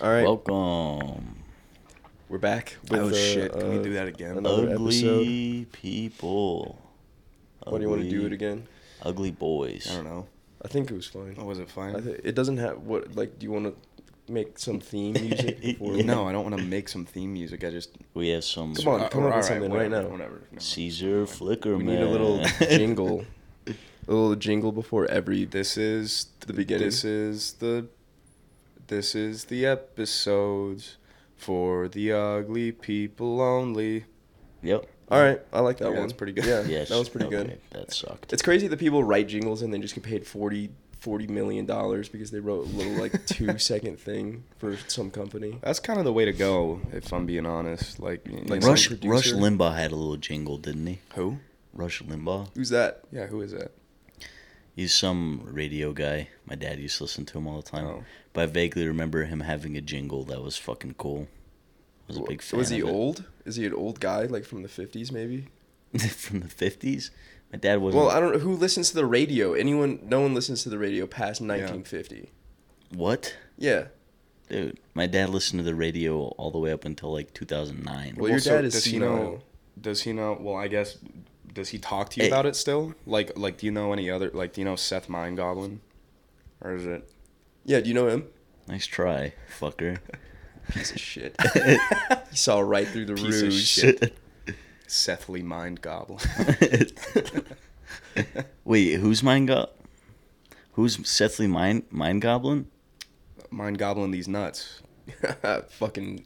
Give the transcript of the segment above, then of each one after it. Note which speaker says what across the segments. Speaker 1: All right,
Speaker 2: Welcome,
Speaker 1: we're back.
Speaker 3: Oh, shit. Can we do that again?
Speaker 1: Another episode.
Speaker 2: ugly people.
Speaker 1: What do you want to do
Speaker 2: Ugly-
Speaker 1: it again?
Speaker 2: Ugly boys.
Speaker 3: I don't know.
Speaker 1: I think it was fine.
Speaker 3: Oh, was it fine?
Speaker 1: I th- it doesn't have what like. Do you want to make some theme music? for
Speaker 2: Yeah.
Speaker 3: No, I don't want to make some theme music. I just
Speaker 2: We have some
Speaker 1: Come on,
Speaker 3: Uh,
Speaker 1: come up
Speaker 3: all
Speaker 1: with something right
Speaker 3: whatever,
Speaker 1: now.
Speaker 3: Whatever. No.
Speaker 2: Caesar Flickerman.
Speaker 1: We need a little jingle. A little jingle before every
Speaker 3: This is
Speaker 1: the beginning.
Speaker 3: This is the this is the episodes for the ugly people only.
Speaker 2: yep.
Speaker 1: All right, I like that
Speaker 3: Yeah,
Speaker 1: one.
Speaker 3: that's pretty good.
Speaker 1: Yeah,
Speaker 2: Yes.
Speaker 1: that was pretty
Speaker 2: okay,
Speaker 1: good.
Speaker 2: That sucked.
Speaker 1: It's crazy that people write jingles and then just get paid 40, 40 million dollars because they wrote a little like two second thing for some company.
Speaker 3: That's kind of the way to go, if I'm being honest. Like, you
Speaker 1: Like
Speaker 3: know-
Speaker 2: Rush
Speaker 1: some producer-
Speaker 2: Rush Limbaugh had a little jingle, didn't he?
Speaker 3: who?
Speaker 2: Rush Limbaugh.
Speaker 1: Who's that?
Speaker 3: Yeah, who is that?
Speaker 2: He's some radio guy. My dad used to listen to him all the time.
Speaker 3: Oh.
Speaker 2: But I vaguely remember him having a jingle that was fucking cool. I was a big fan.
Speaker 1: Was he
Speaker 2: of it.
Speaker 1: old? Is he an old guy like from the fifties maybe?
Speaker 2: from the fifties? My dad wasn't.
Speaker 1: Well, I don't know who listens to the radio. Anyone? No one listens to the radio past nineteen fifty.
Speaker 2: what?
Speaker 1: Yeah.
Speaker 2: Dude, my dad listened to the radio all the way up until like 2009.
Speaker 1: Well, your
Speaker 3: so
Speaker 1: dad is
Speaker 3: does he
Speaker 1: senile.
Speaker 3: know? Does he know? Well, I guess. Does he talk to you
Speaker 2: Hey.
Speaker 3: about it still? Like, like, do you know any other? Like, do you know Seth Goblin? Or is it?
Speaker 1: Yeah. Do you know him?
Speaker 2: Nice try, fucker.
Speaker 1: Piece of shit. he saw right through the
Speaker 3: Piece of
Speaker 1: ruse.
Speaker 3: shit. Sethly Mind Goblin.
Speaker 2: Wait, who's mine go? Who's Sethly mine mine goblin?
Speaker 3: Mind Goblin these nuts.
Speaker 1: Fucking.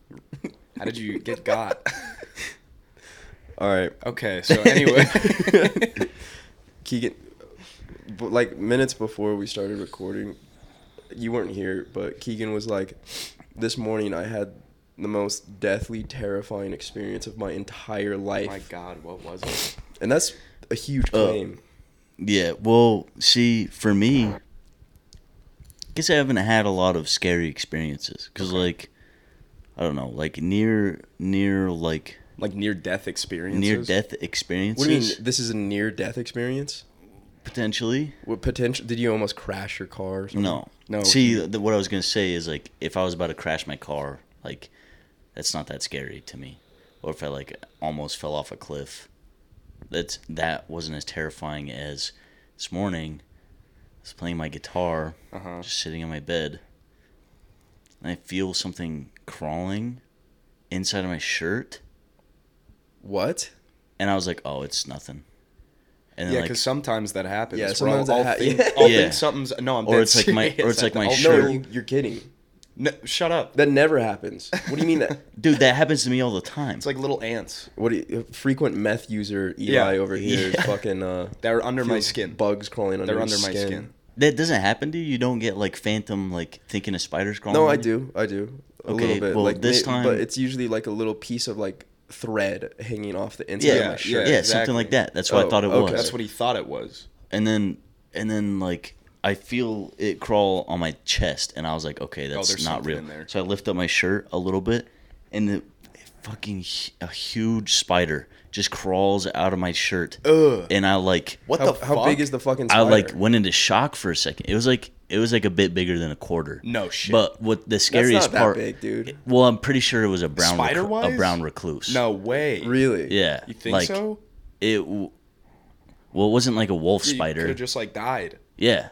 Speaker 3: How did you get got?
Speaker 1: All right,
Speaker 3: Okay, so anyway.
Speaker 1: Keegan. But like minutes before we started recording, you weren't here, but Keegan was like, "This morning I had the most deathly terrifying experience of my entire life,"
Speaker 3: Oh my god, Uh, what was it?
Speaker 1: and that's a huge
Speaker 2: Oh.
Speaker 1: claim.
Speaker 2: Yeah, well, see, for me, I guess I haven't had a lot of scary experiences because, like, I don't know, like near near like
Speaker 3: Like near death experiences?
Speaker 2: near death experiences
Speaker 1: What do you mean? This is a near death experience?
Speaker 2: potentially.
Speaker 1: What potential? Did you almost crash your car? Or something?
Speaker 2: No,
Speaker 3: No,
Speaker 2: See, th what I was gonna say is like, if I was about to crash my car, like, that's not that scary to me. Or if I like almost fell off a cliff, that's that wasn't as terrifying as this morning. I was playing my guitar,
Speaker 3: Uh-huh.
Speaker 2: just sitting on my bed, and I feel something crawling inside of my shirt,
Speaker 3: Mm.
Speaker 1: What?
Speaker 2: and I was like, "Oh, it's nothing." And then
Speaker 3: Yeah,
Speaker 2: like,
Speaker 3: because sometimes that happens.
Speaker 1: Yeah,
Speaker 3: We're
Speaker 1: sometimes that
Speaker 3: all, all
Speaker 1: hap-
Speaker 3: think,
Speaker 1: yeah.
Speaker 3: all think
Speaker 2: Yeah.
Speaker 3: something's no, I'm
Speaker 2: Or
Speaker 3: dead
Speaker 2: it's like my-
Speaker 3: serious.
Speaker 2: or it's like my
Speaker 3: I'll-
Speaker 1: No,
Speaker 2: shirt.
Speaker 1: you, you're kidding.
Speaker 3: No, shut up.
Speaker 1: That never happens. What do you mean that?
Speaker 2: dude, that happens to me all the time.
Speaker 3: It's like little ants
Speaker 1: What do you, frequent meth user Eli
Speaker 3: Yeah.
Speaker 1: over here is
Speaker 2: Yeah.
Speaker 1: fucking uh,
Speaker 3: that are under my
Speaker 1: feels
Speaker 3: skin.
Speaker 1: bugs crawling under,
Speaker 3: They're
Speaker 1: his
Speaker 3: under my
Speaker 1: skin.
Speaker 3: skin.
Speaker 2: That doesn't happen to you. You don't get like phantom, like thinking a spider's crawling.
Speaker 1: No,
Speaker 2: on
Speaker 1: I
Speaker 2: you?
Speaker 1: do, I do a
Speaker 2: Um, Okay,
Speaker 1: little bit.
Speaker 2: well,
Speaker 1: like
Speaker 2: this
Speaker 1: may- but
Speaker 2: time-
Speaker 1: it's usually like a little piece of like thread hanging off the inside
Speaker 2: Yeah,
Speaker 1: of
Speaker 2: yeah,
Speaker 1: my shirt.
Speaker 2: yeah,
Speaker 3: exactly.
Speaker 2: something like that. That's what
Speaker 1: Oh,
Speaker 2: I thought it
Speaker 1: okay.
Speaker 2: was.
Speaker 3: That's what he thought it was.
Speaker 2: And then, and then like I feel it crawl on my chest, and I was like, okay, that's
Speaker 3: there's
Speaker 2: not
Speaker 3: something
Speaker 2: real.
Speaker 3: in there.
Speaker 2: So I lift up my shirt a little bit, and the fucking hu- a huge spider just crawls out of my shirt,
Speaker 3: Ugh.
Speaker 2: and I like
Speaker 3: What
Speaker 1: How,
Speaker 3: the
Speaker 1: how
Speaker 3: fuck?
Speaker 1: big is the fucking?
Speaker 2: I
Speaker 1: Spider?
Speaker 2: like went into shock for a second. It was like it was like a bit bigger than a quarter.
Speaker 3: No shit.
Speaker 2: But what the
Speaker 1: That's
Speaker 2: scariest
Speaker 1: not that
Speaker 2: part?
Speaker 1: big, dude.
Speaker 2: Well, I'm pretty sure it was a brown reclu-
Speaker 3: Spider-wise?
Speaker 2: a brown recluse.
Speaker 3: No way.
Speaker 1: Really?
Speaker 2: Yeah.
Speaker 3: You think
Speaker 2: like,
Speaker 3: so?
Speaker 2: It. w- Well, it wasn't like a wolf
Speaker 3: Could
Speaker 2: spider.
Speaker 3: have just like died.
Speaker 2: yeah,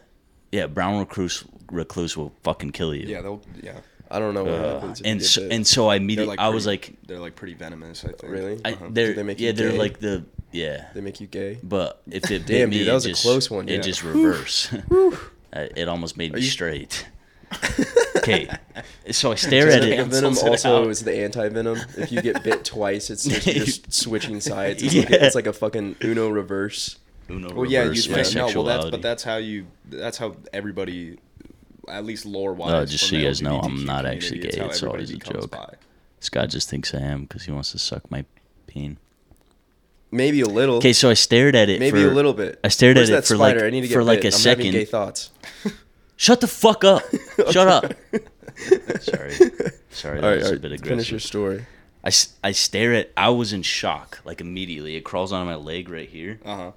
Speaker 2: yeah. Brown recluse recluse will fucking kill you.
Speaker 3: Yeah, they'll yeah.
Speaker 1: I don't know what happens. if
Speaker 2: Uh, And
Speaker 1: you
Speaker 2: so,
Speaker 1: get
Speaker 2: and so I
Speaker 3: They're
Speaker 2: immediately
Speaker 3: like
Speaker 2: I was
Speaker 3: pretty-
Speaker 2: like,
Speaker 3: they're like pretty venomous. I think.
Speaker 1: Really?
Speaker 2: I,
Speaker 1: Uh-huh.
Speaker 2: they're
Speaker 1: Do they make you
Speaker 2: yeah, they're
Speaker 1: gay?
Speaker 2: like the yeah.
Speaker 1: they make you gay.
Speaker 2: But if it bit
Speaker 1: Damn,
Speaker 2: me,
Speaker 1: dude, that
Speaker 2: it
Speaker 1: was a
Speaker 2: just-
Speaker 1: close one,
Speaker 2: It
Speaker 1: yeah.
Speaker 2: just reverse. I- it almost made me
Speaker 1: you-
Speaker 2: straight. Okay, so I stare at
Speaker 1: Venom-
Speaker 2: it.
Speaker 1: venom
Speaker 3: Cancels it
Speaker 1: also
Speaker 3: out.
Speaker 1: is the anti venom. If you get bit twice, it's just, you're just switching sides. It's, like
Speaker 2: Yeah.
Speaker 1: a, it's like a fucking Uno reverse.
Speaker 2: Uno
Speaker 3: Well, yeah,
Speaker 2: reverse
Speaker 3: you
Speaker 2: my
Speaker 3: think no. Well, that's
Speaker 2: sexuality.
Speaker 3: but that's how you. That's how everybody, at least lore wise.
Speaker 2: Uh, just so you guys know, I'm not actually gay. It's always a joke. this guy just thinks I am because he wants to suck my peen.
Speaker 1: Maybe a little.
Speaker 2: Okay, so I stared at it.
Speaker 1: Maybe
Speaker 2: for-
Speaker 1: a little bit.
Speaker 2: I stared
Speaker 1: Where's
Speaker 2: at it
Speaker 1: that
Speaker 2: for
Speaker 1: spider?
Speaker 2: like
Speaker 1: I need to get
Speaker 2: for like
Speaker 1: bit.
Speaker 2: a
Speaker 1: I'm Having
Speaker 2: second.
Speaker 1: gay thoughts.
Speaker 2: Shut the fuck up! Shut up! Sorry, sorry. That
Speaker 1: All right,
Speaker 2: was
Speaker 1: all
Speaker 2: a bit
Speaker 1: right. Finish your
Speaker 2: aggressive.
Speaker 1: story.
Speaker 2: I, s- I stare at. I was in shock. Like immediately, it crawls on my leg right here,
Speaker 3: Uh
Speaker 1: Uh-huh.
Speaker 3: huh.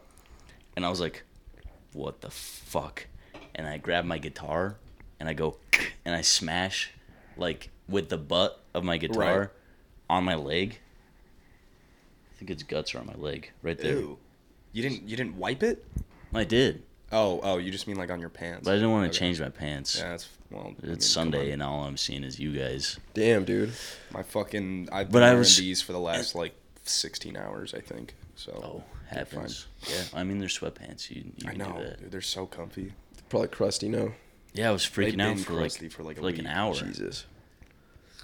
Speaker 2: and I was like, "What the fuck?" And I grab my guitar, and I go, and I smash like with the butt of my guitar
Speaker 3: Right.
Speaker 2: on my leg. I think its guts are on my leg right there.
Speaker 3: Ew. You didn't you didn't wipe it?
Speaker 2: I did,
Speaker 3: Oh, oh, you just mean like on your pants.
Speaker 2: but I didn't want to
Speaker 3: Okay.
Speaker 2: change my pants.
Speaker 3: Yeah, that's well. I mean,
Speaker 2: It's
Speaker 3: come
Speaker 2: Sunday,
Speaker 3: on.
Speaker 2: and all I'm seeing is you guys.
Speaker 1: Damn, dude.
Speaker 3: My fucking I've
Speaker 2: But
Speaker 3: been
Speaker 2: I
Speaker 3: wearing
Speaker 2: was-
Speaker 3: these for the last like 16 hours, I think. So
Speaker 2: Oh,
Speaker 3: you're
Speaker 2: happens. Yeah, I mean they're sweatpants. You, you
Speaker 3: fine. I
Speaker 2: can do
Speaker 3: know.
Speaker 2: that.
Speaker 3: Dude, they're so comfy.
Speaker 1: Probably crusty now.
Speaker 2: Yeah, I was
Speaker 3: They've
Speaker 2: freaking out
Speaker 3: been
Speaker 2: for like,
Speaker 3: crusty for like a
Speaker 2: for like an
Speaker 3: week.
Speaker 2: hour.
Speaker 1: Jesus.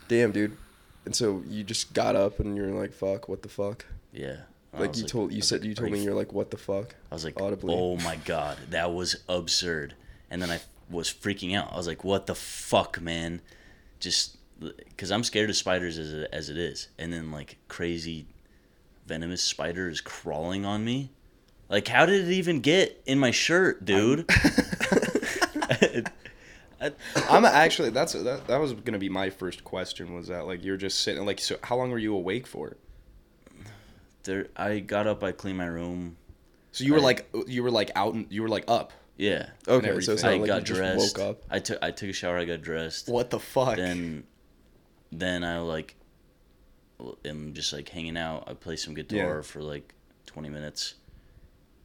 Speaker 1: Damn, dude. And so you just got up and you're like, "Fuck, what the fuck?"
Speaker 2: Yeah. I
Speaker 1: Like
Speaker 2: was
Speaker 1: you told,
Speaker 2: I
Speaker 1: you
Speaker 2: was
Speaker 1: said, you
Speaker 2: "Are
Speaker 1: told me you're like, "What the fuck?"
Speaker 2: I was like,
Speaker 1: audibly.
Speaker 2: oh my god, that was absurd. And then I was freaking out. I was like, what the fuck, man? Just because I'm scared of spiders as it, as it is, and then like crazy venomous spider is crawling on me. Like, how did it even get in my shirt, dude?
Speaker 3: I'm actually that's that, that was gonna be my first question was that like you're just sitting like so how long were you awake for?
Speaker 2: there, I got up, I cleaned my room.
Speaker 3: So you were
Speaker 2: I-
Speaker 3: like you were like out and you were like up.
Speaker 2: Yeah,
Speaker 1: Okay, so
Speaker 3: everything.
Speaker 1: it's
Speaker 2: I
Speaker 1: not like
Speaker 2: got
Speaker 1: you just
Speaker 2: dressed.
Speaker 1: woke up.
Speaker 2: I took I took a shower. I got dressed.
Speaker 3: What the fuck?
Speaker 2: then then I like am just like hanging out. I play some guitar
Speaker 3: Yeah.
Speaker 2: for like 20 minutes,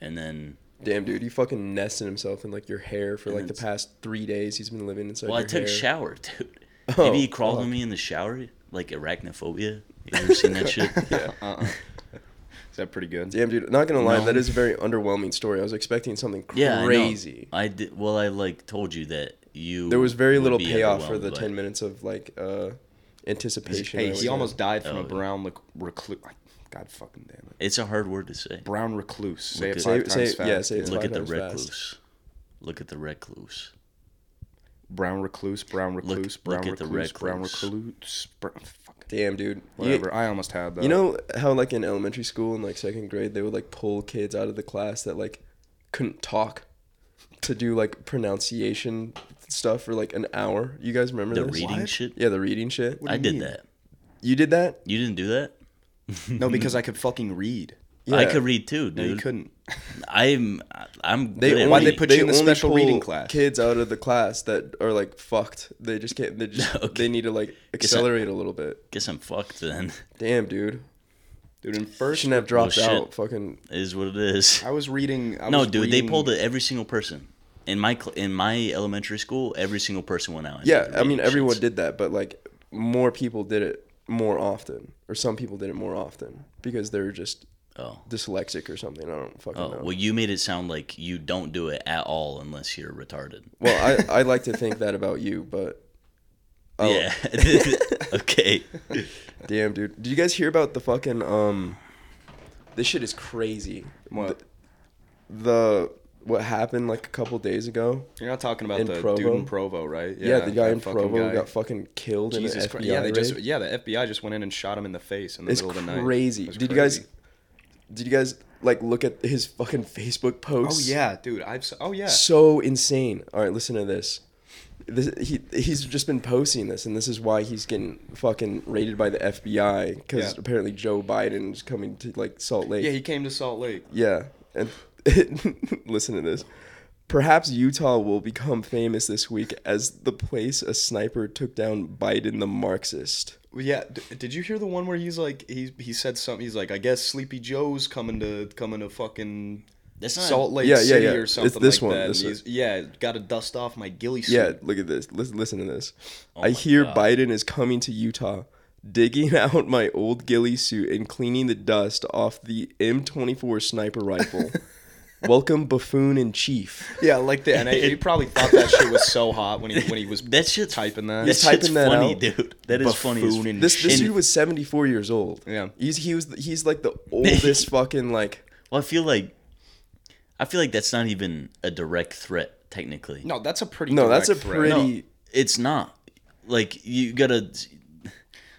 Speaker 2: and then
Speaker 1: Damn, dude, you fucking nested himself in like your hair for
Speaker 2: And
Speaker 1: like the
Speaker 2: it's-
Speaker 1: past three days. He's been living inside.
Speaker 2: well, I
Speaker 1: your
Speaker 2: took
Speaker 1: hair.
Speaker 2: a shower, dude.
Speaker 1: Oh,
Speaker 2: Maybe he crawled on
Speaker 1: fuck.
Speaker 2: me in the shower, like arachnophobia. You ever seen that shit?
Speaker 3: yeah. Uh-uh. Is that pretty good?
Speaker 1: Damn, dude, not gonna lie,
Speaker 2: No.
Speaker 1: that is a very underwhelming story. I was expecting something
Speaker 2: Yeah, I know.
Speaker 1: crazy.
Speaker 2: I, did. Well, I like told you that you.
Speaker 1: There was very
Speaker 2: would
Speaker 1: little
Speaker 2: be
Speaker 1: payoff for
Speaker 2: overwhelmed
Speaker 1: the
Speaker 2: by
Speaker 1: ten
Speaker 2: it.
Speaker 1: minutes of like uh anticipation. I
Speaker 3: Hey,
Speaker 1: was
Speaker 3: he
Speaker 1: in.
Speaker 3: almost died from
Speaker 2: Oh,
Speaker 3: a
Speaker 2: yeah.
Speaker 3: brown rec- recluse. God fucking damn it.
Speaker 2: It's a hard word to say.
Speaker 3: Brown recluse. Say
Speaker 2: Look
Speaker 3: it
Speaker 2: at-
Speaker 1: Say-
Speaker 3: five
Speaker 1: say-
Speaker 3: times fast.
Speaker 1: yeah, say it
Speaker 2: Look
Speaker 1: five
Speaker 2: at the
Speaker 1: times fast.
Speaker 2: recluse. Look at the recluse.
Speaker 3: Brown recluse. Brown recluse.
Speaker 2: look
Speaker 3: brown
Speaker 2: at the
Speaker 3: recluse, Brown
Speaker 2: recluse.
Speaker 3: recluse. Br- fuck.
Speaker 1: Damn, dude. You-
Speaker 3: Whatever. I almost had that.
Speaker 1: You know how like in elementary school in like second grade they would like pull kids out of the class that like couldn't talk to do like pronunciation stuff for like an hour. You guys remember
Speaker 2: The
Speaker 1: this?
Speaker 2: reading
Speaker 3: What?
Speaker 2: shit.
Speaker 1: Yeah, the reading shit.
Speaker 3: What do
Speaker 2: I
Speaker 3: you
Speaker 2: did
Speaker 3: mean?
Speaker 2: that.
Speaker 1: You did that?
Speaker 2: You didn't do that.
Speaker 3: No, because I could fucking read.
Speaker 2: I
Speaker 1: Yeah.
Speaker 2: could read too, dude.
Speaker 3: No, you couldn't.
Speaker 2: I'm I'm
Speaker 1: They
Speaker 2: good at
Speaker 1: only,
Speaker 3: Why'd they
Speaker 2: reading.
Speaker 3: put
Speaker 1: they
Speaker 3: you in the
Speaker 1: only
Speaker 3: special reading
Speaker 1: pull
Speaker 3: class?
Speaker 1: Kids out of the class that are like fucked. They just can't. They just
Speaker 2: Okay.
Speaker 1: they need to like
Speaker 2: I-
Speaker 1: accelerate a little bit.
Speaker 2: Guess I'm fucked then.
Speaker 1: Damn, dude.
Speaker 3: Dude, in first,
Speaker 1: Shouldn't have dropped
Speaker 2: shit.
Speaker 1: out. Fucking
Speaker 2: It Is what it is.
Speaker 3: I was reading. I
Speaker 2: No,
Speaker 3: was
Speaker 2: dude, they
Speaker 3: reading-
Speaker 2: pulled it every single person in my cl- in my elementary school. Every single person went out. and
Speaker 1: yeah.
Speaker 2: did
Speaker 1: I mean,
Speaker 2: reading
Speaker 1: everyone
Speaker 2: shits.
Speaker 1: did that, but like more people did it more often, or some people did it more often because they were just
Speaker 2: Oh,
Speaker 1: dyslexic or something. I don't fucking
Speaker 2: oh.
Speaker 1: know.
Speaker 2: Well, you made it sound like you don't do it at all unless you're retarded.
Speaker 1: Well, I I like to think that about you, but oh,
Speaker 2: Yeah. okay.
Speaker 1: Damn, dude. Did you guys hear about the fucking um? This shit is crazy.
Speaker 3: What?
Speaker 1: The, the- what happened like a couple days ago?
Speaker 3: You're not talking about
Speaker 1: in
Speaker 3: the dude
Speaker 1: Provo?
Speaker 3: in Provo, right?
Speaker 1: Yeah, the guy
Speaker 3: that
Speaker 1: in
Speaker 3: fucking
Speaker 1: Provo
Speaker 3: guy.
Speaker 1: got fucking killed in
Speaker 3: Jesus
Speaker 1: an FBI
Speaker 3: Christ! Yeah, they just
Speaker 1: raid.
Speaker 3: yeah the FBI just went in and shot him in the face in the
Speaker 1: It's
Speaker 3: middle of the night.
Speaker 1: crazy.
Speaker 3: It was
Speaker 1: did you
Speaker 3: crazy.
Speaker 1: guys? Did you guys like look at his fucking Facebook
Speaker 3: Oh
Speaker 1: posts?
Speaker 3: yeah, dude. I've s- oh yeah.
Speaker 1: so insane. All right, listen to this. This, he he's just been posting this, and this is why he's getting fucking raided by the FBI because
Speaker 3: Yeah.
Speaker 1: apparently Joe Biden is coming to like Salt Lake.
Speaker 3: Yeah, he came to Salt Lake.
Speaker 1: Yeah. And listen to this. Perhaps Utah will become famous this week as the place a sniper took down Biden the Marxist.
Speaker 3: Yeah, d- did you hear the one where he's like he he said something? He's like, I guess Sleepy Joe's coming to coming to fucking
Speaker 2: That's not.
Speaker 3: Salt Lake
Speaker 1: Yeah, yeah,
Speaker 3: City
Speaker 1: yeah.
Speaker 3: or
Speaker 1: It's
Speaker 3: something
Speaker 1: this
Speaker 3: like
Speaker 1: one,
Speaker 3: that.
Speaker 1: this
Speaker 3: and he's, yeah, got to dust off my ghillie suit.
Speaker 1: Yeah, look at this. Listen, listen to this. I
Speaker 2: my
Speaker 1: hear
Speaker 2: God.
Speaker 1: Biden is coming to Utah, digging out my old ghillie suit and cleaning the dust off the M24 sniper rifle. Welcome, buffoon in chief.
Speaker 3: yeah, like the and I, he probably thought that shit was so hot when he when he was
Speaker 2: That shit's
Speaker 3: typing that.
Speaker 2: That
Speaker 1: He's
Speaker 2: shit's
Speaker 1: typing that
Speaker 2: funny,
Speaker 1: out.
Speaker 2: dude. That is funny. as
Speaker 3: Buffoon and
Speaker 1: This this
Speaker 3: shit.
Speaker 1: dude was 74 years old.
Speaker 3: Yeah.
Speaker 1: He's he was he's like the oldest fucking like
Speaker 2: Well, I feel like I feel like that's not even a direct threat technically.
Speaker 3: no, that's a pretty
Speaker 1: No, that's a
Speaker 3: direct threat.
Speaker 1: pretty
Speaker 2: No, it's not. Like you gotta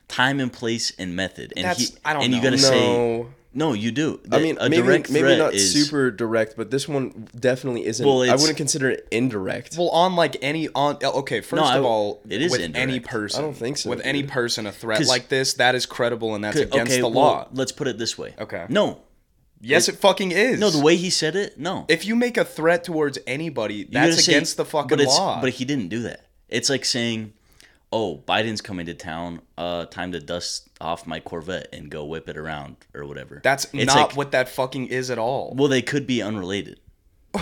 Speaker 2: time and place and method, and
Speaker 3: That's-
Speaker 2: he,
Speaker 3: I don't
Speaker 2: and you
Speaker 3: know.
Speaker 2: gotta
Speaker 1: no.
Speaker 2: say no. You do.
Speaker 1: I mean,
Speaker 2: a
Speaker 1: maybe
Speaker 2: direct
Speaker 1: maybe
Speaker 2: threat
Speaker 1: not
Speaker 2: is,
Speaker 1: super direct, but this one definitely isn't.
Speaker 2: Well,
Speaker 1: I
Speaker 2: it's-
Speaker 1: wouldn't consider it indirect.
Speaker 3: Well, on like any on oh, okay. First
Speaker 2: I-
Speaker 3: of all,
Speaker 2: it is
Speaker 3: with any
Speaker 2: indirect.
Speaker 3: person.
Speaker 1: I don't think so,
Speaker 3: With any
Speaker 1: dude.
Speaker 3: person, a threat
Speaker 2: 'Cause-
Speaker 3: like this that is credible and that's
Speaker 2: Okay,
Speaker 3: against the
Speaker 2: well,
Speaker 3: law.
Speaker 2: Let's put it this way.
Speaker 3: Okay.
Speaker 2: No,
Speaker 3: Yes, it fucking is.
Speaker 2: no. The way he said it, no.
Speaker 3: if you make a threat towards anybody,
Speaker 2: You gotta
Speaker 3: that's
Speaker 2: say-
Speaker 3: against the
Speaker 2: but
Speaker 3: fucking
Speaker 2: it's-
Speaker 3: law.
Speaker 2: But he didn't do that. It's like saying, oh, Biden's coming to town. Uh, time to dust off my Corvette and go whip it around or whatever.
Speaker 3: That's
Speaker 2: It's
Speaker 3: not
Speaker 2: like-
Speaker 3: what that fucking is at all.
Speaker 2: Well, they could be unrelated,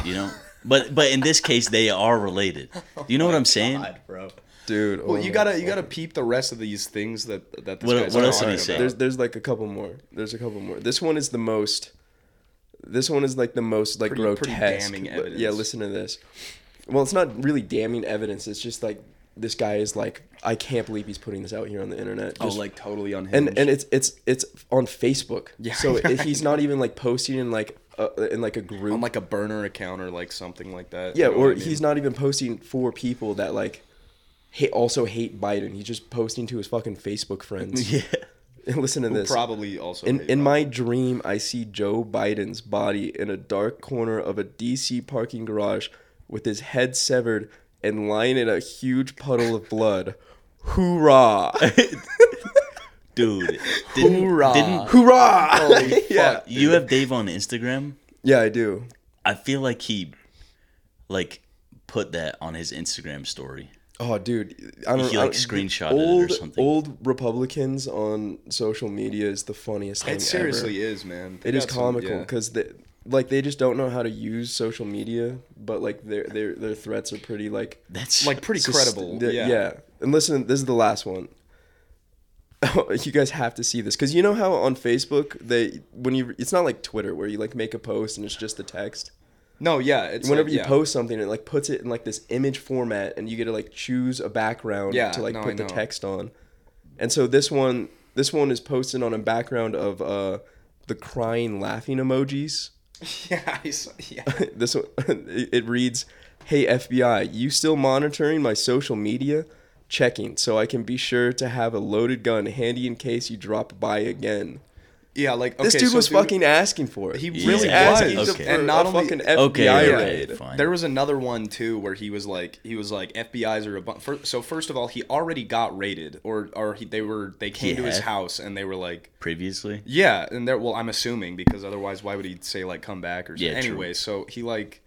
Speaker 2: you know. but but in this case, they are related. You
Speaker 3: Oh
Speaker 2: know what I'm saying?
Speaker 3: bro.
Speaker 1: dude.
Speaker 3: Well,
Speaker 1: oh my
Speaker 3: you gotta you
Speaker 1: fucking-
Speaker 3: gotta peep the rest of these things that that. This
Speaker 2: What-
Speaker 3: guy's
Speaker 2: what else did
Speaker 3: talking
Speaker 2: he say?
Speaker 3: about.
Speaker 1: There's there's like a couple more. There's a couple more. This one is the most. This one is like the most like
Speaker 3: Pretty- pretty
Speaker 1: grotesque.
Speaker 3: damning
Speaker 1: Li-
Speaker 3: evidence.
Speaker 1: Yeah, listen to this. Well, it's not really damning evidence. It's just like this guy is like, I can't believe he's putting this out here on the internet.
Speaker 3: Oh,
Speaker 1: Just-
Speaker 3: like oh, totally unhinged.
Speaker 1: and and it's it's it's on Facebook.
Speaker 3: Yeah,
Speaker 1: So
Speaker 3: I
Speaker 1: it, he's not even like posting in like uh, in like a group.
Speaker 3: on like a burner account or like something like that.
Speaker 1: yeah,
Speaker 3: you know what
Speaker 1: or
Speaker 3: I mean?
Speaker 1: he's not even posting for people that like. Hate, also hate Biden. He's just posting to his fucking Facebook friends.
Speaker 2: Yeah.
Speaker 1: Listen to
Speaker 3: Who
Speaker 1: this.
Speaker 3: probably also
Speaker 1: In,
Speaker 3: hate
Speaker 1: in
Speaker 3: Biden.
Speaker 1: my dream, I see Joe Biden's body in a dark corner of a DC parking garage with his head severed and lying in a huge puddle of blood. Hoorah!
Speaker 2: Dude, didn't,
Speaker 3: Hoorah.
Speaker 2: didn't
Speaker 1: Hoorah! yeah.
Speaker 3: fuck.
Speaker 2: you have Dave on Instagram?
Speaker 1: yeah, I do.
Speaker 2: I feel like he, like, put that on his Instagram story.
Speaker 1: Oh, dude. I don't
Speaker 2: He,
Speaker 1: I don't-
Speaker 2: like, screenshotted it or
Speaker 1: old,
Speaker 2: something.
Speaker 1: Old Republicans on social media is the funniest thing
Speaker 3: It
Speaker 1: ever.
Speaker 3: seriously is, man. They
Speaker 1: It is
Speaker 3: got some-
Speaker 1: comical
Speaker 3: yeah.
Speaker 1: because they like they just don't know how to use social media, but like their their their threats are pretty like
Speaker 2: That's
Speaker 3: like pretty
Speaker 1: Sus-
Speaker 3: credible.
Speaker 1: the-
Speaker 3: yeah.
Speaker 1: And listen, this is the last one. you guys have to see this because you know how on Facebook they when you it's not like Twitter where you like make a post and it's just the text.
Speaker 3: No, yeah. It's
Speaker 1: Whenever
Speaker 3: like,
Speaker 1: you
Speaker 3: yeah.
Speaker 1: post something, it like puts it in like this image format, and you get to like choose a background
Speaker 3: Yeah,
Speaker 1: to like
Speaker 3: no, I
Speaker 1: put the
Speaker 3: know.
Speaker 1: text on. And so this one, this one is posted on a background of uh, the crying laughing emojis.
Speaker 3: yeah, I saw- yeah.
Speaker 1: this one it it reads hey fbi you still monitoring my social media checking so i can be sure to have a loaded gun handy in case you drop by again
Speaker 3: Yeah, like okay,
Speaker 1: this dude
Speaker 3: so
Speaker 1: was fucking asking for it
Speaker 3: He
Speaker 1: He's
Speaker 2: really
Speaker 1: asking
Speaker 2: was.
Speaker 1: for
Speaker 2: Okay.
Speaker 1: and not only, fucking fbi
Speaker 2: Okay,
Speaker 3: Yeah.
Speaker 2: right.
Speaker 1: raid
Speaker 2: fine.
Speaker 3: There was another one too where he was like he was like FBI's are a bunch. So first of all, he already got raided, or or he, they were they came to his
Speaker 2: Yeah.
Speaker 3: house and they were like
Speaker 2: previously.
Speaker 3: yeah, and there well I'm assuming because otherwise why would he say like come back or
Speaker 2: Yeah,
Speaker 3: something?
Speaker 2: true.
Speaker 3: anyway? So he like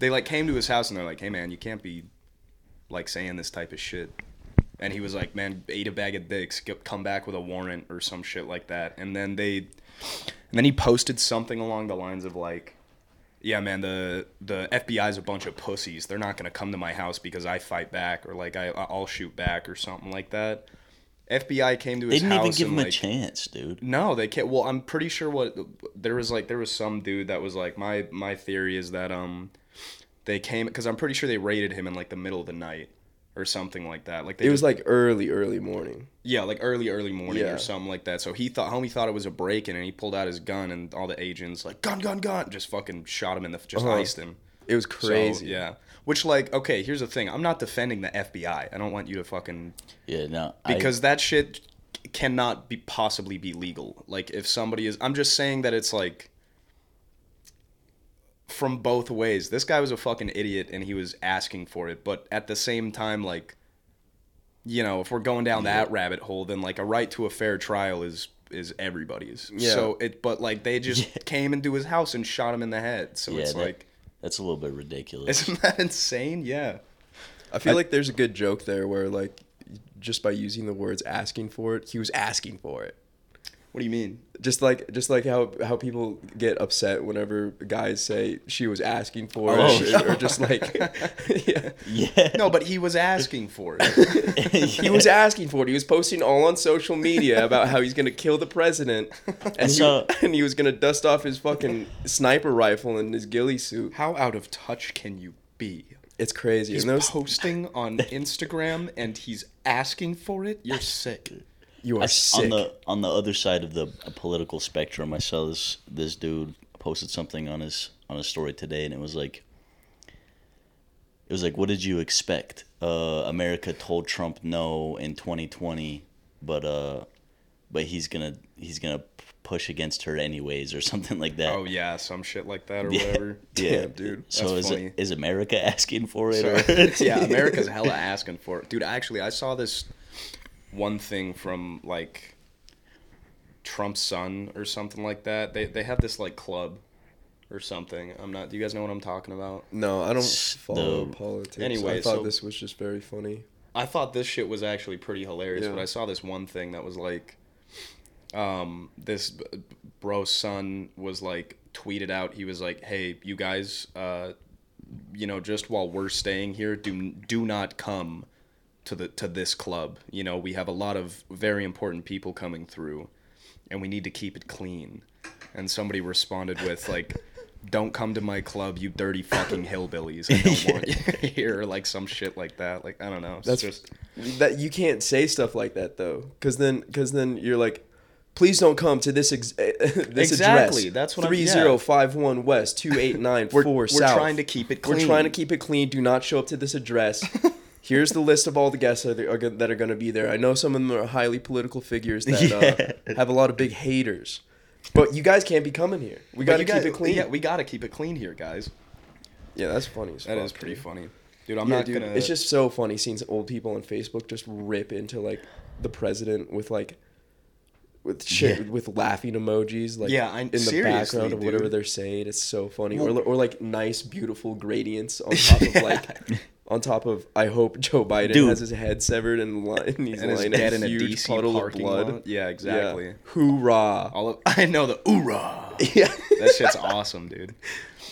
Speaker 3: they like came to his house and they're like hey man you can't be like saying this type of shit. And he was like, "Man, eat a bag of dicks. Get, come back with a warrant or some shit like that." And then they, and then he posted something along the lines of like, yeah, man, the the FBI's a bunch of pussies. They're not gonna come to my house because I fight back or like I I'll shoot back or something like that. FBI came to
Speaker 2: They
Speaker 3: his
Speaker 2: didn't
Speaker 3: house
Speaker 2: even give
Speaker 3: and
Speaker 2: him a
Speaker 3: like,
Speaker 2: chance, dude.
Speaker 3: no, they can't. Well, I'm pretty sure what there was like there was some dude that was like my my theory is that um they came because I'm pretty sure they raided him in like the middle of the night or something like that. Like they
Speaker 1: it was like early early morning
Speaker 3: yeah, like early, early morning
Speaker 1: Yeah.
Speaker 3: or something like that. So he thought, homie thought it was a break in, and he pulled out his gun, and all the agents like gun, gun, gun, just fucking shot him in the just
Speaker 1: Uh-huh.
Speaker 3: iced him.
Speaker 1: it was
Speaker 3: So,
Speaker 1: crazy
Speaker 3: yeah. Which like, okay, here's the thing. I'm not defending the FBI. I don't want you to fucking
Speaker 2: Yeah, no. I-
Speaker 3: because that shit c- cannot be possibly be legal. Like if somebody is, I'm just saying that it's like from both ways. This guy was a fucking idiot and he was asking for it, but at the same time, like you know, if we're going down that rabbit hole, then like a right to a fair trial is is everybody's.
Speaker 1: Yeah.
Speaker 3: So it, but like they just came into his house and shot him in the head. So
Speaker 2: yeah,
Speaker 3: it's
Speaker 2: that-
Speaker 3: like,
Speaker 2: that's a little bit ridiculous.
Speaker 3: isn't that insane? Yeah.
Speaker 1: i feel like there's a good joke there where like just by using the words asking for it he was asking for it
Speaker 3: What do you mean?
Speaker 1: just like just like how how people get upset whenever guys say she was asking for it
Speaker 2: Oh,
Speaker 1: or-
Speaker 2: yeah.
Speaker 1: or, just like yeah.
Speaker 2: Yeah.
Speaker 3: No, but he was asking for it.
Speaker 1: he was asking for it he was posting all on social media about how he's gonna kill the president and he,
Speaker 2: So-
Speaker 1: and he was gonna dust off his fucking sniper rifle and his ghillie suit
Speaker 3: How out of touch can you be?
Speaker 1: it's crazy
Speaker 3: He's
Speaker 1: and those
Speaker 3: posting on Instagram and he's asking for it. You're sick.
Speaker 1: you are sick
Speaker 2: on the on the other side of the political spectrum, I saw this this dude posted something on his on his story today, and it was like, it was like, what did you expect? Uh, America told Trump no in 2020, but uh, but he's gonna he's gonna p- push against her anyways, or something like that.
Speaker 3: Oh yeah, some shit like that or
Speaker 2: Yeah.
Speaker 3: whatever.
Speaker 1: Damn, dude.
Speaker 2: So
Speaker 3: That's
Speaker 2: is
Speaker 3: funny.
Speaker 2: is America asking for it?
Speaker 3: So,
Speaker 2: or-
Speaker 3: yeah, America's hella asking for it, dude. Actually, I saw this one thing from like Trump's son or something like that. They they have this like club or something. I'm not. Do you guys know what I'm talking about?
Speaker 1: no i don't
Speaker 2: S-
Speaker 1: follow
Speaker 2: the-
Speaker 1: politics
Speaker 3: Anyway,
Speaker 1: i thought
Speaker 3: so-
Speaker 1: this was just very funny
Speaker 3: I thought this shit was actually pretty hilarious,
Speaker 1: Yeah.
Speaker 3: but I saw this one thing that was like, um, this b- b- bro's son was like tweeted out. He was like, "Hey, you guys, uh, you know, just while we're staying here, do do not come to the to this club. You know, we have a lot of very important people coming through, and we need to keep it clean." And somebody responded with like. Don't come to my club, you dirty fucking hillbillies. I don't want you here, like some shit like that. Like I don't know. It's
Speaker 1: That's
Speaker 3: just
Speaker 1: that you can't say stuff like that though, because then because then you're like, please don't come to this ex- this
Speaker 3: Exactly,
Speaker 1: address.
Speaker 3: that's what I'm-
Speaker 1: three
Speaker 3: yeah.
Speaker 1: zero five one West two eight nine
Speaker 3: We're-
Speaker 1: four
Speaker 3: we're
Speaker 1: South.
Speaker 3: trying to keep it
Speaker 1: We're trying to
Speaker 3: clean.
Speaker 1: keep it clean. Do not show up to this address. Here's the list of all the guests that are, are gon- that are going to be there. I know some of them are highly political figures that uh,
Speaker 2: Yeah.
Speaker 1: have a lot of big haters, but you guys can't be coming here. We got
Speaker 3: But
Speaker 1: to
Speaker 3: you
Speaker 1: keep
Speaker 3: gotta-
Speaker 1: it clean.
Speaker 3: Yeah,
Speaker 1: Yeah,
Speaker 3: we gotta keep it clean here, guys.
Speaker 1: that's funny. as
Speaker 3: That
Speaker 1: fuck,
Speaker 3: is pretty
Speaker 1: dude.
Speaker 3: funny, dude. I'm
Speaker 1: yeah,
Speaker 3: not
Speaker 1: dude,
Speaker 3: gonna.
Speaker 1: It's just so funny seeing old people on Facebook just rip into like the president with like with shit
Speaker 2: Yeah.
Speaker 1: with laughing emojis like
Speaker 3: Yeah, I-
Speaker 1: in the
Speaker 3: seriously,
Speaker 1: background of whatever
Speaker 3: dude.
Speaker 1: they're saying. It's so funny. or or like nice beautiful gradients on top of like on top of I hope Joe Biden
Speaker 2: Dude.
Speaker 1: has his head severed and, li- and he's
Speaker 3: and is
Speaker 1: lying
Speaker 3: dead
Speaker 1: in a huge
Speaker 3: DC
Speaker 1: puddle of
Speaker 3: parking
Speaker 1: blood.
Speaker 3: lot. Yeah,
Speaker 1: Yeah.
Speaker 3: exactly.
Speaker 1: Hoorah.
Speaker 3: All of, I know the oorah.
Speaker 1: Yeah.
Speaker 3: that shit's awesome, dude.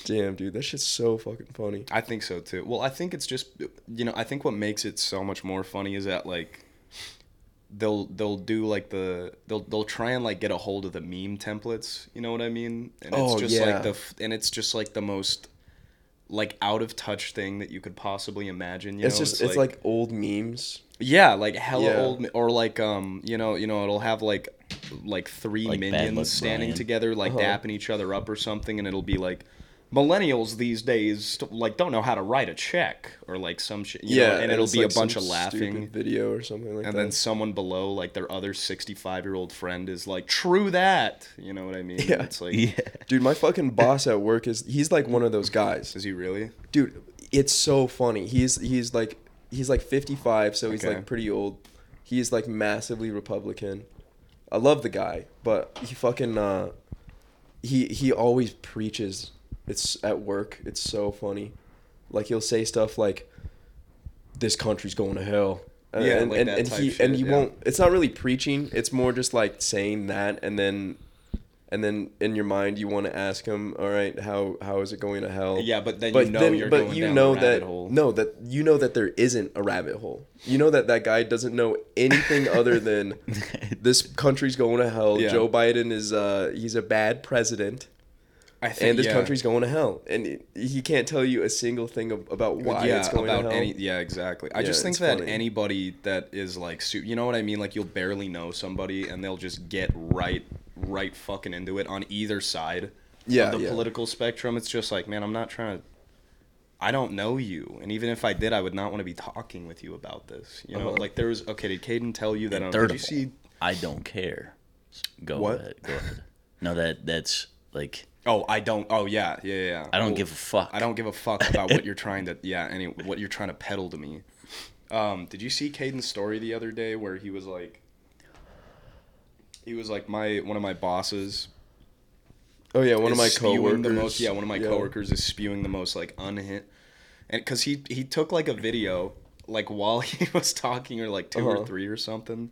Speaker 1: Damn, dude, that shit's so fucking funny.
Speaker 3: I think so too. Well, I think it's just you know I think what makes it so much more funny is that like they'll they'll do like the they'll they'll try and like get a hold of the meme templates. You know what I mean? And
Speaker 1: Oh,
Speaker 3: it's just
Speaker 1: yeah.
Speaker 3: like the f- and it's just like the most like out of touch thing that you could possibly imagine. You
Speaker 1: it's
Speaker 3: know?
Speaker 1: just it's like old memes.
Speaker 3: Yeah, like hella
Speaker 1: Yeah.
Speaker 3: old, or like um, you know, you know, it'll have like like three
Speaker 2: Like Bad Luck
Speaker 3: minions standing
Speaker 2: Brian.
Speaker 3: together, like
Speaker 1: Uh-huh.
Speaker 3: dapping each other up or something, and it'll be like millennials these days like don't know how to write a check or like some shit. you know, and it'll
Speaker 1: it's,
Speaker 3: be
Speaker 1: like,
Speaker 3: a
Speaker 1: some
Speaker 3: bunch of laughing.
Speaker 1: stupid video or something like
Speaker 3: And
Speaker 1: that.
Speaker 3: then someone below, like their other sixty-five-year-old friend, is like, "True that," you know what I mean?
Speaker 1: Yeah.
Speaker 3: It's like,
Speaker 2: Yeah.
Speaker 1: Dude, my fucking boss at work is he's like one of those guys.
Speaker 3: is he really?
Speaker 1: Dude, it's so funny. He's he's like he's like 55, so he's
Speaker 3: Okay.
Speaker 1: like pretty old. He's like massively Republican. I love the guy, but he fucking uh he he always preaches. It's at work. It's so funny. Like he'll say stuff like this country's going to hell. Uh,
Speaker 3: Yeah,
Speaker 1: and,
Speaker 3: like
Speaker 1: and,
Speaker 3: that
Speaker 1: and
Speaker 3: type
Speaker 1: he
Speaker 3: shit,
Speaker 1: and he
Speaker 3: yeah.
Speaker 1: won't it's not really preaching. It's more just like saying that and then and then in your mind you want to ask him, all right, how how is it going to hell?
Speaker 3: Yeah, but then you know you're going down the
Speaker 1: that
Speaker 3: rabbit hole.
Speaker 1: no, that you know that there isn't a rabbit hole. You know that that guy doesn't know anything other than this country's going to hell.
Speaker 3: Yeah.
Speaker 1: Joe Biden is uh he's a bad president,
Speaker 3: I think
Speaker 1: and this
Speaker 3: yeah.
Speaker 1: country's going to hell, and it- he can't tell you a single thing ab- about why
Speaker 3: yeah,
Speaker 1: it's going
Speaker 3: about
Speaker 1: to hell.
Speaker 3: any. Yeah, exactly. I
Speaker 1: Yeah,
Speaker 3: just think
Speaker 1: it's
Speaker 3: that
Speaker 1: funny.
Speaker 3: anybody that is like, su- you know what I mean? Like you'll barely know somebody, and they'll just get right, right fucking into it on either side
Speaker 1: Yeah,
Speaker 3: of the
Speaker 1: yeah.
Speaker 3: political spectrum. It's just like, man, I'm not trying to. I don't know you, and even if I did, I would not want to be talking with you about this. You know,
Speaker 1: Uh-huh.
Speaker 3: like there was okay. Did Caden tell you that? I'm,
Speaker 2: Third
Speaker 3: did you
Speaker 2: of
Speaker 3: see?
Speaker 2: I don't care. Go
Speaker 1: What?
Speaker 2: ahead. Go ahead. No, that that's like
Speaker 3: Oh, I don't. Oh yeah, yeah, yeah, yeah.
Speaker 2: I don't
Speaker 3: Well,
Speaker 2: give a fuck.
Speaker 3: I don't give a fuck about what you're trying to yeah, any what you're trying to peddle to me. Um, did you see Caden's story the other day where he was like he was like my one of my bosses
Speaker 1: Oh yeah, one of
Speaker 3: is
Speaker 1: my
Speaker 3: spewing
Speaker 1: coworkers.
Speaker 3: the most yeah, one of my coworkers is spewing the most like unhit and cuz he he took like a video like while he was talking or like 2
Speaker 1: Uh-huh.
Speaker 3: or 3 or something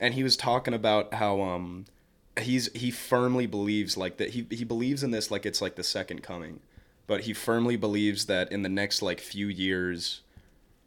Speaker 3: and he was talking about how um he's he firmly believes like that he he believes in this like it's like the second coming but he firmly believes that in the next like few years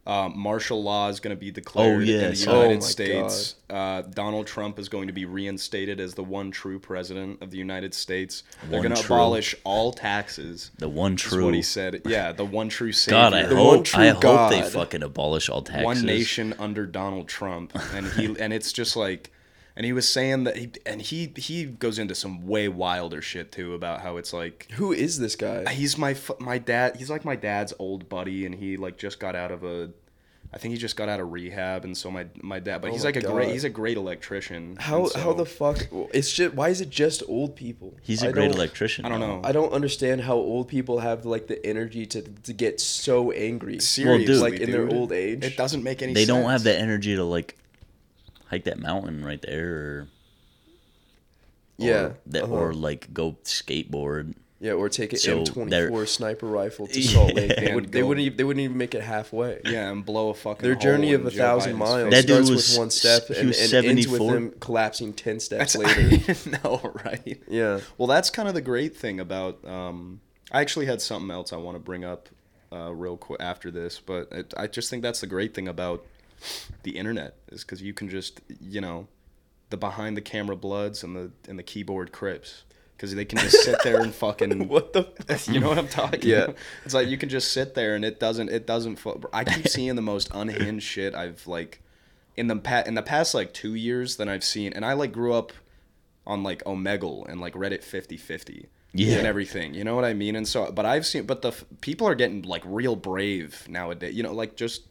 Speaker 3: um, martial law is going to be declared in the
Speaker 2: yes. Oh
Speaker 3: United
Speaker 1: my
Speaker 3: States. Uh, Donald Trump is going to be reinstated as the one true president of the United States. They're
Speaker 2: One
Speaker 3: going to
Speaker 2: true.
Speaker 3: abolish all taxes.
Speaker 2: The one
Speaker 3: is
Speaker 2: true.
Speaker 3: what he said. Yeah, the one true savior.
Speaker 2: God, I
Speaker 1: The
Speaker 2: hope
Speaker 1: one true
Speaker 2: I hope they
Speaker 1: God.
Speaker 2: fucking abolish all taxes.
Speaker 3: one nation under Donald Trump, and he and it's just like, and he was saying that he and he he goes into some way wilder shit too about how it's like
Speaker 1: Who is this guy?
Speaker 3: he's my f- my dad he's like my dad's old buddy and he like just got out of a I think he just got out of rehab and so my my dad but
Speaker 1: Oh
Speaker 3: he's
Speaker 1: my
Speaker 3: like a
Speaker 1: God.
Speaker 3: great he's a great electrician
Speaker 1: How
Speaker 3: and so-
Speaker 1: how the fuck? It's just why is it just old people?
Speaker 2: He's
Speaker 1: a
Speaker 2: a great electrician.
Speaker 3: I don't
Speaker 2: though.
Speaker 3: know
Speaker 1: I don't understand how old people have like the energy to to get so angry.
Speaker 3: seriously
Speaker 2: dude.
Speaker 1: like in their
Speaker 3: dude,
Speaker 1: old age.
Speaker 3: it doesn't make any
Speaker 2: They
Speaker 3: sense
Speaker 2: don't have the energy to like hike that mountain right there or
Speaker 1: yeah.
Speaker 2: or, that,
Speaker 1: uh-huh.
Speaker 2: or like go skateboard
Speaker 1: Yeah, or take an
Speaker 2: So they're-
Speaker 1: M24 sniper rifle to Salt Lake. They,
Speaker 3: Yeah.
Speaker 1: would, they wouldn't. Even, they wouldn't even make it halfway.
Speaker 3: Yeah, and blow a fucking.
Speaker 1: Their
Speaker 3: hole
Speaker 1: journey
Speaker 3: in
Speaker 1: of a
Speaker 3: Joe
Speaker 1: thousand
Speaker 3: Biden's
Speaker 1: miles
Speaker 3: face.
Speaker 2: That dude
Speaker 1: starts
Speaker 2: was-
Speaker 1: with one step
Speaker 2: he
Speaker 1: and,
Speaker 2: was
Speaker 1: and ends with
Speaker 2: 74?
Speaker 1: them collapsing ten steps
Speaker 3: That's
Speaker 1: later.
Speaker 3: no, right?
Speaker 1: yeah,
Speaker 3: Well, that's kind of the great thing about. Um, I actually had something else I want to bring up uh, real quick after this, but it, I just think that's the great thing about the internet is because you can just you know the behind the camera bloods and the and the keyboard crips because they can just sit there and fucking
Speaker 1: What the
Speaker 3: you know what I'm talking
Speaker 1: Yeah.
Speaker 3: about? It's like you can just sit there and it doesn't it doesn't fu- I keep seeing the most unhinged shit I've like in the pa- in the past like 2 years than I've seen and I like grew up on like Omegle and like Reddit 50/50
Speaker 2: Yeah.
Speaker 3: and everything. You know what I mean? And so but I've seen but the f- people are getting like real brave nowadays. You know like just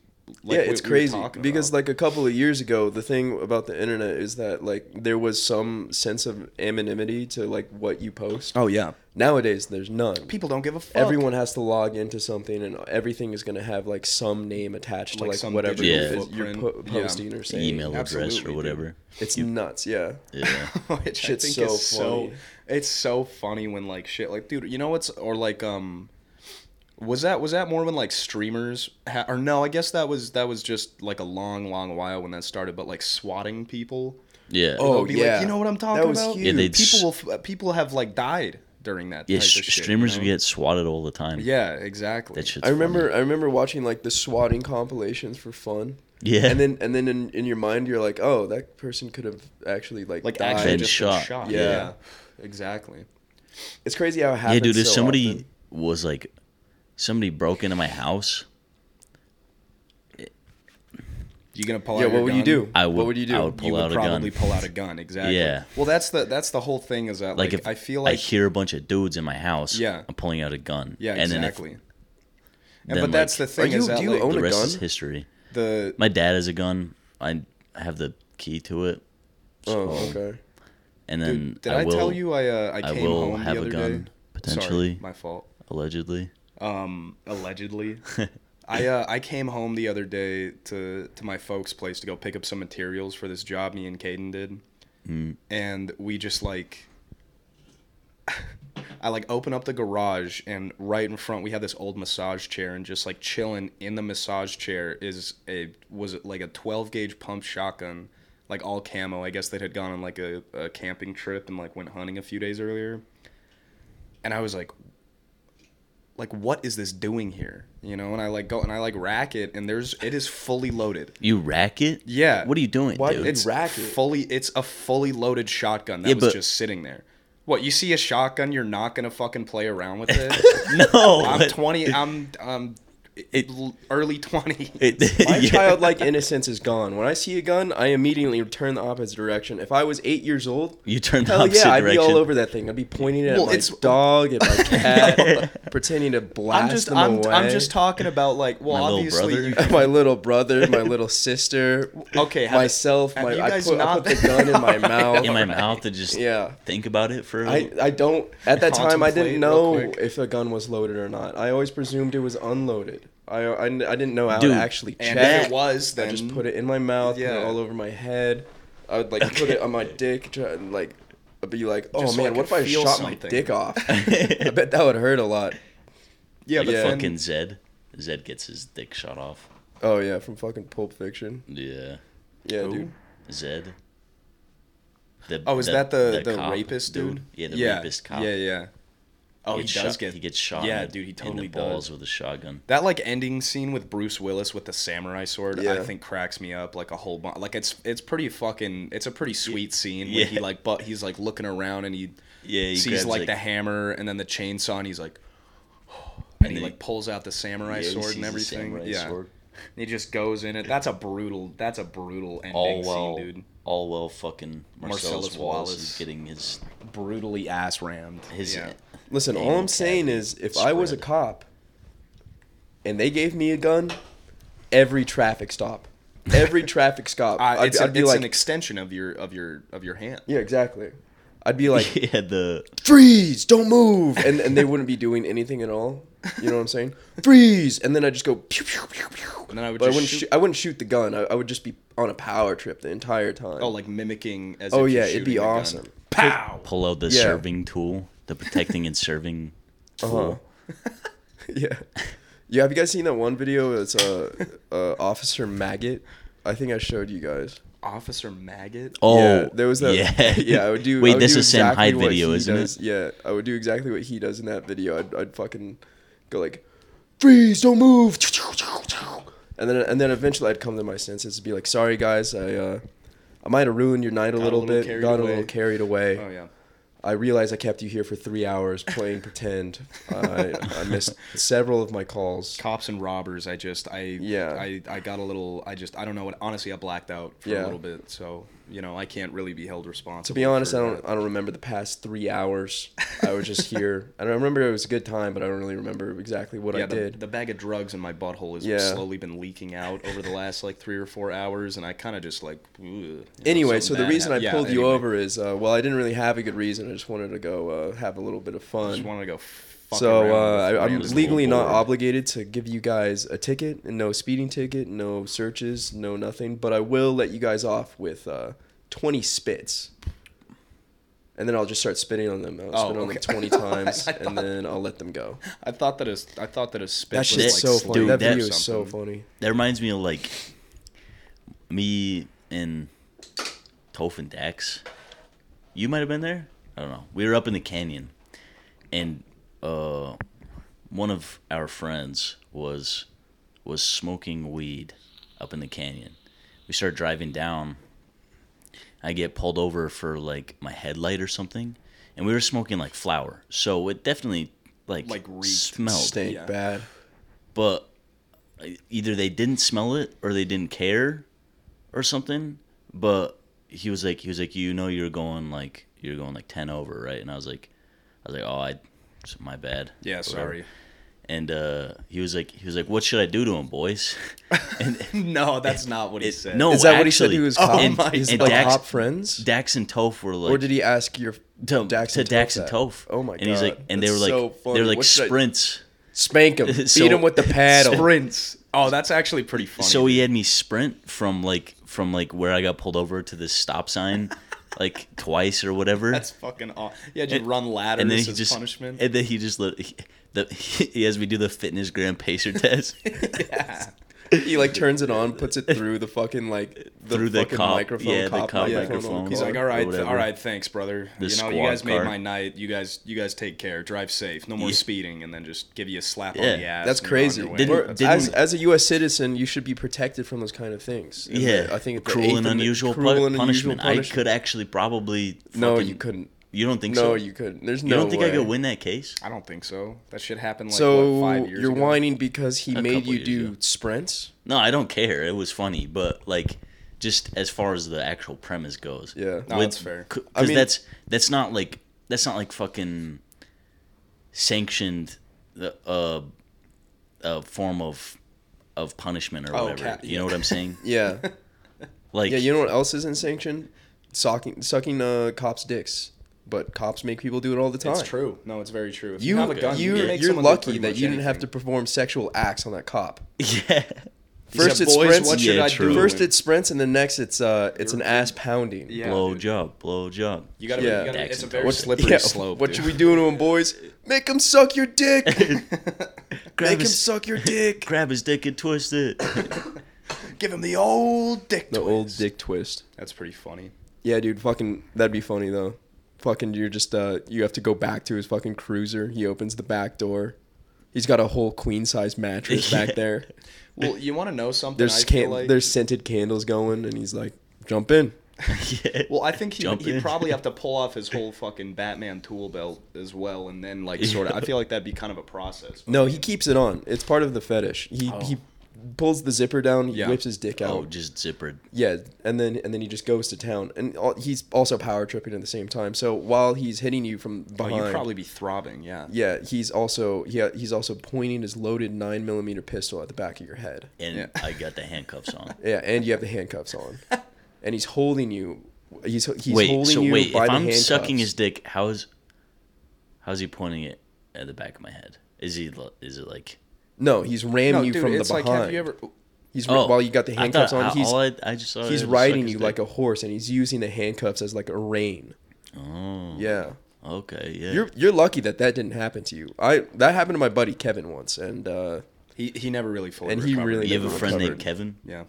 Speaker 3: like
Speaker 1: yeah, it's crazy because like a couple of years ago, the thing about the internet is that like there was some sense of anonymity to like what you post.
Speaker 3: Oh yeah.
Speaker 1: Nowadays, there's none.
Speaker 3: People don't give a fuck.
Speaker 1: Everyone has to log into something, and everything is going to have like some name attached to
Speaker 3: Like
Speaker 1: like
Speaker 3: some
Speaker 1: whatever
Speaker 2: digital
Speaker 1: it is you're
Speaker 3: footprint.
Speaker 1: po-
Speaker 3: Yeah.
Speaker 1: posting or saying.
Speaker 2: email address
Speaker 3: absolutely,
Speaker 2: or
Speaker 3: dude.
Speaker 2: whatever.
Speaker 1: It's nuts. Yeah.
Speaker 2: Yeah.
Speaker 3: Which
Speaker 1: Shit's
Speaker 3: I think
Speaker 1: so
Speaker 3: is so
Speaker 1: funny.
Speaker 3: it's so funny when like shit like dude, you know what's or like um was that was that more when like streamers ha- or no, I guess that was that was just like a long long while when that started but like swatting people.
Speaker 2: yeah.
Speaker 1: Oh,
Speaker 3: They'll be
Speaker 1: yeah.
Speaker 3: Like, you know what I'm
Speaker 1: That
Speaker 3: talking
Speaker 1: was
Speaker 3: about?
Speaker 1: huge. Yeah,
Speaker 2: they'd
Speaker 3: people
Speaker 2: s-
Speaker 3: will f- uh, people have like died during that
Speaker 2: yeah.
Speaker 3: type of
Speaker 2: Sh-
Speaker 3: shit,
Speaker 2: streamers
Speaker 3: you know?
Speaker 2: get swatted all the time.
Speaker 3: Yeah, exactly.
Speaker 2: That shit's
Speaker 1: I remember I remember watching like the swatting compilations for fun.
Speaker 2: Yeah.
Speaker 1: And then and then in, in your mind you're like, oh, that person could have actually like
Speaker 3: like
Speaker 1: died.
Speaker 3: actually
Speaker 2: Been
Speaker 3: just
Speaker 2: shot.
Speaker 3: shot. shot.
Speaker 1: Yeah.
Speaker 3: yeah. Exactly.
Speaker 1: It's crazy how it happens.
Speaker 2: Yeah, dude. If
Speaker 1: so
Speaker 2: somebody
Speaker 1: often.
Speaker 2: was like, somebody broke into my house,
Speaker 3: You gonna pull
Speaker 1: Yeah,
Speaker 3: out your
Speaker 1: what would you
Speaker 3: gun?
Speaker 1: do?
Speaker 2: I would.
Speaker 1: What would you do?
Speaker 2: I would pull
Speaker 3: you
Speaker 2: out
Speaker 3: would
Speaker 2: a gun.
Speaker 3: probably pull out a gun exactly
Speaker 2: Yeah.
Speaker 3: well that's the that's the whole thing is that
Speaker 2: like,
Speaker 3: like,
Speaker 2: if
Speaker 3: i feel like
Speaker 2: I hear a bunch of dudes in my house,
Speaker 3: Yeah.
Speaker 2: I'm pulling out a gun.
Speaker 3: yeah
Speaker 2: and
Speaker 3: exactly
Speaker 2: Then
Speaker 3: and,
Speaker 2: then,
Speaker 3: but that's
Speaker 2: like-
Speaker 3: the thing
Speaker 1: Are
Speaker 3: is
Speaker 1: you-
Speaker 3: that
Speaker 1: do you
Speaker 3: like,
Speaker 2: if
Speaker 1: own
Speaker 2: the
Speaker 1: a
Speaker 2: rest
Speaker 1: gun?
Speaker 2: is history.
Speaker 3: the
Speaker 2: My dad has a gun. I have the key to it.
Speaker 1: Oh,
Speaker 2: So-
Speaker 1: okay.
Speaker 2: And then
Speaker 3: dude, did
Speaker 2: I,
Speaker 3: i,
Speaker 2: will,
Speaker 3: tell you i uh, i
Speaker 2: I
Speaker 3: came
Speaker 2: will
Speaker 3: home
Speaker 2: have
Speaker 3: the
Speaker 2: a
Speaker 3: other
Speaker 2: gun
Speaker 3: day
Speaker 2: potentially,
Speaker 3: Sorry, my fault
Speaker 2: allegedly.
Speaker 3: um allegedly I uh, I came home the other day to to my folks' place to go pick up some materials for this job me and Caden did, and we just like. I like open up the garage and right in front we had this old massage chair and just like chilling in the massage chair is a was it like a 12 gauge pump shotgun like all camo I guess that had gone on like a, a camping trip and like went hunting a few days earlier and I was like like what is this doing here you know and I like go and I like rack it and there's it is fully loaded
Speaker 2: You rack it?
Speaker 3: Yeah.
Speaker 2: What are you doing,
Speaker 1: Why
Speaker 2: dude?
Speaker 1: did-
Speaker 3: it's
Speaker 1: rack it.
Speaker 3: fully it's a fully loaded shotgun that
Speaker 2: Yeah,
Speaker 3: was
Speaker 2: but-
Speaker 3: just sitting there what you see a shotgun you're not gonna fucking play around with it
Speaker 2: no.
Speaker 3: I'm
Speaker 2: but-
Speaker 3: 20. I'm um, l- early 20.
Speaker 2: It,
Speaker 1: My
Speaker 2: yeah.
Speaker 1: childlike innocence is gone. When I see a gun, I immediately turn the opposite direction. If I was eight years old,
Speaker 2: You turn the
Speaker 1: hell
Speaker 2: opposite
Speaker 1: Oh, yeah, I'd
Speaker 2: direction.
Speaker 1: be all over that thing. I'd be pointing it at
Speaker 3: Well,
Speaker 1: my
Speaker 3: it's-
Speaker 1: dog and my cat, pretending to blast
Speaker 3: I'm just
Speaker 1: them
Speaker 3: I'm,
Speaker 1: away.
Speaker 3: I'm just talking about like well
Speaker 2: My little brother.
Speaker 3: obviously you,
Speaker 1: my little brother, my little sister,
Speaker 3: okay have-
Speaker 1: myself.
Speaker 3: have
Speaker 1: My,
Speaker 3: you
Speaker 1: I,
Speaker 3: guys
Speaker 1: put, I
Speaker 3: not-
Speaker 1: put the gun in my mouth.
Speaker 2: in my mouth to just
Speaker 1: Yeah.
Speaker 2: think about it for. a
Speaker 1: I, I don't. At that time, I
Speaker 3: Contemplate
Speaker 1: didn't
Speaker 3: real
Speaker 1: know
Speaker 3: quick.
Speaker 1: if a gun was loaded or not. I always presumed it was unloaded. I, I, I didn't know how
Speaker 2: Dude,
Speaker 1: to actually check.
Speaker 3: and if it was
Speaker 1: I
Speaker 3: then
Speaker 1: just put it in my mouth, put it
Speaker 3: Yeah.
Speaker 1: all over my head. I would like put it on my dick, try and like I'd be like, oh
Speaker 3: Just so I
Speaker 1: man, what if
Speaker 3: could
Speaker 1: I
Speaker 3: feel
Speaker 1: shot my
Speaker 3: something."
Speaker 1: dick off? I bet that would hurt a lot.
Speaker 3: yeah but
Speaker 1: yeah.
Speaker 3: then-
Speaker 2: fucking Zed. Zed gets his dick shot off.
Speaker 1: Oh yeah, from fucking Pulp Fiction.
Speaker 2: Yeah.
Speaker 1: Yeah,
Speaker 3: Who?
Speaker 1: dude.
Speaker 2: Zed. The,
Speaker 3: oh is that the the,
Speaker 2: cop
Speaker 3: rapist dude,
Speaker 2: Yeah, the rapist cop.
Speaker 3: yeah yeah oh he,
Speaker 2: Gets
Speaker 3: does
Speaker 2: shot-
Speaker 3: get
Speaker 2: he gets shot.
Speaker 3: yeah
Speaker 2: in the,
Speaker 3: dude he
Speaker 2: in the
Speaker 3: totally
Speaker 2: balls
Speaker 3: does
Speaker 2: with a shotgun.
Speaker 3: that like ending scene with Bruce Willis with the samurai sword I
Speaker 1: Yeah.
Speaker 3: think cracks me up like a whole bunch like it's it's pretty fucking it's a pretty sweet scene
Speaker 2: Yeah.
Speaker 3: when he like but he's like looking around and he
Speaker 2: Yeah, he
Speaker 3: sees
Speaker 2: grabs,
Speaker 3: like,
Speaker 2: like-
Speaker 3: the hammer and then the chainsaw, and he's like, and, he
Speaker 2: then-
Speaker 3: like pulls out the samurai
Speaker 2: Yeah, he
Speaker 3: sword
Speaker 2: sees
Speaker 3: and
Speaker 2: the
Speaker 3: everything.
Speaker 2: samurai
Speaker 3: yeah,
Speaker 2: sword.
Speaker 3: And he just goes in it. That's a brutal. That's a brutal ending
Speaker 2: All
Speaker 3: scene,
Speaker 2: well,
Speaker 3: dude.
Speaker 2: all well. Fucking Marcellus,
Speaker 3: Marcellus
Speaker 2: Wallace,
Speaker 3: Wallace.
Speaker 2: is getting his
Speaker 3: Brutally ass rammed.
Speaker 2: his.
Speaker 3: yeah.
Speaker 1: Listen, all
Speaker 2: Anal
Speaker 1: I'm saying
Speaker 2: cavity
Speaker 1: is, if I was a
Speaker 2: spread.
Speaker 1: cop, and they gave me a gun, every traffic stop, every traffic stop,
Speaker 3: Uh,
Speaker 1: I'd,
Speaker 3: it's, a-
Speaker 1: I'd be
Speaker 3: it's
Speaker 1: like,
Speaker 3: an extension of your of your of your hand.
Speaker 1: yeah, exactly. I'd be like,
Speaker 2: he had the
Speaker 1: freeze, don't move, and and they wouldn't be doing anything at all. You know what I'm saying? Freeze, and then I just go pew pew pew pew.
Speaker 3: And then I would
Speaker 1: But I
Speaker 3: just
Speaker 1: wouldn't
Speaker 3: shoot-
Speaker 1: shoot. I wouldn't shoot the gun. I, I would just be on a power trip the entire time.
Speaker 3: Oh, like mimicking. As
Speaker 1: oh
Speaker 3: if you're
Speaker 1: yeah, it'd
Speaker 3: shooting
Speaker 1: be
Speaker 3: a gun.
Speaker 1: awesome.
Speaker 3: Pow.
Speaker 2: pull out the
Speaker 1: Yeah.
Speaker 2: serving tool, the protecting and serving
Speaker 1: Uh-huh.
Speaker 2: fool.
Speaker 1: yeah. Yeah, have you guys seen that one video? It's uh, uh, Officer Maggot. I think I showed you guys.
Speaker 3: Officer Maggot.
Speaker 2: Oh,
Speaker 1: yeah, there was that.
Speaker 2: Yeah,
Speaker 1: yeah, I would do. I
Speaker 2: Wait,
Speaker 1: would
Speaker 2: this
Speaker 1: do
Speaker 2: is Sam
Speaker 1: exactly
Speaker 2: Hyde
Speaker 1: what
Speaker 2: video,
Speaker 1: he
Speaker 2: isn't
Speaker 1: does.
Speaker 2: it?
Speaker 1: Yeah, I would do exactly what he does in that video. I'd, I'd fucking go like, freeze, don't move, and then and then eventually I'd come to my senses and be like, sorry guys, I uh, I might have ruined your night a
Speaker 3: a
Speaker 1: little,
Speaker 3: little
Speaker 1: bit,
Speaker 3: carried
Speaker 1: got a
Speaker 3: away."
Speaker 1: little carried away.
Speaker 3: Oh yeah.
Speaker 1: I realize I kept you here for three hours playing pretend. I, I missed several of my calls.
Speaker 3: Cops and robbers. I just I
Speaker 1: Yeah.
Speaker 3: I I got a little. I just I don't know what. Honestly, I blacked out for
Speaker 1: Yeah.
Speaker 3: a little bit. So you know I can't really be held
Speaker 1: To
Speaker 3: responsible.
Speaker 1: be honest,
Speaker 3: for
Speaker 1: I don't
Speaker 3: that.
Speaker 1: I don't remember the past three hours. I was just here. And I remember it was a good time, but I don't really remember exactly what
Speaker 3: yeah,
Speaker 1: I
Speaker 3: the,
Speaker 1: did.
Speaker 3: the bag of drugs in my butthole has
Speaker 1: Yeah.
Speaker 3: slowly been leaking out over the last like three or four hours, and I kind of just like. ugh, you know,
Speaker 1: anyway,
Speaker 3: something
Speaker 1: so the
Speaker 3: bad
Speaker 1: reason I
Speaker 3: happened. Yeah,
Speaker 1: pulled you
Speaker 3: anyway,
Speaker 1: over is uh, well, I didn't really have a good reason. I just wanted to go uh, have a little bit of
Speaker 3: I just
Speaker 1: fun.
Speaker 3: want to go. Fuck
Speaker 1: So uh,
Speaker 3: around with
Speaker 1: I, I'm
Speaker 3: randoms.
Speaker 2: little
Speaker 1: legally not
Speaker 2: bored.
Speaker 1: obligated to give you guys a ticket and no speeding ticket, no searches, no nothing. But I will let you guys off with uh, 20 spits. And then I'll just start spitting on them. I'll
Speaker 3: Oh,
Speaker 1: spit on
Speaker 3: okay.
Speaker 1: them 20 times,
Speaker 3: I
Speaker 1: and then I'll let them go.
Speaker 3: I thought that is. I thought that a spit.
Speaker 1: That
Speaker 3: was,
Speaker 1: shit's
Speaker 2: like
Speaker 1: so
Speaker 3: slurred
Speaker 1: funny.
Speaker 2: dude,
Speaker 1: that
Speaker 2: that-
Speaker 1: video is so
Speaker 3: something.
Speaker 1: funny.
Speaker 2: That reminds me of like me and Toph and Dax. You might have been there. I don't know. We were up in the canyon, and uh, one of our friends was was smoking weed up in the canyon. We start driving down. I get pulled over for like my headlight or something, and we were smoking like flour, so it definitely like
Speaker 3: Like reeked.
Speaker 2: smelled
Speaker 1: Stank
Speaker 3: yeah.
Speaker 1: bad.
Speaker 2: but either they didn't smell it or they didn't care or something but he was like he was like you know you're going like you're going like 10 over right and i was like i was like oh i it's my bad
Speaker 3: Yeah,
Speaker 2: Whatever.
Speaker 3: sorry.
Speaker 2: and uh he was like he was like what should i do to him boys and
Speaker 3: No, that's not what he
Speaker 2: It-
Speaker 3: said.
Speaker 2: no. Oh,
Speaker 1: is that what he said
Speaker 2: actually-
Speaker 1: to his
Speaker 2: Oh
Speaker 1: cop,
Speaker 2: my-
Speaker 1: his
Speaker 2: and
Speaker 1: like,
Speaker 2: Dax-
Speaker 1: cop friends?
Speaker 2: dax and toph were like
Speaker 1: or did he ask your
Speaker 2: to
Speaker 1: Dax
Speaker 2: to
Speaker 1: and
Speaker 2: Dax
Speaker 1: Toph
Speaker 2: and
Speaker 1: that?
Speaker 2: Toph.
Speaker 1: Oh my god!
Speaker 2: And he's like, and they were
Speaker 1: That's
Speaker 2: like,
Speaker 1: so
Speaker 2: they
Speaker 1: funny.
Speaker 2: were like
Speaker 1: What should I-
Speaker 2: sprints.
Speaker 1: Spank him.
Speaker 2: So-
Speaker 1: beat him with the paddle.
Speaker 3: sprints. Oh, that's actually pretty funny.
Speaker 2: So he had me sprint from like from like where I got pulled over to this stop sign, like twice or whatever.
Speaker 3: That's fucking aw Yeah, you run ladders
Speaker 2: and then he
Speaker 3: as
Speaker 2: just
Speaker 3: punishment.
Speaker 2: and then he just lit, he, the, he has me do the fitness gram pacer test
Speaker 3: yeah.
Speaker 1: he like turns it on, puts it through the fucking like the
Speaker 2: Through the
Speaker 1: fucking
Speaker 2: cop-
Speaker 1: microphone.
Speaker 2: yeah, the
Speaker 1: cop
Speaker 2: cop
Speaker 1: microphone
Speaker 2: microphone.
Speaker 1: on the
Speaker 3: He's
Speaker 1: car.
Speaker 3: like, all right,
Speaker 2: whatever.
Speaker 3: all right, thanks, brother.
Speaker 2: The
Speaker 3: you know, you
Speaker 2: squad
Speaker 3: guys
Speaker 2: car.
Speaker 3: made my night. You guys, you guys take care. Drive safe. No more
Speaker 2: Yeah.
Speaker 3: speeding, and then just give you a slap
Speaker 2: Yeah.
Speaker 3: on the ass.
Speaker 1: That's
Speaker 3: and you're on
Speaker 1: crazy.
Speaker 3: your way.
Speaker 2: Didn't-
Speaker 1: We're-
Speaker 2: didn't-
Speaker 1: as, as a U.S. citizen, you should be protected from those kind of things. And
Speaker 2: yeah
Speaker 1: the- I think the Eighth
Speaker 2: cruel and
Speaker 1: Amendment-
Speaker 2: unusual
Speaker 1: cruel
Speaker 2: pu-
Speaker 1: and unusual
Speaker 2: punishment. i could actually probably
Speaker 1: No,
Speaker 2: fucking-
Speaker 1: you couldn't.
Speaker 2: you don't think
Speaker 1: No,
Speaker 2: so
Speaker 1: you couldn't. There's
Speaker 2: you
Speaker 1: no.
Speaker 2: don't think i
Speaker 1: way.
Speaker 2: could win that case
Speaker 3: I don't think so. That shit happened like
Speaker 1: So
Speaker 3: what, five years
Speaker 1: you're
Speaker 3: ago.
Speaker 1: whining because he
Speaker 2: A
Speaker 1: made
Speaker 2: couple
Speaker 1: you
Speaker 2: years
Speaker 1: do
Speaker 2: ago.
Speaker 1: sprints.
Speaker 2: no i don't care it was funny but like just as far as the actual premise goes
Speaker 1: Yeah.
Speaker 3: No,
Speaker 2: With-
Speaker 3: that's fair.
Speaker 2: c-
Speaker 1: I
Speaker 2: 'cause
Speaker 1: mean-
Speaker 2: that's that's not like that's not like fucking sanctioned the uh, uh form of of punishment or
Speaker 3: Oh,
Speaker 2: whatever.
Speaker 3: cat-
Speaker 2: You know what I'm saying?
Speaker 1: Yeah.
Speaker 2: Like
Speaker 1: Yeah. You know what else isn't sanctioned? Sucking sucking uh, cops' dicks. But cops make people do it all the time.
Speaker 3: It's true. No, it's very true. If
Speaker 1: You,
Speaker 3: have a gun,
Speaker 1: you,
Speaker 3: can make
Speaker 1: you're
Speaker 3: someone do
Speaker 1: lucky
Speaker 3: pretty
Speaker 1: that
Speaker 3: much
Speaker 1: you didn't have to
Speaker 3: anything.
Speaker 1: perform sexual acts on that cop.
Speaker 2: yeah.
Speaker 1: First
Speaker 3: said,
Speaker 1: it
Speaker 3: "Boys,
Speaker 1: sprints,
Speaker 3: what should
Speaker 2: Yeah,
Speaker 3: I
Speaker 2: true.
Speaker 3: do?
Speaker 1: first
Speaker 3: And-
Speaker 1: it sprints, and then next it's uh, it's an ass pounding.
Speaker 3: Yeah,
Speaker 2: blow
Speaker 3: dude.
Speaker 2: job, blow job.
Speaker 3: You gotta,
Speaker 1: Yeah.
Speaker 3: you gotta it's a
Speaker 2: Daxon.
Speaker 3: very
Speaker 2: What's-
Speaker 3: slippery
Speaker 1: Yeah,
Speaker 3: slope.
Speaker 1: What
Speaker 3: dude.
Speaker 1: should we do to him, boys? Make him suck your dick.
Speaker 2: grab
Speaker 1: Make him
Speaker 2: his
Speaker 1: suck your dick.
Speaker 2: grab his dick and twist it.
Speaker 3: Give him the old dick.
Speaker 1: The
Speaker 3: twist.
Speaker 1: old dick twist.
Speaker 3: That's pretty funny.
Speaker 1: Yeah, dude. Fucking, that'd be funny though. Fucking, you're just uh, you have to go back to his fucking cruiser. He opens the back door. He's got a whole queen size mattress back
Speaker 2: Yeah.
Speaker 1: there.
Speaker 3: Well, you want to know something?
Speaker 1: There's
Speaker 3: I feel
Speaker 1: can-
Speaker 3: like-
Speaker 1: there's scented candles going, and he's like, jump in.
Speaker 2: yeah.
Speaker 3: Well, I think he,
Speaker 2: Jump
Speaker 3: he'd
Speaker 2: in.
Speaker 3: probably have to pull off his whole fucking Batman tool belt as well, and then like
Speaker 2: Yeah.
Speaker 3: sort of. I feel like that'd be kind of a process.
Speaker 1: No, he keeps it on. It's part of the fetish. He he pulls the zipper down. He
Speaker 3: Yeah.
Speaker 1: whips his dick out.
Speaker 2: Oh, just zippered.
Speaker 1: Yeah, and then and then he just goes to town, and all, he's also power tripping at the same time. So while he's hitting you from
Speaker 3: Oh,
Speaker 1: behind,
Speaker 3: you'd probably be throbbing, yeah.
Speaker 1: yeah, he's also yeah he's also pointing his loaded nine millimeter pistol at the back of your head.
Speaker 2: And
Speaker 3: Yeah.
Speaker 2: I got the handcuffs on.
Speaker 1: Yeah, and you have the handcuffs on, and he's holding you. He's he's
Speaker 2: wait,
Speaker 1: holding
Speaker 2: so
Speaker 1: you
Speaker 2: wait, if
Speaker 1: by the
Speaker 2: I'm
Speaker 1: handcuffs.
Speaker 2: sucking his dick, how's how's he pointing it at the back of my head? Is he lo- is it like
Speaker 1: no, he's ramming you from the behind.
Speaker 3: have you ever?
Speaker 1: he's
Speaker 2: Oh,
Speaker 1: while you got the
Speaker 2: I
Speaker 1: handcuffs
Speaker 2: thought-
Speaker 1: on, he's
Speaker 2: all I, I Oh, just saw
Speaker 1: he's riding you like a horse, and he's using the handcuffs as like a rein.
Speaker 2: oh
Speaker 1: Yeah.
Speaker 2: Okay, yeah.
Speaker 1: You're you're lucky that that didn't happen to you. I that happened to my buddy Kevin once, and uh,
Speaker 3: He he never really fully
Speaker 1: And he
Speaker 3: recovered.
Speaker 1: really
Speaker 2: you have a
Speaker 1: never
Speaker 2: friend named
Speaker 1: recovered.
Speaker 2: Kevin?
Speaker 3: yeah.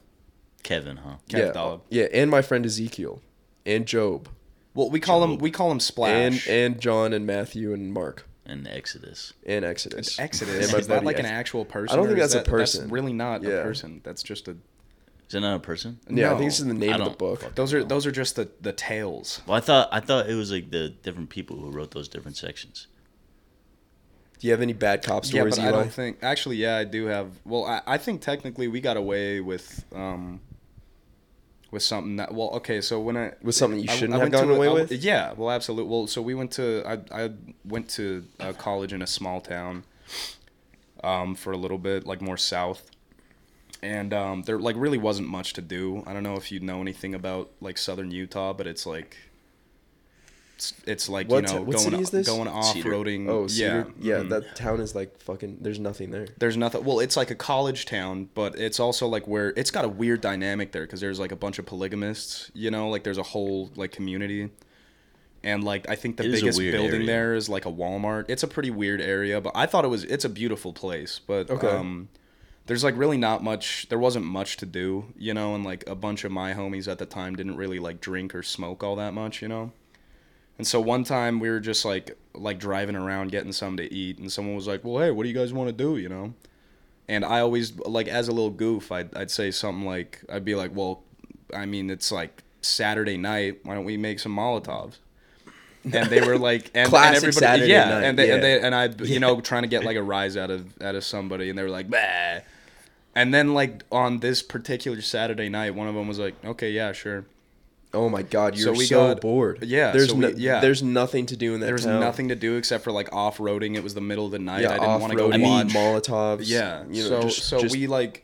Speaker 2: Kevin, huh?
Speaker 3: Kev
Speaker 1: yeah,
Speaker 3: Dollop.
Speaker 1: yeah, and my friend Ezekiel, and Job,
Speaker 3: Well, we call him we call him Splash.
Speaker 1: and and John and Matthew and Mark
Speaker 2: And Exodus.
Speaker 1: and Exodus.
Speaker 3: Exodus.
Speaker 1: And my
Speaker 3: Is that
Speaker 1: buddy
Speaker 3: like an
Speaker 1: Ex-
Speaker 3: actual person?
Speaker 1: don't
Speaker 3: or
Speaker 1: think
Speaker 3: is
Speaker 1: that's a
Speaker 3: that-
Speaker 1: person.
Speaker 3: That's really not
Speaker 1: Yeah.
Speaker 3: a person. That's just a.
Speaker 2: Is that not a person?
Speaker 1: Yeah, I
Speaker 3: No.
Speaker 1: think this is the name
Speaker 2: I
Speaker 1: of the
Speaker 2: don't
Speaker 1: book.
Speaker 2: fucking-
Speaker 3: Those are those are just the the tales.
Speaker 2: Well, I thought I thought it was like the different people who wrote those different sections.
Speaker 1: Do you have any bad cop
Speaker 3: Yeah,
Speaker 1: stories,
Speaker 3: but I
Speaker 1: Eli?
Speaker 3: don't think. Actually, yeah, I do have. Well, I, I think technically we got away with um. With something that well, okay, so when I
Speaker 1: With something you
Speaker 3: I- I
Speaker 1: shouldn't have
Speaker 3: went to
Speaker 1: gotten
Speaker 3: a-
Speaker 1: away
Speaker 3: I-
Speaker 1: with?
Speaker 3: yeah, well, absolutely. Well, so we went to I I went to a college in a small town, um, for a little bit, like more south, and um, there like really wasn't much to do. I don't know if you know anything about like southern Utah, but it's like it's, it's like
Speaker 1: What
Speaker 3: you
Speaker 1: t-
Speaker 3: know
Speaker 1: what
Speaker 3: going
Speaker 1: city is this?
Speaker 3: going off
Speaker 2: Cedar.
Speaker 3: roading.
Speaker 1: Oh, Cedar? yeah,
Speaker 3: mhm.
Speaker 1: that town is like fucking. There's nothing there.
Speaker 3: There's nothing. Well, it's like a college town, but it's also like where it's got a weird dynamic there because there's like a bunch of polygamists. You know, like there's a whole like community, and like I think the
Speaker 2: It is a
Speaker 3: biggest
Speaker 2: weird
Speaker 3: building
Speaker 2: area.
Speaker 3: there is like a Walmart. It's a pretty weird area, but I thought it was. It's a beautiful place, but
Speaker 1: Okay.
Speaker 3: um, there's like really not much. There wasn't much to do, you know, and like a bunch of my homies at the time didn't really like drink or smoke all that much, you know. And so one time we were just like like driving around getting something to eat, and someone was like, "Well, hey, what do you guys want to do?" You know. And I always like as a little goof, I'd I'd say something like I'd be like, "Well, I mean, it's like Saturday night. Why don't we make some Molotovs?" And they were like, and,
Speaker 1: Classic
Speaker 3: and everybody,
Speaker 1: Saturday
Speaker 3: yeah,
Speaker 1: night,
Speaker 3: and they, and
Speaker 1: yeah.
Speaker 3: they, and I, you know, trying to get like a rise out of out of somebody, and they were like, bah. and then like on this particular Saturday night, one of them was like, okay, yeah, sure.
Speaker 1: Oh my god, you're so,
Speaker 3: we got-
Speaker 1: bored.
Speaker 3: yeah,
Speaker 1: there's
Speaker 3: so
Speaker 1: no,
Speaker 3: we- yeah.
Speaker 1: there's nothing to do in that.
Speaker 3: There was
Speaker 1: town.
Speaker 3: nothing to do except for like off roading. It was the middle of the night.
Speaker 1: Yeah,
Speaker 3: I didn't
Speaker 1: off
Speaker 3: want to
Speaker 1: road
Speaker 3: go watch.
Speaker 1: Molotovs.
Speaker 3: Yeah.
Speaker 1: you know,
Speaker 3: so
Speaker 1: just,
Speaker 3: so
Speaker 1: just-
Speaker 3: we like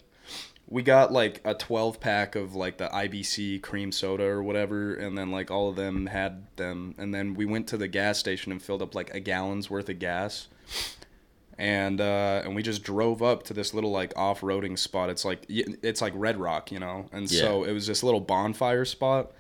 Speaker 3: we got like a 12 pack of like the IBC cream soda or whatever and then like all of them had them and then we went to the gas station and filled up like a gallon's worth of gas. And uh, and we just drove up to this little like off-roading spot. It's like y- it's like Red Rock, you know. And so it was this little bonfire spot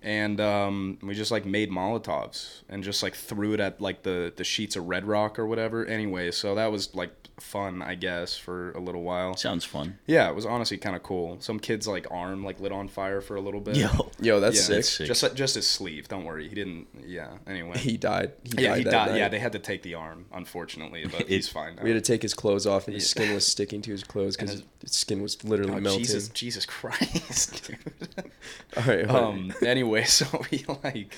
Speaker 3: and um, we just like made molotovs and just like threw it at like the the sheets of red rock or whatever anyway so that was like fun i guess for a little while
Speaker 2: Sounds fun.
Speaker 3: yeah it was honestly kind of cool some kid's like arm like lit on fire for a little bit
Speaker 2: Yo.
Speaker 1: yo, that's
Speaker 3: yeah,
Speaker 1: sick.
Speaker 2: that's sick.
Speaker 3: just just his sleeve don't worry he didn't yeah anyway
Speaker 1: He died. He
Speaker 3: yeah
Speaker 1: died
Speaker 3: he
Speaker 1: that
Speaker 3: died
Speaker 1: night.
Speaker 3: yeah they had to take the arm unfortunately but he's fine now.
Speaker 1: we had to take his clothes off, and his skin was sticking to his clothes because his,
Speaker 3: his-
Speaker 1: skin was literally
Speaker 3: Oh,
Speaker 1: melting.
Speaker 3: jesus jesus christ dude
Speaker 1: All right, all right.
Speaker 3: um anyway so we like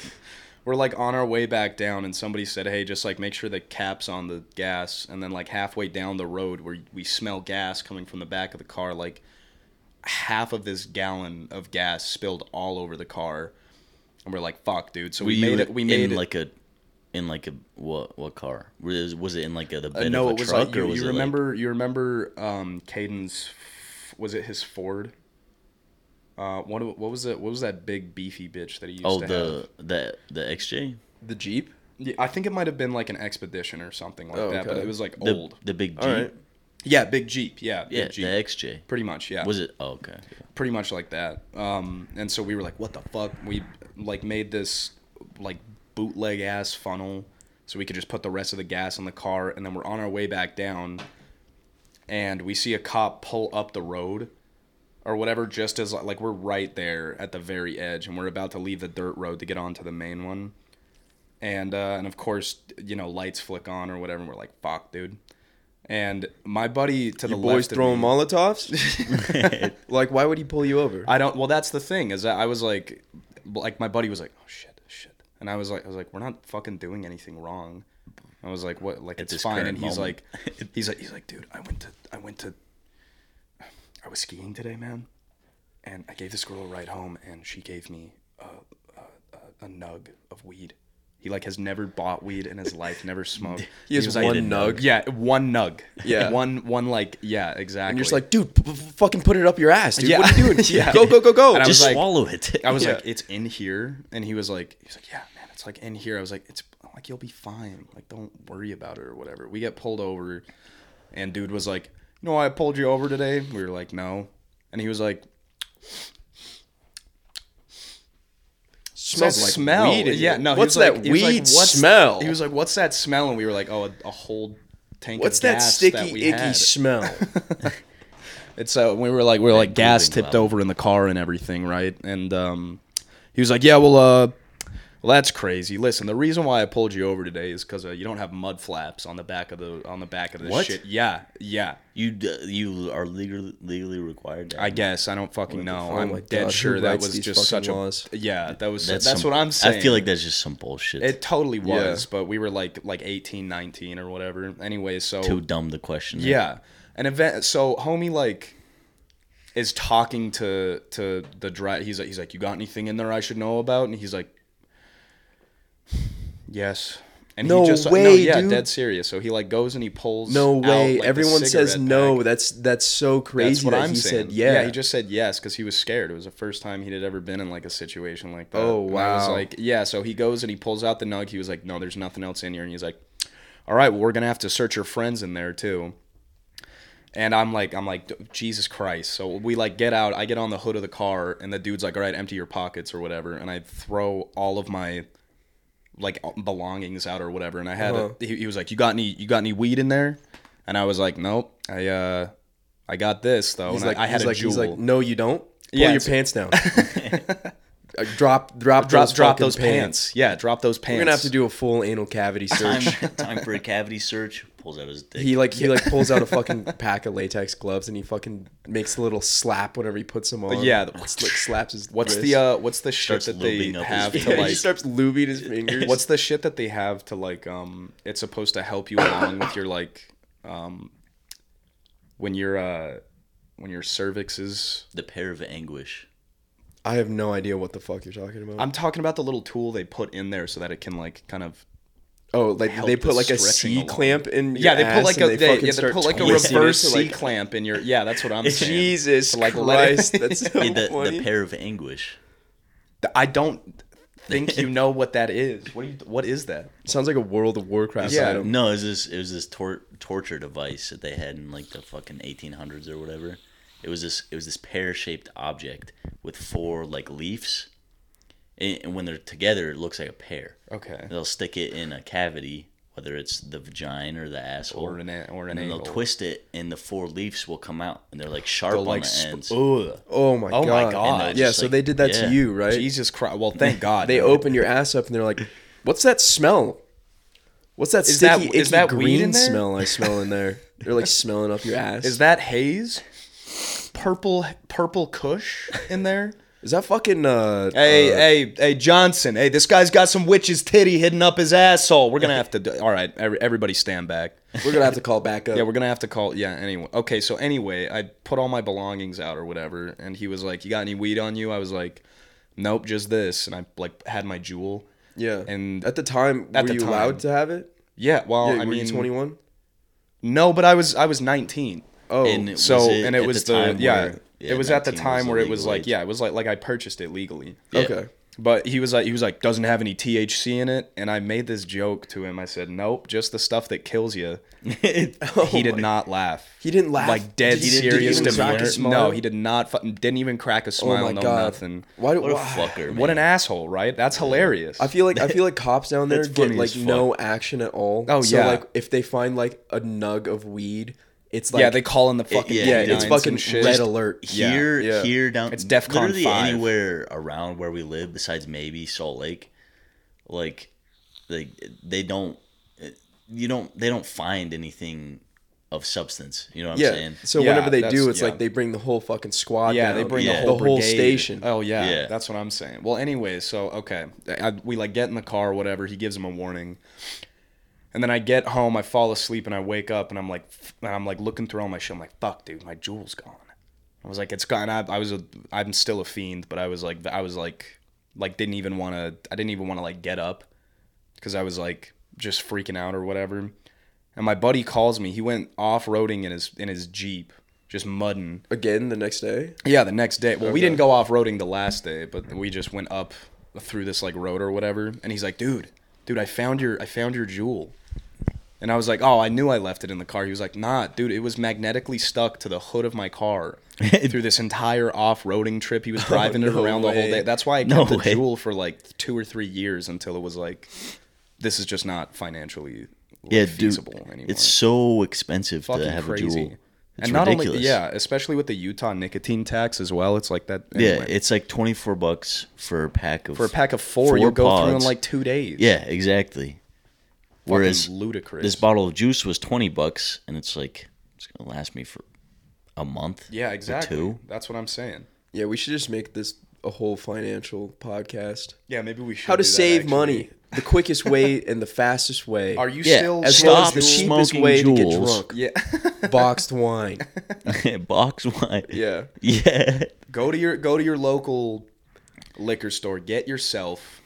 Speaker 3: we're like on our way back down and somebody said hey just like make sure the caps on the gas and then like halfway down the road where we smell gas coming from the back of the car like half of this gallon of gas spilled all over the car and we're like fuck dude so
Speaker 2: Were
Speaker 3: we
Speaker 2: you
Speaker 3: made it we made
Speaker 2: in
Speaker 3: it
Speaker 2: like a in like a what what car? Was, was it in like a the
Speaker 3: uh,
Speaker 2: bed
Speaker 3: no
Speaker 2: of a
Speaker 3: it was
Speaker 2: truck
Speaker 3: like
Speaker 2: or
Speaker 3: you,
Speaker 2: was
Speaker 3: you
Speaker 2: it
Speaker 3: remember you remember um caden's f- was it his ford uh, what, what was that? What was that big beefy bitch that he used
Speaker 2: like, oh
Speaker 3: to have?
Speaker 2: the the the XJ
Speaker 1: the Jeep.
Speaker 3: Yeah, I think it might have been like an expedition or something like
Speaker 1: Oh,
Speaker 3: that, but
Speaker 1: okay.
Speaker 3: it was like
Speaker 2: the
Speaker 3: old.
Speaker 2: the big Jeep
Speaker 1: All right.
Speaker 3: Yeah, big Jeep. Yeah, big
Speaker 2: yeah
Speaker 3: Jeep.
Speaker 2: the XJ
Speaker 3: Pretty much, yeah.
Speaker 2: was it oh, okay
Speaker 3: pretty much like that. Um, and so we were like, "What the fuck?" We like made this like bootleg ass funnel, so we could just put the rest of the gas in the car, and then we're on our way back down, and we see a cop pull up the road, or whatever, just as like we're right there at the very edge, and we're about to leave the dirt road to get onto the main one, and uh, and of course, you know, lights flick on or whatever, and we're like, "Fuck, dude." And my buddy to
Speaker 1: You
Speaker 3: the
Speaker 1: boys
Speaker 3: left of me-
Speaker 1: throwing Molotovs. like, why would he pull you over?
Speaker 3: I don't. Well, that's the thing is that I was like, like my buddy was like, oh shit, shit, and I was like, I was like, we're not fucking doing anything wrong. I was like, what? Like it's
Speaker 2: this
Speaker 3: fine.
Speaker 2: current
Speaker 3: And he's
Speaker 2: moment.
Speaker 3: like, he's like, he's like, dude, I went to, I went to, I was skiing today, man, and I gave this girl a ride home, and she gave me a, a, a, a nug of weed. He like has never bought weed in his life, never smoked.
Speaker 1: He has
Speaker 3: was
Speaker 1: one
Speaker 3: like,
Speaker 1: nug.
Speaker 3: Yeah, one nug.
Speaker 1: Yeah.
Speaker 3: one one like yeah, exactly.
Speaker 1: And you're just like, dude, p- p- fucking put it up your ass, dude.
Speaker 3: Yeah.
Speaker 1: What are you doing?
Speaker 3: Yeah.
Speaker 1: Go, go, go, go.
Speaker 3: And I was
Speaker 2: just
Speaker 3: like-
Speaker 2: swallow it
Speaker 3: I was
Speaker 1: Yeah.
Speaker 3: like, it's in here, and he was like, he's like, yeah, man, it's like in here. I was like, it's I'm like you'll be fine. Like, don't worry about it or whatever. We get pulled over, and dude was like, you know, why I pulled you over today. We were like, no, and he was like,
Speaker 1: smells
Speaker 3: that
Speaker 1: like
Speaker 3: smell.
Speaker 1: weed in
Speaker 3: yeah,
Speaker 1: here.
Speaker 3: no.
Speaker 1: What's
Speaker 3: he was
Speaker 1: that
Speaker 3: like, he was like,
Speaker 1: weed
Speaker 3: "What's-"
Speaker 1: smell?
Speaker 3: He was like, "What's that smell?" And we were like, "Oh, a, a whole tank
Speaker 1: What's
Speaker 3: of
Speaker 1: that
Speaker 3: gas
Speaker 1: sticky
Speaker 3: that we
Speaker 1: icky
Speaker 3: had."
Speaker 1: smell?
Speaker 3: It's so we were like we were like gas
Speaker 2: cooling
Speaker 3: tipped
Speaker 2: level.
Speaker 3: over in the car and everything, right? And um, he was like, "Yeah, well, uh, well, that's crazy. Listen, the reason why I pulled you over today is because uh, you don't have mud flaps on the back of the on the back of this
Speaker 2: What?
Speaker 3: shit. Yeah, yeah.
Speaker 2: You d- you are legally legally required. To
Speaker 3: I guess I don't fucking know.
Speaker 1: fuck?
Speaker 3: I'm
Speaker 1: Oh my
Speaker 3: dead
Speaker 1: God,
Speaker 3: sure
Speaker 1: who
Speaker 3: that
Speaker 1: writes
Speaker 3: was
Speaker 1: these
Speaker 3: just
Speaker 1: fucking
Speaker 3: such
Speaker 1: laws?
Speaker 3: a yeah. That was that's,
Speaker 2: some-
Speaker 3: what I'm saying.
Speaker 2: I feel like that's just some bullshit.
Speaker 3: it totally
Speaker 1: Yeah.
Speaker 3: was, but we were like like 18, 19 or whatever. Anyway, so
Speaker 2: Too dumb the question.
Speaker 3: Yeah. An event so homie like is talking to to the drive he's like he's like, You got anything in there I should know about? And he's like Yes. And
Speaker 1: No
Speaker 3: he just no,
Speaker 1: way,
Speaker 3: yeah,
Speaker 1: dude.
Speaker 3: dead serious. So he like goes and he pulls
Speaker 1: No
Speaker 3: out,
Speaker 1: way.
Speaker 3: like, the
Speaker 1: Everyone says
Speaker 3: cigarette
Speaker 1: no.
Speaker 3: pack.
Speaker 1: That's that's so crazy
Speaker 3: That's what
Speaker 1: that
Speaker 3: I'm
Speaker 1: he
Speaker 3: saying.
Speaker 1: said yeah.
Speaker 3: he just said yes because he was scared. It was the first time he had ever been in like a situation like that.
Speaker 1: Oh,
Speaker 3: And I was
Speaker 1: wow.
Speaker 3: like, yeah. So he goes and he pulls out the nug. He was like, no, there's nothing else in here. And he's like, all right, well, we're gonna have to search your friends in there too. And I'm like, I'm like, Jesus Christ. So we like get out. I get on the hood of the car, and the dude's like, all right, empty your pockets or whatever. And I throw all of my like uh, belongings out or whatever. And I had
Speaker 1: Uh-huh.
Speaker 3: a, he, he was like, you got any you got any weed in there? And I was like, nope. I uh, I got this though.
Speaker 1: He's
Speaker 3: and
Speaker 1: like,
Speaker 3: I, I had
Speaker 1: he's
Speaker 3: a
Speaker 1: like,
Speaker 3: jewel.
Speaker 1: he's like, no, you don't. Pull
Speaker 3: Yeah,
Speaker 1: your
Speaker 3: it's-
Speaker 1: pants down. Uh, drop, drop,
Speaker 3: drop
Speaker 1: those
Speaker 3: drop
Speaker 1: fucking
Speaker 3: those pants. Yeah, drop those pants.
Speaker 1: We're gonna have to do a full anal cavity
Speaker 2: Time,
Speaker 1: search.
Speaker 2: time for a cavity search. Pulls out his dick.
Speaker 1: he like he like pulls out a fucking pack of latex gloves and he fucking makes a little slap whenever he puts them on.
Speaker 3: Yeah, the-
Speaker 1: It's like slaps his.
Speaker 3: What's
Speaker 1: wrist.
Speaker 3: the uh, what's the shit
Speaker 2: Starts
Speaker 3: that they
Speaker 2: lubing up his
Speaker 3: have
Speaker 2: fingers.
Speaker 3: to
Speaker 1: Yeah,
Speaker 3: like?
Speaker 1: he starts lubing his fingers.
Speaker 3: What's the shit that they have to like? Um, it's supposed to help you along with your like, um, when your uh, when your cervix is.
Speaker 2: the pair of anguish.
Speaker 1: I have no idea what the fuck you're talking about.
Speaker 3: I'm talking about the little tool they put in there so that it can like kind of.
Speaker 1: oh, like
Speaker 3: help
Speaker 1: they
Speaker 3: the
Speaker 1: put like a
Speaker 3: stretching
Speaker 1: C
Speaker 3: along.
Speaker 1: clamp in. Your
Speaker 3: Yeah, they put
Speaker 1: ass
Speaker 3: like
Speaker 1: and
Speaker 3: a they,
Speaker 1: fucking
Speaker 3: yeah, they
Speaker 1: start
Speaker 3: put like a
Speaker 1: twisting it
Speaker 3: reverse
Speaker 1: to,
Speaker 3: C
Speaker 1: like-
Speaker 3: clamp in your yeah. That's what I'm saying.
Speaker 1: Jesus
Speaker 3: To, like, let it-
Speaker 1: Christ, that's so
Speaker 2: Yeah, the, the
Speaker 1: funny.
Speaker 2: pair of anguish.
Speaker 3: I don't think you know what that is. What do you? What is that?
Speaker 1: Sounds like a World of Warcraft
Speaker 3: Yeah.
Speaker 1: item.
Speaker 2: No, it was this it was this tor- torture device that they had in like the fucking 1800s or whatever. It was this it was this pear shaped object with four like leaves, and, and when they're together, it looks like a pear.
Speaker 3: Okay.
Speaker 2: They'll stick it in a cavity, whether it's the vagina or the asshole,
Speaker 3: Or an a- or an
Speaker 2: and then they'll
Speaker 3: angle.
Speaker 2: twist it, and the four leaves will come out, and they're like sharp on
Speaker 3: like
Speaker 2: the
Speaker 3: sp-
Speaker 2: ends.
Speaker 3: ugh.
Speaker 1: Oh my
Speaker 3: Oh
Speaker 1: god.
Speaker 3: my
Speaker 2: And they'll
Speaker 3: God.
Speaker 1: Yeah,
Speaker 2: just,
Speaker 1: so
Speaker 2: like-
Speaker 1: they did that
Speaker 2: yeah.
Speaker 1: to you, right?
Speaker 3: Jesus Christ! Well, thank God
Speaker 1: They
Speaker 3: man.
Speaker 1: open your ass up and they're like, "What's that smell? What's that
Speaker 3: Is that-
Speaker 1: sticky,
Speaker 3: is
Speaker 1: icky
Speaker 3: that weed
Speaker 1: green
Speaker 3: in there?"
Speaker 1: smell I smell in there?" They're like smelling up your ass.
Speaker 3: Is that haze? Purple purple Kush in there?
Speaker 1: is that fucking uh?
Speaker 3: Hey,
Speaker 1: uh,
Speaker 3: hey, hey, Johnson. Hey, this guy's got some witch's titty hidden up his asshole. We're gonna have to. Do, all right, every, everybody, stand back.
Speaker 1: we're gonna have to call back up.
Speaker 3: Yeah, we're gonna have to call. Yeah. Anyway, okay. So anyway, I put all my belongings out or whatever, and he was like, "You got any weed on you?" I was like, "Nope, just this." And I like had my jewel.
Speaker 1: yeah.
Speaker 3: and-
Speaker 1: at the time,
Speaker 3: at
Speaker 1: were
Speaker 3: the
Speaker 1: you
Speaker 3: time.
Speaker 1: allowed to have it?
Speaker 3: Yeah. Well,
Speaker 1: Yeah,
Speaker 3: I
Speaker 1: were
Speaker 3: mean,
Speaker 1: you 21?
Speaker 3: No, but I was I was 19.
Speaker 1: Oh,
Speaker 2: And- Was
Speaker 3: so
Speaker 2: it
Speaker 3: and it
Speaker 2: at
Speaker 3: was
Speaker 2: the
Speaker 3: the,
Speaker 2: time
Speaker 3: yeah,
Speaker 2: where- yeah,
Speaker 3: it was at the
Speaker 2: 19 was
Speaker 3: time
Speaker 2: the
Speaker 3: where it was
Speaker 2: legal
Speaker 3: like
Speaker 2: age.
Speaker 3: yeah, it was like like I purchased it legally.
Speaker 2: Yeah.
Speaker 1: okay.
Speaker 3: But he was like he was like doesn't have any THC in it, and I made this joke to him. I said, "Nope, just the stuff that kills you."
Speaker 2: Oh
Speaker 3: he did not laugh.
Speaker 1: He didn't laugh.
Speaker 3: Like dead
Speaker 1: Did he- did he
Speaker 3: serious
Speaker 1: even crack a
Speaker 3: demeanor.
Speaker 1: smile?
Speaker 3: No, he did not. Fu- didn't even crack a
Speaker 1: Oh
Speaker 3: smile.
Speaker 1: my
Speaker 3: no
Speaker 1: god.
Speaker 3: nothing.
Speaker 1: Why do
Speaker 2: What a
Speaker 1: why-
Speaker 2: fucker! Man.
Speaker 3: What an asshole, right? That's hilarious.
Speaker 1: I feel like I feel like cops down there
Speaker 3: That's
Speaker 1: get
Speaker 3: funny
Speaker 1: like
Speaker 3: as fuck.
Speaker 1: no action at all.
Speaker 3: Oh,
Speaker 1: so
Speaker 3: yeah.
Speaker 1: like if they find like a nug of weed, it's like
Speaker 3: yeah, they call in the fucking
Speaker 2: yeah,
Speaker 1: yeah,
Speaker 2: it
Speaker 1: it's
Speaker 3: canines and
Speaker 1: fucking
Speaker 3: shit.
Speaker 1: red alert.
Speaker 3: Yeah,
Speaker 2: here
Speaker 1: yeah.
Speaker 2: here down
Speaker 3: It's DEFCON
Speaker 2: literally
Speaker 3: 5.
Speaker 2: anywhere around where we live besides maybe Salt Lake like like they don't you don't they don't find anything of substance you know what
Speaker 1: Yeah.
Speaker 2: I'm saying
Speaker 1: So
Speaker 3: Yeah,
Speaker 1: whenever they
Speaker 3: that's-
Speaker 1: do, it's
Speaker 3: yeah.
Speaker 1: like they bring the whole fucking squad.
Speaker 3: Yeah,
Speaker 1: down.
Speaker 3: they bring
Speaker 2: Yeah.
Speaker 3: the whole, brigade.
Speaker 1: station.
Speaker 3: Oh yeah,
Speaker 2: Yeah.
Speaker 3: that's what I'm saying. Well, anyway, so okay, I, we like get in the car, or whatever. He gives him a warning, and then I get home, I fall asleep, and I wake up, and I'm like, f- and I'm like looking through all my shit. I'm like, fuck, dude, my jewel's gone. I was like, it's gone. I, I was a, I'm still a fiend, but I was like, I was like, like didn't even want to. I didn't even want to like get up because I was like just freaking out or whatever. And my buddy calls me. He went off roading in his in his jeep, just mudding.
Speaker 1: again the next day.
Speaker 3: Yeah, the next day. Well, we
Speaker 1: Okay.
Speaker 3: didn't go off roading the last day, but we just went up through this like road or whatever. And he's like, "Dude, dude, I found your I found your jewel." And I was like, "Oh, I knew I left it in the car." He was like, "Nah, dude, it was magnetically stuck to the hood of my car through this entire off-roading trip. He was driving
Speaker 1: no
Speaker 3: it around the
Speaker 1: way.
Speaker 3: whole day. That's why I kept
Speaker 2: Oh, No
Speaker 3: the
Speaker 2: way.
Speaker 3: jewel for like two or three years until it was like, this is just not financially like,
Speaker 2: yeah, dude,
Speaker 3: feasible anymore.
Speaker 2: it's so expensive
Speaker 3: fucking
Speaker 2: to have a
Speaker 3: crazy.
Speaker 2: jewel. It's
Speaker 3: and not
Speaker 2: ridiculous.
Speaker 3: only yeah, especially with the Utah nicotine tax as well. It's like that.
Speaker 2: yeah,
Speaker 3: anyway.
Speaker 2: it's like twenty four bucks for a pack of
Speaker 3: for a pack of four,
Speaker 2: four
Speaker 3: you'll go through in
Speaker 2: pods.
Speaker 3: like two days.
Speaker 2: yeah, exactly.
Speaker 3: Fucking
Speaker 2: Whereas
Speaker 3: ludicrous.
Speaker 2: this bottle of juice was twenty bucks, and it's like it's gonna last me for a month.
Speaker 3: yeah, exactly.
Speaker 2: two.
Speaker 3: That's what I'm saying.
Speaker 1: Yeah, we should just make this a whole financial podcast.
Speaker 3: Yeah, maybe we should.
Speaker 1: How to
Speaker 3: do that,
Speaker 1: save
Speaker 3: actually.
Speaker 1: money, the quickest way and the fastest way.
Speaker 3: Are you
Speaker 2: Yeah,
Speaker 3: still
Speaker 1: as
Speaker 2: Stop
Speaker 1: well as the cheapest
Speaker 2: smoking
Speaker 1: way to get
Speaker 2: Juuls.
Speaker 1: drunk?
Speaker 3: Yeah.
Speaker 1: Boxed wine.
Speaker 2: box wine.
Speaker 1: Yeah.
Speaker 2: yeah.
Speaker 3: go to your go to your local liquor store. Get yourself.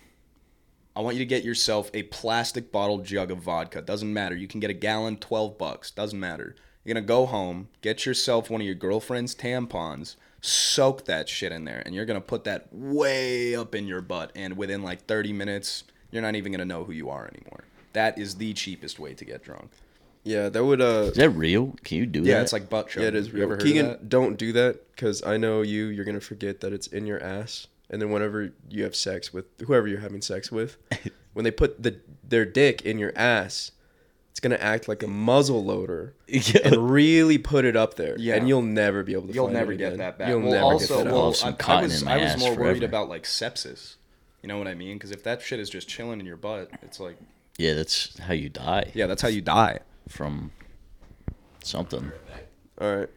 Speaker 3: I want you to get yourself a plastic bottle jug of vodka. Doesn't matter. You can get a gallon, twelve bucks. Doesn't matter. You're gonna go home, get yourself one of your girlfriend's tampons, soak that shit in there, and you're gonna put that way up in your butt. And within like thirty minutes, you're not even gonna know who you are anymore. That is the cheapest way to get drunk.
Speaker 1: Yeah, that would uh
Speaker 2: Is that real? Can you do that?
Speaker 3: Yeah, it's like butt chug.
Speaker 1: yeah, it is
Speaker 3: You
Speaker 1: real.
Speaker 3: ever heard of that?
Speaker 1: Keegan, don't do that because I know you. You're gonna forget that it's in your ass, and then whenever you have sex with whoever you're having sex with, when they put the their dick in your ass, it's gonna act like a muzzle loader
Speaker 2: Yeah.
Speaker 1: and really put it up there.
Speaker 3: Yeah.
Speaker 1: and you'll never be able to.
Speaker 3: You'll
Speaker 1: find
Speaker 3: never
Speaker 1: it
Speaker 3: get
Speaker 1: again.
Speaker 3: that back.
Speaker 1: You'll
Speaker 3: well,
Speaker 1: never
Speaker 3: also,
Speaker 1: get that
Speaker 3: well,
Speaker 1: out.
Speaker 2: off.
Speaker 3: I,
Speaker 2: Some
Speaker 3: I
Speaker 2: cotton
Speaker 3: was
Speaker 2: in
Speaker 3: I
Speaker 2: my
Speaker 3: was
Speaker 2: ass
Speaker 3: more worried
Speaker 2: forever.
Speaker 3: about like sepsis. You know what I mean? Because if that shit is just chilling in your butt, it's like
Speaker 2: Yeah, that's how you die
Speaker 3: yeah, that's how you die.
Speaker 2: from something.
Speaker 1: All right,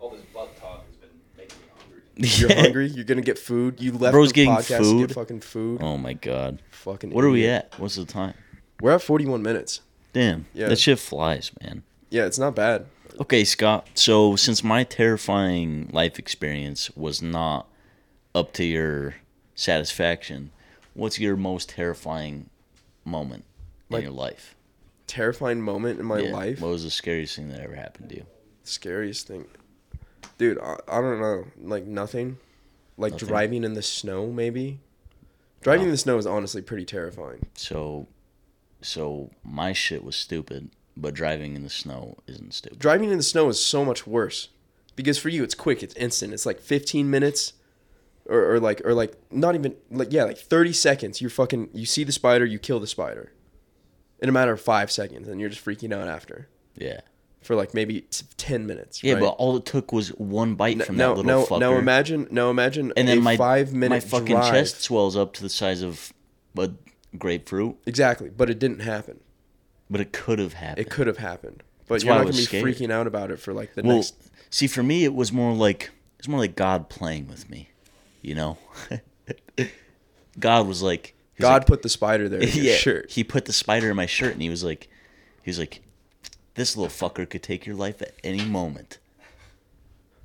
Speaker 3: All this butt talk has been making me hungry.
Speaker 1: you're
Speaker 2: Yeah.
Speaker 1: hungry. You're gonna get food. You left
Speaker 2: Bro's
Speaker 1: the
Speaker 2: getting
Speaker 1: podcast to
Speaker 2: food.
Speaker 1: get fucking food.
Speaker 2: Oh my god.
Speaker 1: Fucking.
Speaker 2: What are we
Speaker 1: idiot.
Speaker 2: at? What's the time?
Speaker 1: We're at 41 minutes.
Speaker 2: Damn.
Speaker 1: Yeah.
Speaker 2: That shit flies, man.
Speaker 1: Yeah, it's not bad.
Speaker 2: Okay, Scott. So since my terrifying life experience was not up to your satisfaction, what's your most terrifying moment
Speaker 1: Like,
Speaker 2: in your life?
Speaker 1: Terrifying moment in my
Speaker 2: Yeah.
Speaker 1: life.
Speaker 2: What was the scariest thing that ever happened to you?
Speaker 1: Scariest thing. Dude, I, I don't know. Like nothing. Like
Speaker 2: Nothing.
Speaker 1: driving in the snow, maybe. Driving in the snow is honestly pretty terrifying.
Speaker 2: So, so my shit was stupid, but driving in the snow isn't stupid.
Speaker 1: Driving in the snow is so much worse. Because for you it's quick, it's instant. It's like fifteen minutes or, or like or like not even like yeah, like thirty seconds. You're fucking you see the spider, you kill the spider. In a matter of five seconds, and you're just freaking out after.
Speaker 2: yeah,
Speaker 1: For like maybe t- ten minutes.
Speaker 2: yeah,
Speaker 1: right?
Speaker 2: but all it took was one bite from
Speaker 1: now,
Speaker 2: that little
Speaker 1: now,
Speaker 2: fucker.
Speaker 1: now imagine now imagine
Speaker 2: and then
Speaker 1: a
Speaker 2: my
Speaker 1: five minute
Speaker 2: my fucking
Speaker 1: drive.
Speaker 2: chest swells up to the size of a grapefruit,
Speaker 1: Exactly, but it didn't happen.
Speaker 2: but it could have happened.
Speaker 1: It could have happened, but
Speaker 2: That's
Speaker 1: you're
Speaker 2: why I
Speaker 1: not gonna
Speaker 2: was
Speaker 1: be
Speaker 2: scared.
Speaker 1: freaking out about it for like the
Speaker 2: well,
Speaker 1: next.
Speaker 2: see, for me, it was more like it's more like God playing with me, you know. God was like he was
Speaker 1: God put the spider there. In
Speaker 2: like,
Speaker 1: your shirt.
Speaker 2: He put the spider in my shirt, and he was like, he was like, this little fucker could take your life at any moment.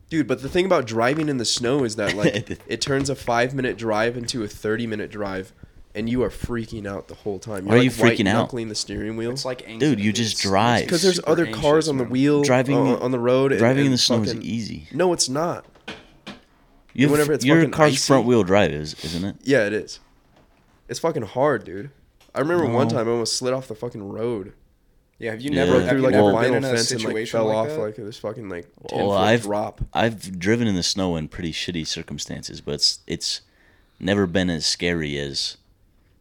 Speaker 1: dude. But the thing about driving in the snow is that like it turns a five minute drive into a thirty minute drive, and you are freaking out the whole time. You're
Speaker 2: Are
Speaker 1: like
Speaker 2: you
Speaker 1: white
Speaker 2: freaking out?
Speaker 1: knuckling the steering wheel.
Speaker 3: It's like anxious.
Speaker 2: Dude, you just drive.
Speaker 1: because there's other cars on the wheel, uh,
Speaker 2: Driving-
Speaker 1: on, on the road. and-
Speaker 2: driving in
Speaker 1: and
Speaker 2: the snow is e-,
Speaker 1: fucking-
Speaker 2: easy.
Speaker 1: No, it's not.
Speaker 2: You have,
Speaker 1: whenever it's
Speaker 2: your
Speaker 1: fucking
Speaker 2: car's
Speaker 1: icy-
Speaker 2: front wheel drive is, isn't it?
Speaker 1: Yeah, it is. It's fucking hard, dude. I remember one
Speaker 2: No.
Speaker 1: time I almost slid off the fucking road.
Speaker 3: Yeah, have you
Speaker 2: Yeah.
Speaker 3: never
Speaker 2: Broke
Speaker 3: have
Speaker 1: through
Speaker 3: you
Speaker 1: like
Speaker 2: Well-
Speaker 1: a
Speaker 3: never been
Speaker 1: vinyl
Speaker 3: in a
Speaker 1: fence and like
Speaker 3: situation
Speaker 1: fell
Speaker 3: like
Speaker 1: off
Speaker 3: that?
Speaker 1: like this fucking like ten
Speaker 2: Well,
Speaker 1: foot
Speaker 2: I've
Speaker 1: drop.
Speaker 2: I've driven in the snow in pretty shitty circumstances, but it's it's never been as scary as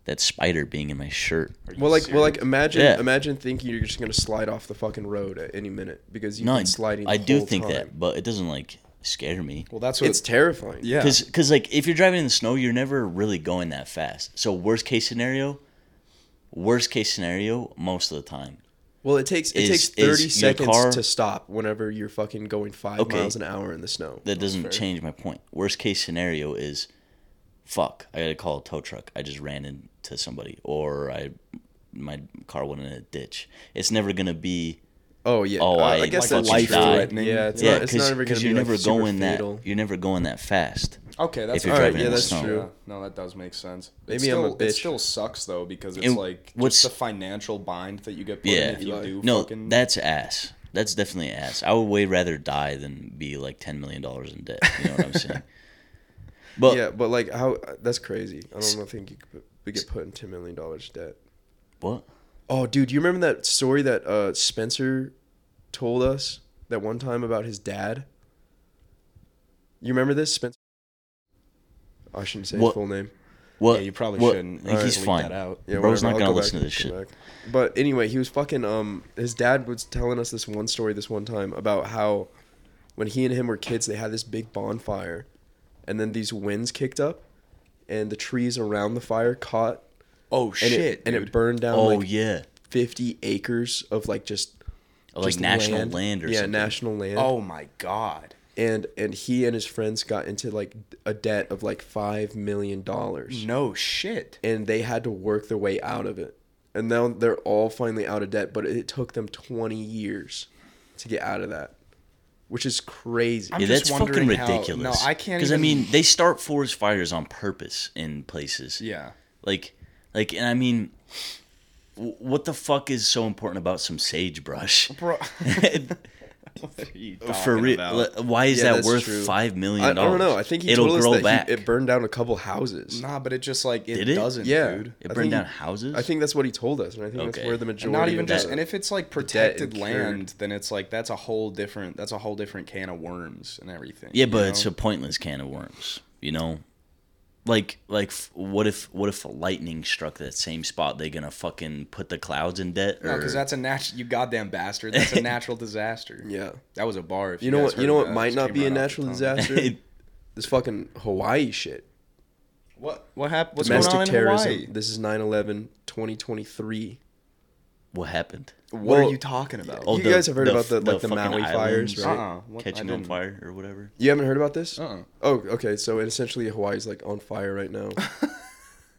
Speaker 2: that spider being in my shirt.
Speaker 3: Are you
Speaker 1: Well, like, well, like,
Speaker 3: serious?
Speaker 1: imagine,
Speaker 2: Yeah.
Speaker 1: imagine thinking you're just gonna slide off the fucking road at any minute because you've
Speaker 2: No, I,
Speaker 1: been sliding.
Speaker 2: I
Speaker 1: the
Speaker 2: do
Speaker 1: whole
Speaker 2: think
Speaker 1: time.
Speaker 2: that, but it doesn't like scare me.
Speaker 3: well, that's what
Speaker 1: it's terrifying.
Speaker 3: yeah.
Speaker 2: Because like if you're driving in the snow, you're never really going that fast. So worst case scenario, worst case scenario, most of the time.
Speaker 1: Well, it takes it
Speaker 2: Is-
Speaker 1: takes
Speaker 2: is
Speaker 1: thirty
Speaker 2: your
Speaker 1: seconds
Speaker 2: car-
Speaker 1: to stop whenever you're fucking going five
Speaker 2: Okay.
Speaker 1: miles an hour in the snow.
Speaker 2: That doesn't
Speaker 3: fair.
Speaker 2: change my point. Worst case scenario is, fuck, I gotta call a tow truck. I just ran into somebody, or I, my car went in a ditch. It's never gonna be
Speaker 1: Oh yeah.
Speaker 2: Oh,
Speaker 1: Uh,
Speaker 2: I
Speaker 1: guess
Speaker 2: fucking
Speaker 1: that's life
Speaker 2: died.
Speaker 1: threatening. Yeah, it's
Speaker 2: yeah,
Speaker 1: not. It's not ever gonna
Speaker 2: because
Speaker 1: be
Speaker 2: you're
Speaker 1: like,
Speaker 2: never
Speaker 1: super
Speaker 2: going
Speaker 1: fatal.
Speaker 2: that you're never going that fast.
Speaker 3: okay. That's
Speaker 2: if you're
Speaker 3: all right,
Speaker 2: driving
Speaker 3: yeah,
Speaker 2: in the
Speaker 3: that's
Speaker 2: snow.
Speaker 3: true. No, that does make sense. It
Speaker 1: Maybe I'm
Speaker 3: still,
Speaker 1: a bitch.
Speaker 3: It still sucks though because it's
Speaker 2: And
Speaker 3: like
Speaker 2: what's-
Speaker 3: what's the financial bind that you get put
Speaker 2: Yeah,
Speaker 3: in if you do
Speaker 2: no,
Speaker 3: fucking
Speaker 2: that's ass. That's definitely ass. I would way rather die than be like ten million dollars in debt. You know what I'm saying? But
Speaker 1: Yeah, but like how that's crazy. I don't know, think you could put, we get put in ten million dollars debt.
Speaker 2: what?
Speaker 1: Oh, dude, you remember that story that uh, Spencer told us that one time about his dad? You remember this, Spencer? I shouldn't say his
Speaker 2: What-
Speaker 1: full name.
Speaker 2: What?
Speaker 3: Yeah, you probably
Speaker 2: what-
Speaker 3: shouldn't.
Speaker 2: Like, he's
Speaker 3: Leave
Speaker 2: fine.
Speaker 3: that out.
Speaker 1: Yeah, whatever,
Speaker 2: Bro's not
Speaker 1: I'll
Speaker 2: gonna
Speaker 1: go
Speaker 2: listen
Speaker 1: back,
Speaker 2: to this shit.
Speaker 1: I'll go back. But anyway, he was fucking. Um, his dad was telling us this one story this one time about how when he and him were kids, they had this big bonfire, and then these winds kicked up, and the trees around the fire caught
Speaker 3: Oh
Speaker 1: and
Speaker 3: shit!
Speaker 1: it, and it
Speaker 3: dude.
Speaker 1: burned down
Speaker 2: Oh
Speaker 1: like
Speaker 2: yeah,
Speaker 1: 50 acres of like just
Speaker 2: Of, like
Speaker 1: just
Speaker 2: national land, or
Speaker 1: yeah,
Speaker 2: something.
Speaker 1: national land.
Speaker 3: oh my god.
Speaker 1: and and he and his friends got into like a debt of like five million dollars,
Speaker 3: No shit.
Speaker 1: and they had to work their way out of it. And now they're all finally out of debt, but it took them 20 years to get out of that, which is crazy.
Speaker 3: I'm
Speaker 2: yeah,
Speaker 3: just
Speaker 2: that's fucking
Speaker 3: wondering how-
Speaker 2: ridiculous.
Speaker 3: no, I can't
Speaker 2: Because I
Speaker 3: even-
Speaker 2: mean, they start forest fires on purpose in places.
Speaker 3: Yeah.
Speaker 2: Like, like, and I mean, w- what the fuck is so important about some sagebrush?
Speaker 3: Bro. What are you
Speaker 2: For
Speaker 3: talking
Speaker 2: real,
Speaker 3: about?
Speaker 2: li- why is
Speaker 1: Yeah,
Speaker 2: that
Speaker 1: that's
Speaker 2: worth
Speaker 1: true.
Speaker 2: five
Speaker 1: I, I
Speaker 2: million
Speaker 1: don't
Speaker 2: dollars?
Speaker 1: know. I think he
Speaker 2: it'll
Speaker 1: told us
Speaker 2: grow
Speaker 1: that
Speaker 2: back.
Speaker 1: he, it burned down a couple houses.
Speaker 3: Nah, but it just like it,
Speaker 2: Did it?
Speaker 3: doesn't,
Speaker 1: Yeah.
Speaker 3: dude.
Speaker 1: I
Speaker 2: It
Speaker 1: think
Speaker 2: burned down
Speaker 1: he-
Speaker 2: houses.
Speaker 1: I think that's what he told us, and I think that's
Speaker 2: Okay.
Speaker 1: where the
Speaker 2: And
Speaker 1: majority.
Speaker 3: And not even
Speaker 1: of
Speaker 3: just,
Speaker 1: the-
Speaker 3: and if it's like protected
Speaker 1: incurred.
Speaker 3: land, then it's like that's a whole different, that's a whole different can of worms and everything.
Speaker 2: Yeah,
Speaker 3: you
Speaker 2: but
Speaker 3: know?
Speaker 2: it's a pointless can of worms, you know. Like, like, f- what if, what if lightning struck that same spot? They gonna fucking put the clouds in debt? Or...
Speaker 3: no, because that's a natural. You goddamn bastard. That's a natural disaster.
Speaker 1: yeah.
Speaker 3: That was a bar. If
Speaker 1: You know what?
Speaker 3: guys
Speaker 1: You
Speaker 3: heard
Speaker 1: know
Speaker 3: of
Speaker 1: what
Speaker 3: that. It
Speaker 1: might
Speaker 3: just
Speaker 1: not
Speaker 3: came
Speaker 1: be a
Speaker 3: right off the
Speaker 1: natural
Speaker 3: tongue.
Speaker 1: disaster. this fucking Hawaii shit.
Speaker 3: What what happened? What's going on
Speaker 1: Domestic
Speaker 3: in
Speaker 1: terrorism.
Speaker 3: Hawaii?
Speaker 1: This is 9/11, 2023.
Speaker 2: what happened. Oh,
Speaker 3: What
Speaker 1: Well, oh,
Speaker 3: are you talking about?
Speaker 1: You guys have heard about the- like, the
Speaker 2: fucking
Speaker 1: Maui fires,
Speaker 2: islands
Speaker 1: right?
Speaker 3: Uh-uh. What- I
Speaker 2: Catching on
Speaker 3: didn't.
Speaker 2: fire or whatever.
Speaker 1: You haven't heard about this?
Speaker 3: Uh-uh.
Speaker 1: Oh, okay. So essentially, Hawaii's like on fire right now,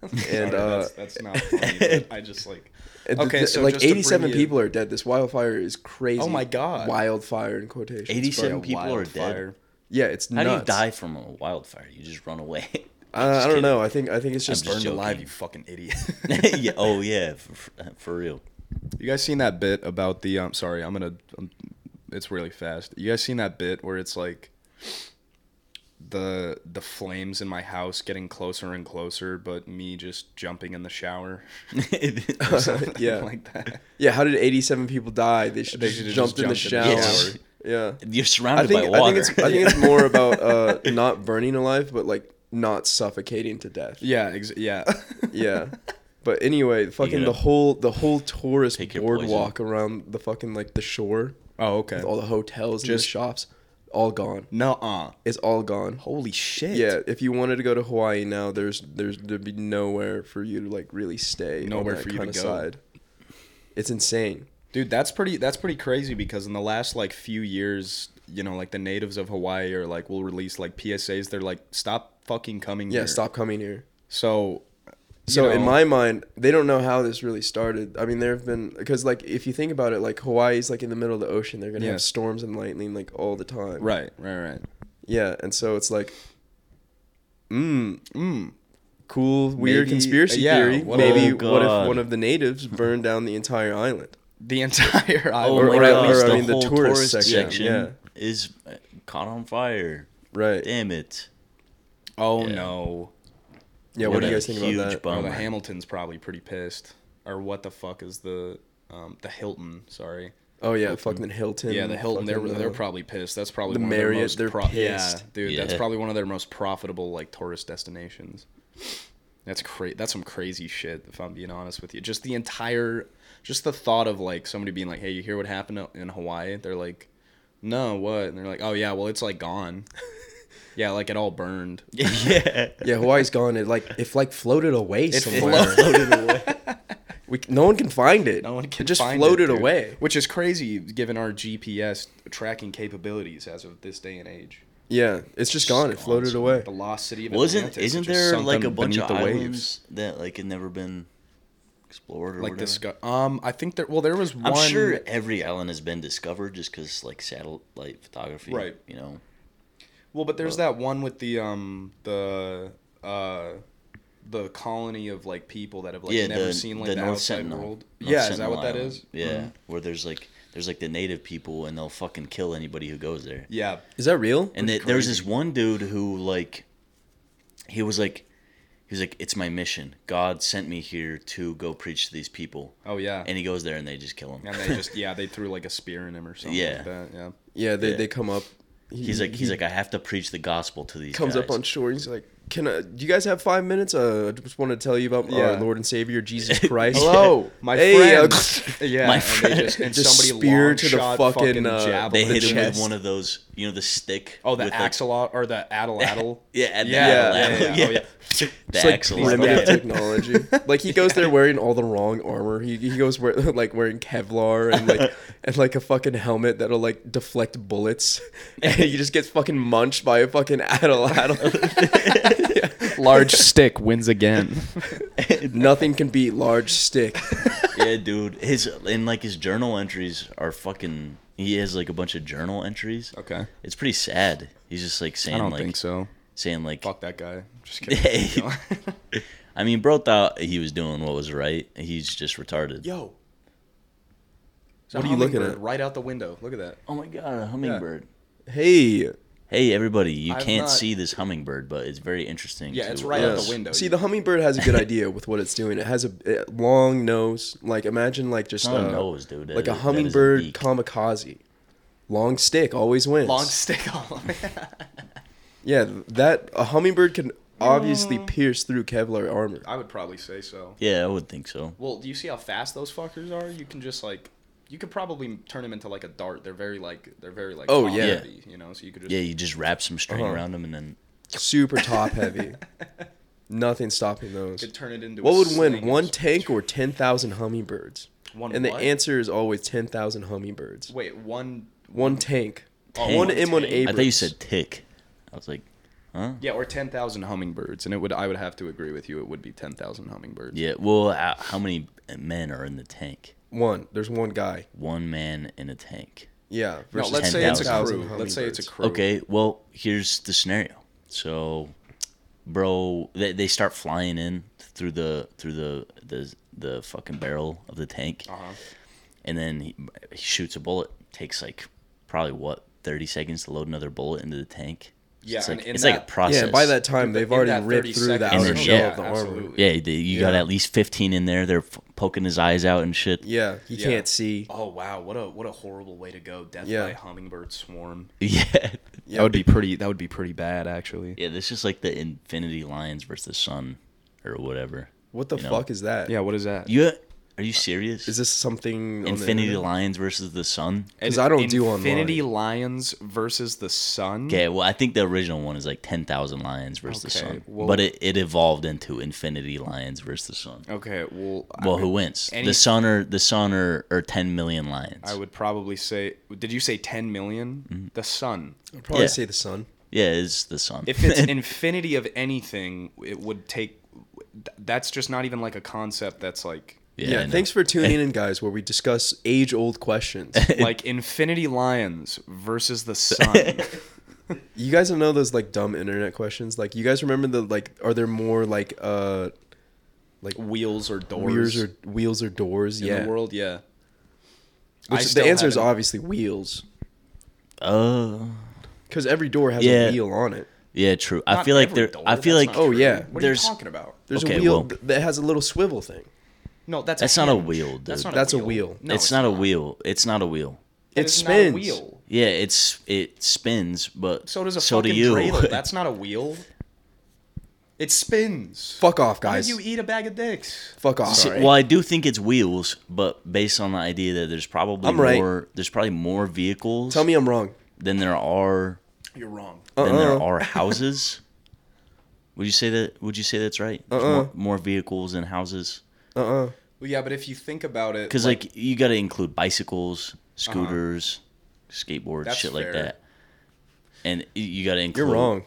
Speaker 1: and
Speaker 3: Sorry,
Speaker 1: uh,
Speaker 3: that's, that's not funny. but I just like.
Speaker 1: and
Speaker 3: Okay,
Speaker 1: Uh, th-
Speaker 3: so
Speaker 1: like
Speaker 3: just to bring
Speaker 1: 87
Speaker 3: you-
Speaker 1: people are dead. This wildfire is crazy.
Speaker 3: Oh my God.
Speaker 1: Wildfire in quotations. but-
Speaker 2: 87
Speaker 3: a
Speaker 2: people are
Speaker 3: wildfire.
Speaker 2: dead.
Speaker 1: Yeah, it's
Speaker 2: How
Speaker 1: nuts.
Speaker 2: do you die from a wildfire? You just run away.
Speaker 1: Uh,
Speaker 2: Just
Speaker 1: I don't
Speaker 2: kidding.
Speaker 1: know. I think I think it's just,
Speaker 2: just
Speaker 3: Burned alive,
Speaker 2: joking.
Speaker 3: you fucking idiot.
Speaker 2: yeah, oh yeah, for, for real.
Speaker 3: You guys seen that bit about the? Um, sorry, I'm gonna. Um, it's really fast. You guys seen that bit where it's like the the flames in my house getting closer and closer, but me just jumping in the shower or something
Speaker 1: Yeah.
Speaker 3: like that.
Speaker 1: yeah. How did 87 people die? They should
Speaker 3: They
Speaker 1: have
Speaker 3: should've
Speaker 1: just
Speaker 3: just
Speaker 1: jumped in the
Speaker 3: jumped
Speaker 1: shower.
Speaker 3: in
Speaker 2: the shower.
Speaker 1: Yeah.
Speaker 2: You're
Speaker 1: I
Speaker 2: surrounded by
Speaker 1: think, I think
Speaker 2: water.
Speaker 1: it's I think it's more about uh, not burning alive, but like not suffocating to death.
Speaker 3: Yeah, ex- yeah.
Speaker 1: Yeah. But anyway, fucking
Speaker 2: gotta
Speaker 1: the whole the whole tourist
Speaker 2: pick your
Speaker 1: boardwalk around the fucking like the shore,
Speaker 3: Oh, okay.
Speaker 1: with all the hotels and the
Speaker 3: Just-
Speaker 1: shops, all gone.
Speaker 3: No, uh.
Speaker 1: It's all gone.
Speaker 3: Holy shit.
Speaker 1: Yeah, if you wanted to go to Hawaii now, there's there's there'd be nowhere for you to like really stay. on
Speaker 3: Nowhere
Speaker 1: that
Speaker 3: for you to
Speaker 1: kinda
Speaker 3: go.
Speaker 1: It's insane.
Speaker 3: Dude, that's pretty that's pretty crazy because in the last like few years, you know, like the natives of Hawaii are like will release like PSAs. They're like, stop fucking coming
Speaker 1: Yeah,
Speaker 3: here.
Speaker 1: stop coming here.
Speaker 3: So you
Speaker 1: So in
Speaker 3: know-
Speaker 1: my mind, they don't know how this really started. I mean, there have been because like if you think about it, like Hawaii's like in the middle of the ocean. They're gonna
Speaker 3: Yeah.
Speaker 1: have storms and lightning like all the time.
Speaker 3: Right, right, right.
Speaker 1: Yeah, and so it's like
Speaker 3: Mm.
Speaker 1: cool, weird
Speaker 3: Maybe-
Speaker 1: conspiracy
Speaker 3: yeah,
Speaker 1: theory.
Speaker 3: what-
Speaker 1: Maybe
Speaker 2: Oh,
Speaker 1: what if
Speaker 2: God.
Speaker 1: one of the natives burned down the entire island?
Speaker 3: The entire
Speaker 2: oh
Speaker 1: or-
Speaker 3: island.
Speaker 2: my
Speaker 1: or at
Speaker 2: god,
Speaker 1: least
Speaker 2: the
Speaker 1: I mean, the
Speaker 2: whole
Speaker 1: tourist
Speaker 2: tourist
Speaker 1: section,
Speaker 2: section,
Speaker 1: yeah.
Speaker 2: is uh, caught on fire.
Speaker 1: Right.
Speaker 2: Damn it.
Speaker 3: Oh
Speaker 2: Yeah.
Speaker 3: no.
Speaker 1: Yeah. What,
Speaker 2: What
Speaker 1: do you
Speaker 2: a
Speaker 1: guys think
Speaker 2: huge
Speaker 1: about that?
Speaker 2: bummer.
Speaker 3: Well, the Hamilton's probably pretty pissed. Or what the fuck is the um, the Hilton? Sorry.
Speaker 1: Oh yeah, fucking Hilton.
Speaker 3: Yeah, the Hilton. They're
Speaker 1: fucking,
Speaker 3: they're
Speaker 1: uh,
Speaker 3: probably pissed. That's probably
Speaker 1: the
Speaker 3: one of
Speaker 1: Marriott,
Speaker 3: their
Speaker 1: they're
Speaker 3: most pro- Yeah,
Speaker 1: pissed.
Speaker 3: dude, that's
Speaker 2: Yeah.
Speaker 3: probably one of their most profitable like tourist destinations. That's cra- That's some crazy shit. If I'm being honest with you, just the entire, just the thought of like somebody being like, "Hey, you hear what happened out in Hawaii?" They're like, "No, what?" And they're like, "Oh yeah, well it's like gone." yeah, like it all burned.
Speaker 2: yeah.
Speaker 1: Yeah, Hawaii's gone. It like if like floated away somewhere.
Speaker 2: Floated away.
Speaker 1: we, c- no one can find it.
Speaker 3: No one
Speaker 1: It
Speaker 3: can
Speaker 1: just
Speaker 3: find it,
Speaker 1: floated
Speaker 3: dude.
Speaker 1: away.
Speaker 3: which is crazy given our GPS tracking capabilities as of this day and age.
Speaker 1: Yeah, it's just gone. It floated
Speaker 3: Gone.
Speaker 1: away.
Speaker 3: The lost city of
Speaker 2: Wasn't
Speaker 3: Atlantis,
Speaker 2: isn't
Speaker 3: which is
Speaker 2: there like a
Speaker 3: sunken
Speaker 2: bunch
Speaker 3: beneath
Speaker 2: of islands that like had never been explored or
Speaker 3: like
Speaker 2: whatever?
Speaker 3: disco- um I think there well there was one
Speaker 2: I'm sure every island has been discovered just because like satellite photography,
Speaker 3: Right.
Speaker 2: You know,
Speaker 3: well but there's that one with the um the uh the colony of like people that have like
Speaker 2: yeah,
Speaker 3: never
Speaker 2: the,
Speaker 3: seen like
Speaker 2: the,
Speaker 3: the,
Speaker 2: North
Speaker 3: outside
Speaker 2: Sentinel.
Speaker 3: world.
Speaker 2: North
Speaker 3: yeah, is that
Speaker 2: Sentinel
Speaker 3: what that
Speaker 2: Island.
Speaker 3: is? Hmm.
Speaker 2: Yeah, where there's like there's like the native people and they'll fucking kill anybody who goes there.
Speaker 3: Yeah.
Speaker 1: Is that real?
Speaker 2: And
Speaker 3: Pretty
Speaker 2: th- there was this
Speaker 3: crazy.
Speaker 2: one dude who like, he was like, He was like, "It's my mission. God sent me here to go preach to these people."
Speaker 3: Oh yeah.
Speaker 2: And he goes there and they just kill him.
Speaker 3: And they just yeah they threw like a spear in him or something.
Speaker 2: Yeah.
Speaker 3: Like that. Yeah.
Speaker 1: Yeah, they,
Speaker 2: Yeah.
Speaker 1: they come up. He-
Speaker 2: he's like,
Speaker 1: he
Speaker 2: he's like, I have to preach the gospel to these.
Speaker 1: comes
Speaker 2: guys.
Speaker 1: up on shore. and He's like, "Can I, do you guys have five minutes? Uh, I just want to tell you about
Speaker 3: Yeah.
Speaker 1: our Lord and Savior Jesus Christ.
Speaker 3: Hello, my
Speaker 1: Hey, uh,
Speaker 3: friend. yeah,
Speaker 2: My
Speaker 3: and
Speaker 2: friend.
Speaker 3: They just, and
Speaker 1: Just
Speaker 3: somebody
Speaker 1: spear
Speaker 3: long
Speaker 1: to the
Speaker 3: shot
Speaker 1: fucking,
Speaker 3: fucking
Speaker 1: uh,
Speaker 3: javelin.
Speaker 2: They
Speaker 1: the
Speaker 2: hit him
Speaker 1: chest.
Speaker 2: with one of those, you know, the stick.
Speaker 3: oh, the
Speaker 2: with
Speaker 3: axolot or the addle-addle.
Speaker 2: Yeah, the
Speaker 3: Yeah,
Speaker 2: axolot.
Speaker 3: yeah, yeah.
Speaker 2: yeah,
Speaker 3: Oh,
Speaker 2: The
Speaker 1: It's like
Speaker 2: axolot.
Speaker 1: primitive
Speaker 2: yeah.
Speaker 1: technology. Like he goes there wearing all the wrong armor. He, he goes wear, like wearing Kevlar and like and like a fucking helmet that'll like deflect bullets. And he just gets fucking munched by a fucking addle
Speaker 3: Large stick wins again.
Speaker 1: Nothing can beat large stick.
Speaker 2: yeah, dude. His and like his journal entries are fucking. He has like a bunch of journal entries.
Speaker 3: okay.
Speaker 2: It's pretty sad. He's just like saying
Speaker 3: I don't
Speaker 2: like
Speaker 3: think so.
Speaker 2: saying like.
Speaker 3: Fuck that guy. Just kidding.
Speaker 2: I mean, bro thought he was doing what was right. He's just retarded.
Speaker 3: Yo.
Speaker 1: What are you looking at?
Speaker 3: Right out the window. Look at that.
Speaker 2: Oh my god, a hummingbird.
Speaker 1: Hey,
Speaker 2: Hey everybody, you
Speaker 3: I've
Speaker 2: can't
Speaker 3: not-
Speaker 2: see this hummingbd, but it's very interesting.
Speaker 3: Yeah,
Speaker 2: to,
Speaker 3: it's right
Speaker 2: uh,
Speaker 3: out the window.
Speaker 1: See, the hummingbird has a good idea with what it's doing. It has a, a long nose. Like imagine like just
Speaker 2: Not a
Speaker 1: uh,
Speaker 2: nose, dude. That
Speaker 1: like
Speaker 2: is-
Speaker 1: a
Speaker 2: that is
Speaker 1: hummingbird
Speaker 2: beak.
Speaker 1: kamikaze. Long stick always wins.
Speaker 3: long stick on.
Speaker 1: yeah, that a hummingbird can obviously
Speaker 3: Mm.
Speaker 1: pierce through Kevlar armor.
Speaker 3: I would probably say so.
Speaker 2: Yeah, I would think so.
Speaker 3: Well, do you see how fast those fuckers are? You can just like, you could probably turn them into like a dart. They're very like, they're very like.
Speaker 1: Oh,
Speaker 3: top
Speaker 1: yeah.
Speaker 3: heavy, you know, so you could just.
Speaker 2: Yeah, you just wrap some string
Speaker 1: Uh-huh.
Speaker 2: around them and then
Speaker 1: Super top heavy. Nothing stopping
Speaker 3: You
Speaker 1: those.
Speaker 3: could turn it into.
Speaker 1: What
Speaker 3: a
Speaker 1: would
Speaker 3: sling
Speaker 1: win,
Speaker 3: and
Speaker 1: one
Speaker 3: just-
Speaker 1: tank or ten thousand hummingbirds?
Speaker 3: One
Speaker 1: And the
Speaker 3: what?
Speaker 1: answer is always ten thousand hummingbirds.
Speaker 3: Wait, one.
Speaker 1: One tank.
Speaker 3: Oh,
Speaker 1: One
Speaker 3: one
Speaker 1: M one
Speaker 3: tank.
Speaker 1: A.
Speaker 2: I thought you said tick. I was like, huh?
Speaker 3: Yeah, or ten thousand hummingbirds, and it would. I would have to agree with you. It would be ten thousand hummingbirds.
Speaker 2: Yeah. Well, how, how many men are in the tank?
Speaker 1: one. There's one guy.
Speaker 2: One man in a tank.
Speaker 1: Yeah.
Speaker 3: No,
Speaker 1: versus
Speaker 3: let's say it's a
Speaker 1: 10,000
Speaker 3: crew. Let's say it's a
Speaker 1: hummingbirds.
Speaker 3: crew.
Speaker 2: Okay. Well, here's the scenario. So, bro, they, they start flying in through the through the the the fucking barrel of the tank,
Speaker 3: Uh-huh.
Speaker 2: and then he, he shoots a bullet. Takes like probably what thirty seconds to load another bullet into the tank.
Speaker 3: Yeah,
Speaker 2: It's
Speaker 3: and
Speaker 2: like,
Speaker 3: in
Speaker 2: it's like
Speaker 3: that-
Speaker 2: a process.
Speaker 1: Yeah, by that time they've
Speaker 3: In
Speaker 1: already
Speaker 3: that 30
Speaker 1: ripped through the
Speaker 3: seconds.
Speaker 1: outer
Speaker 2: And then-
Speaker 1: shell
Speaker 2: yeah,
Speaker 1: of the armor.
Speaker 3: absolutely.
Speaker 2: Yeah, they, you got
Speaker 1: Yeah.
Speaker 2: at least fifteen in there. They're f- poking his eyes out and shit.
Speaker 1: Yeah, he
Speaker 3: Yeah.
Speaker 1: can't see.
Speaker 3: Oh wow, what a what a horrible way to go. Death
Speaker 1: Yeah.
Speaker 3: by hummingbird swarm.
Speaker 2: Yeah.
Speaker 1: That would
Speaker 3: be pretty. That would be pretty bad, actually.
Speaker 2: Yeah, this is like the Infinity Lions versus the Sun, or whatever.
Speaker 1: What the
Speaker 2: You know?
Speaker 1: fuck is that?
Speaker 3: Yeah, what is that?
Speaker 2: You are you serious?
Speaker 1: Is this something
Speaker 2: Infinity
Speaker 1: on
Speaker 2: Lions versus the Sun?
Speaker 1: 'Cause I don't do online.
Speaker 3: Infinity Lions versus the Sun.
Speaker 2: Okay, well, I think the original one is like ten thousand lions versus the
Speaker 3: Okay,
Speaker 2: sun,
Speaker 3: well-
Speaker 2: but it, it evolved into Infinity Lions versus the sun.
Speaker 3: Okay, well,
Speaker 2: Well,
Speaker 3: Oh, I,
Speaker 2: who wins?
Speaker 3: any-
Speaker 2: the sun or the sun or, or ten million lions?
Speaker 3: I would probably say. Did you say ten million? The Sun.
Speaker 1: the I'd probably
Speaker 2: Yeah.
Speaker 1: say the sun.
Speaker 2: yeah, it's the sun.
Speaker 3: If it's infinity of anything, it would take. th- That's just not even like a concept. That's like
Speaker 1: Yeah.
Speaker 2: I know.
Speaker 1: thanks for tuning in, guys, where we discuss age-old questions.
Speaker 3: like Infinity Lions versus the Sun.
Speaker 1: you guys don't know those like dumb internet questions. Like, you guys remember the like? Are there more like uh, like
Speaker 3: Wheels or doors
Speaker 1: wheels or wheels or doors?
Speaker 3: in
Speaker 1: yeah.
Speaker 3: the world? Yeah. I
Speaker 1: Which,
Speaker 3: still
Speaker 1: the answer is
Speaker 3: haven't-
Speaker 1: obviously wheels,
Speaker 2: Oh,
Speaker 1: because every door has
Speaker 2: Yeah.
Speaker 1: a wheel on it.
Speaker 2: yeah, true. I
Speaker 3: Not
Speaker 2: feel like
Speaker 3: every
Speaker 2: there.
Speaker 3: door,
Speaker 2: I feel
Speaker 3: that's
Speaker 2: like
Speaker 3: not
Speaker 1: Oh,
Speaker 3: true.
Speaker 1: yeah.
Speaker 3: What
Speaker 2: There's-
Speaker 3: are you talking about?
Speaker 1: There's
Speaker 2: Okay,
Speaker 1: a wheel
Speaker 2: well-
Speaker 1: th- that has a little swivel thing.
Speaker 3: No, that's
Speaker 2: That's not a
Speaker 3: hinge.
Speaker 2: wheel, dude.
Speaker 1: That's a wheel.
Speaker 3: No,
Speaker 2: it's, not, a wheel. It's not a wheel.
Speaker 1: It
Speaker 3: It's not
Speaker 1: spins.
Speaker 3: a wheel.
Speaker 2: Yeah, it's it spins, but
Speaker 3: So does a
Speaker 2: so do
Speaker 3: fucking
Speaker 2: you.
Speaker 3: dreidel. That's not a wheel. It spins.
Speaker 1: Fuck off,
Speaker 3: Why
Speaker 1: guys.
Speaker 3: did you e- eat a bag of dicks?
Speaker 1: Fuck off.
Speaker 2: See, well, I do think it's wheels, but based on the idea that there's probably
Speaker 1: I'm right.
Speaker 2: more, there's probably more vehicles
Speaker 1: Tell me I'm wrong.
Speaker 2: than there are
Speaker 3: You're wrong.
Speaker 2: than there
Speaker 1: Uh-uh.
Speaker 2: are houses. would you say that? Would you say that's right? There's
Speaker 1: Uh-uh.
Speaker 2: More, more vehicles than houses,
Speaker 1: Uh-uh.
Speaker 3: Well, yeah, but if you think about it,
Speaker 2: because like, you got to include bicycles, scooters, skateboards,
Speaker 3: Uh-huh. That's
Speaker 2: shit like
Speaker 3: fair.
Speaker 2: that. And y- you got to include.
Speaker 1: You're wrong.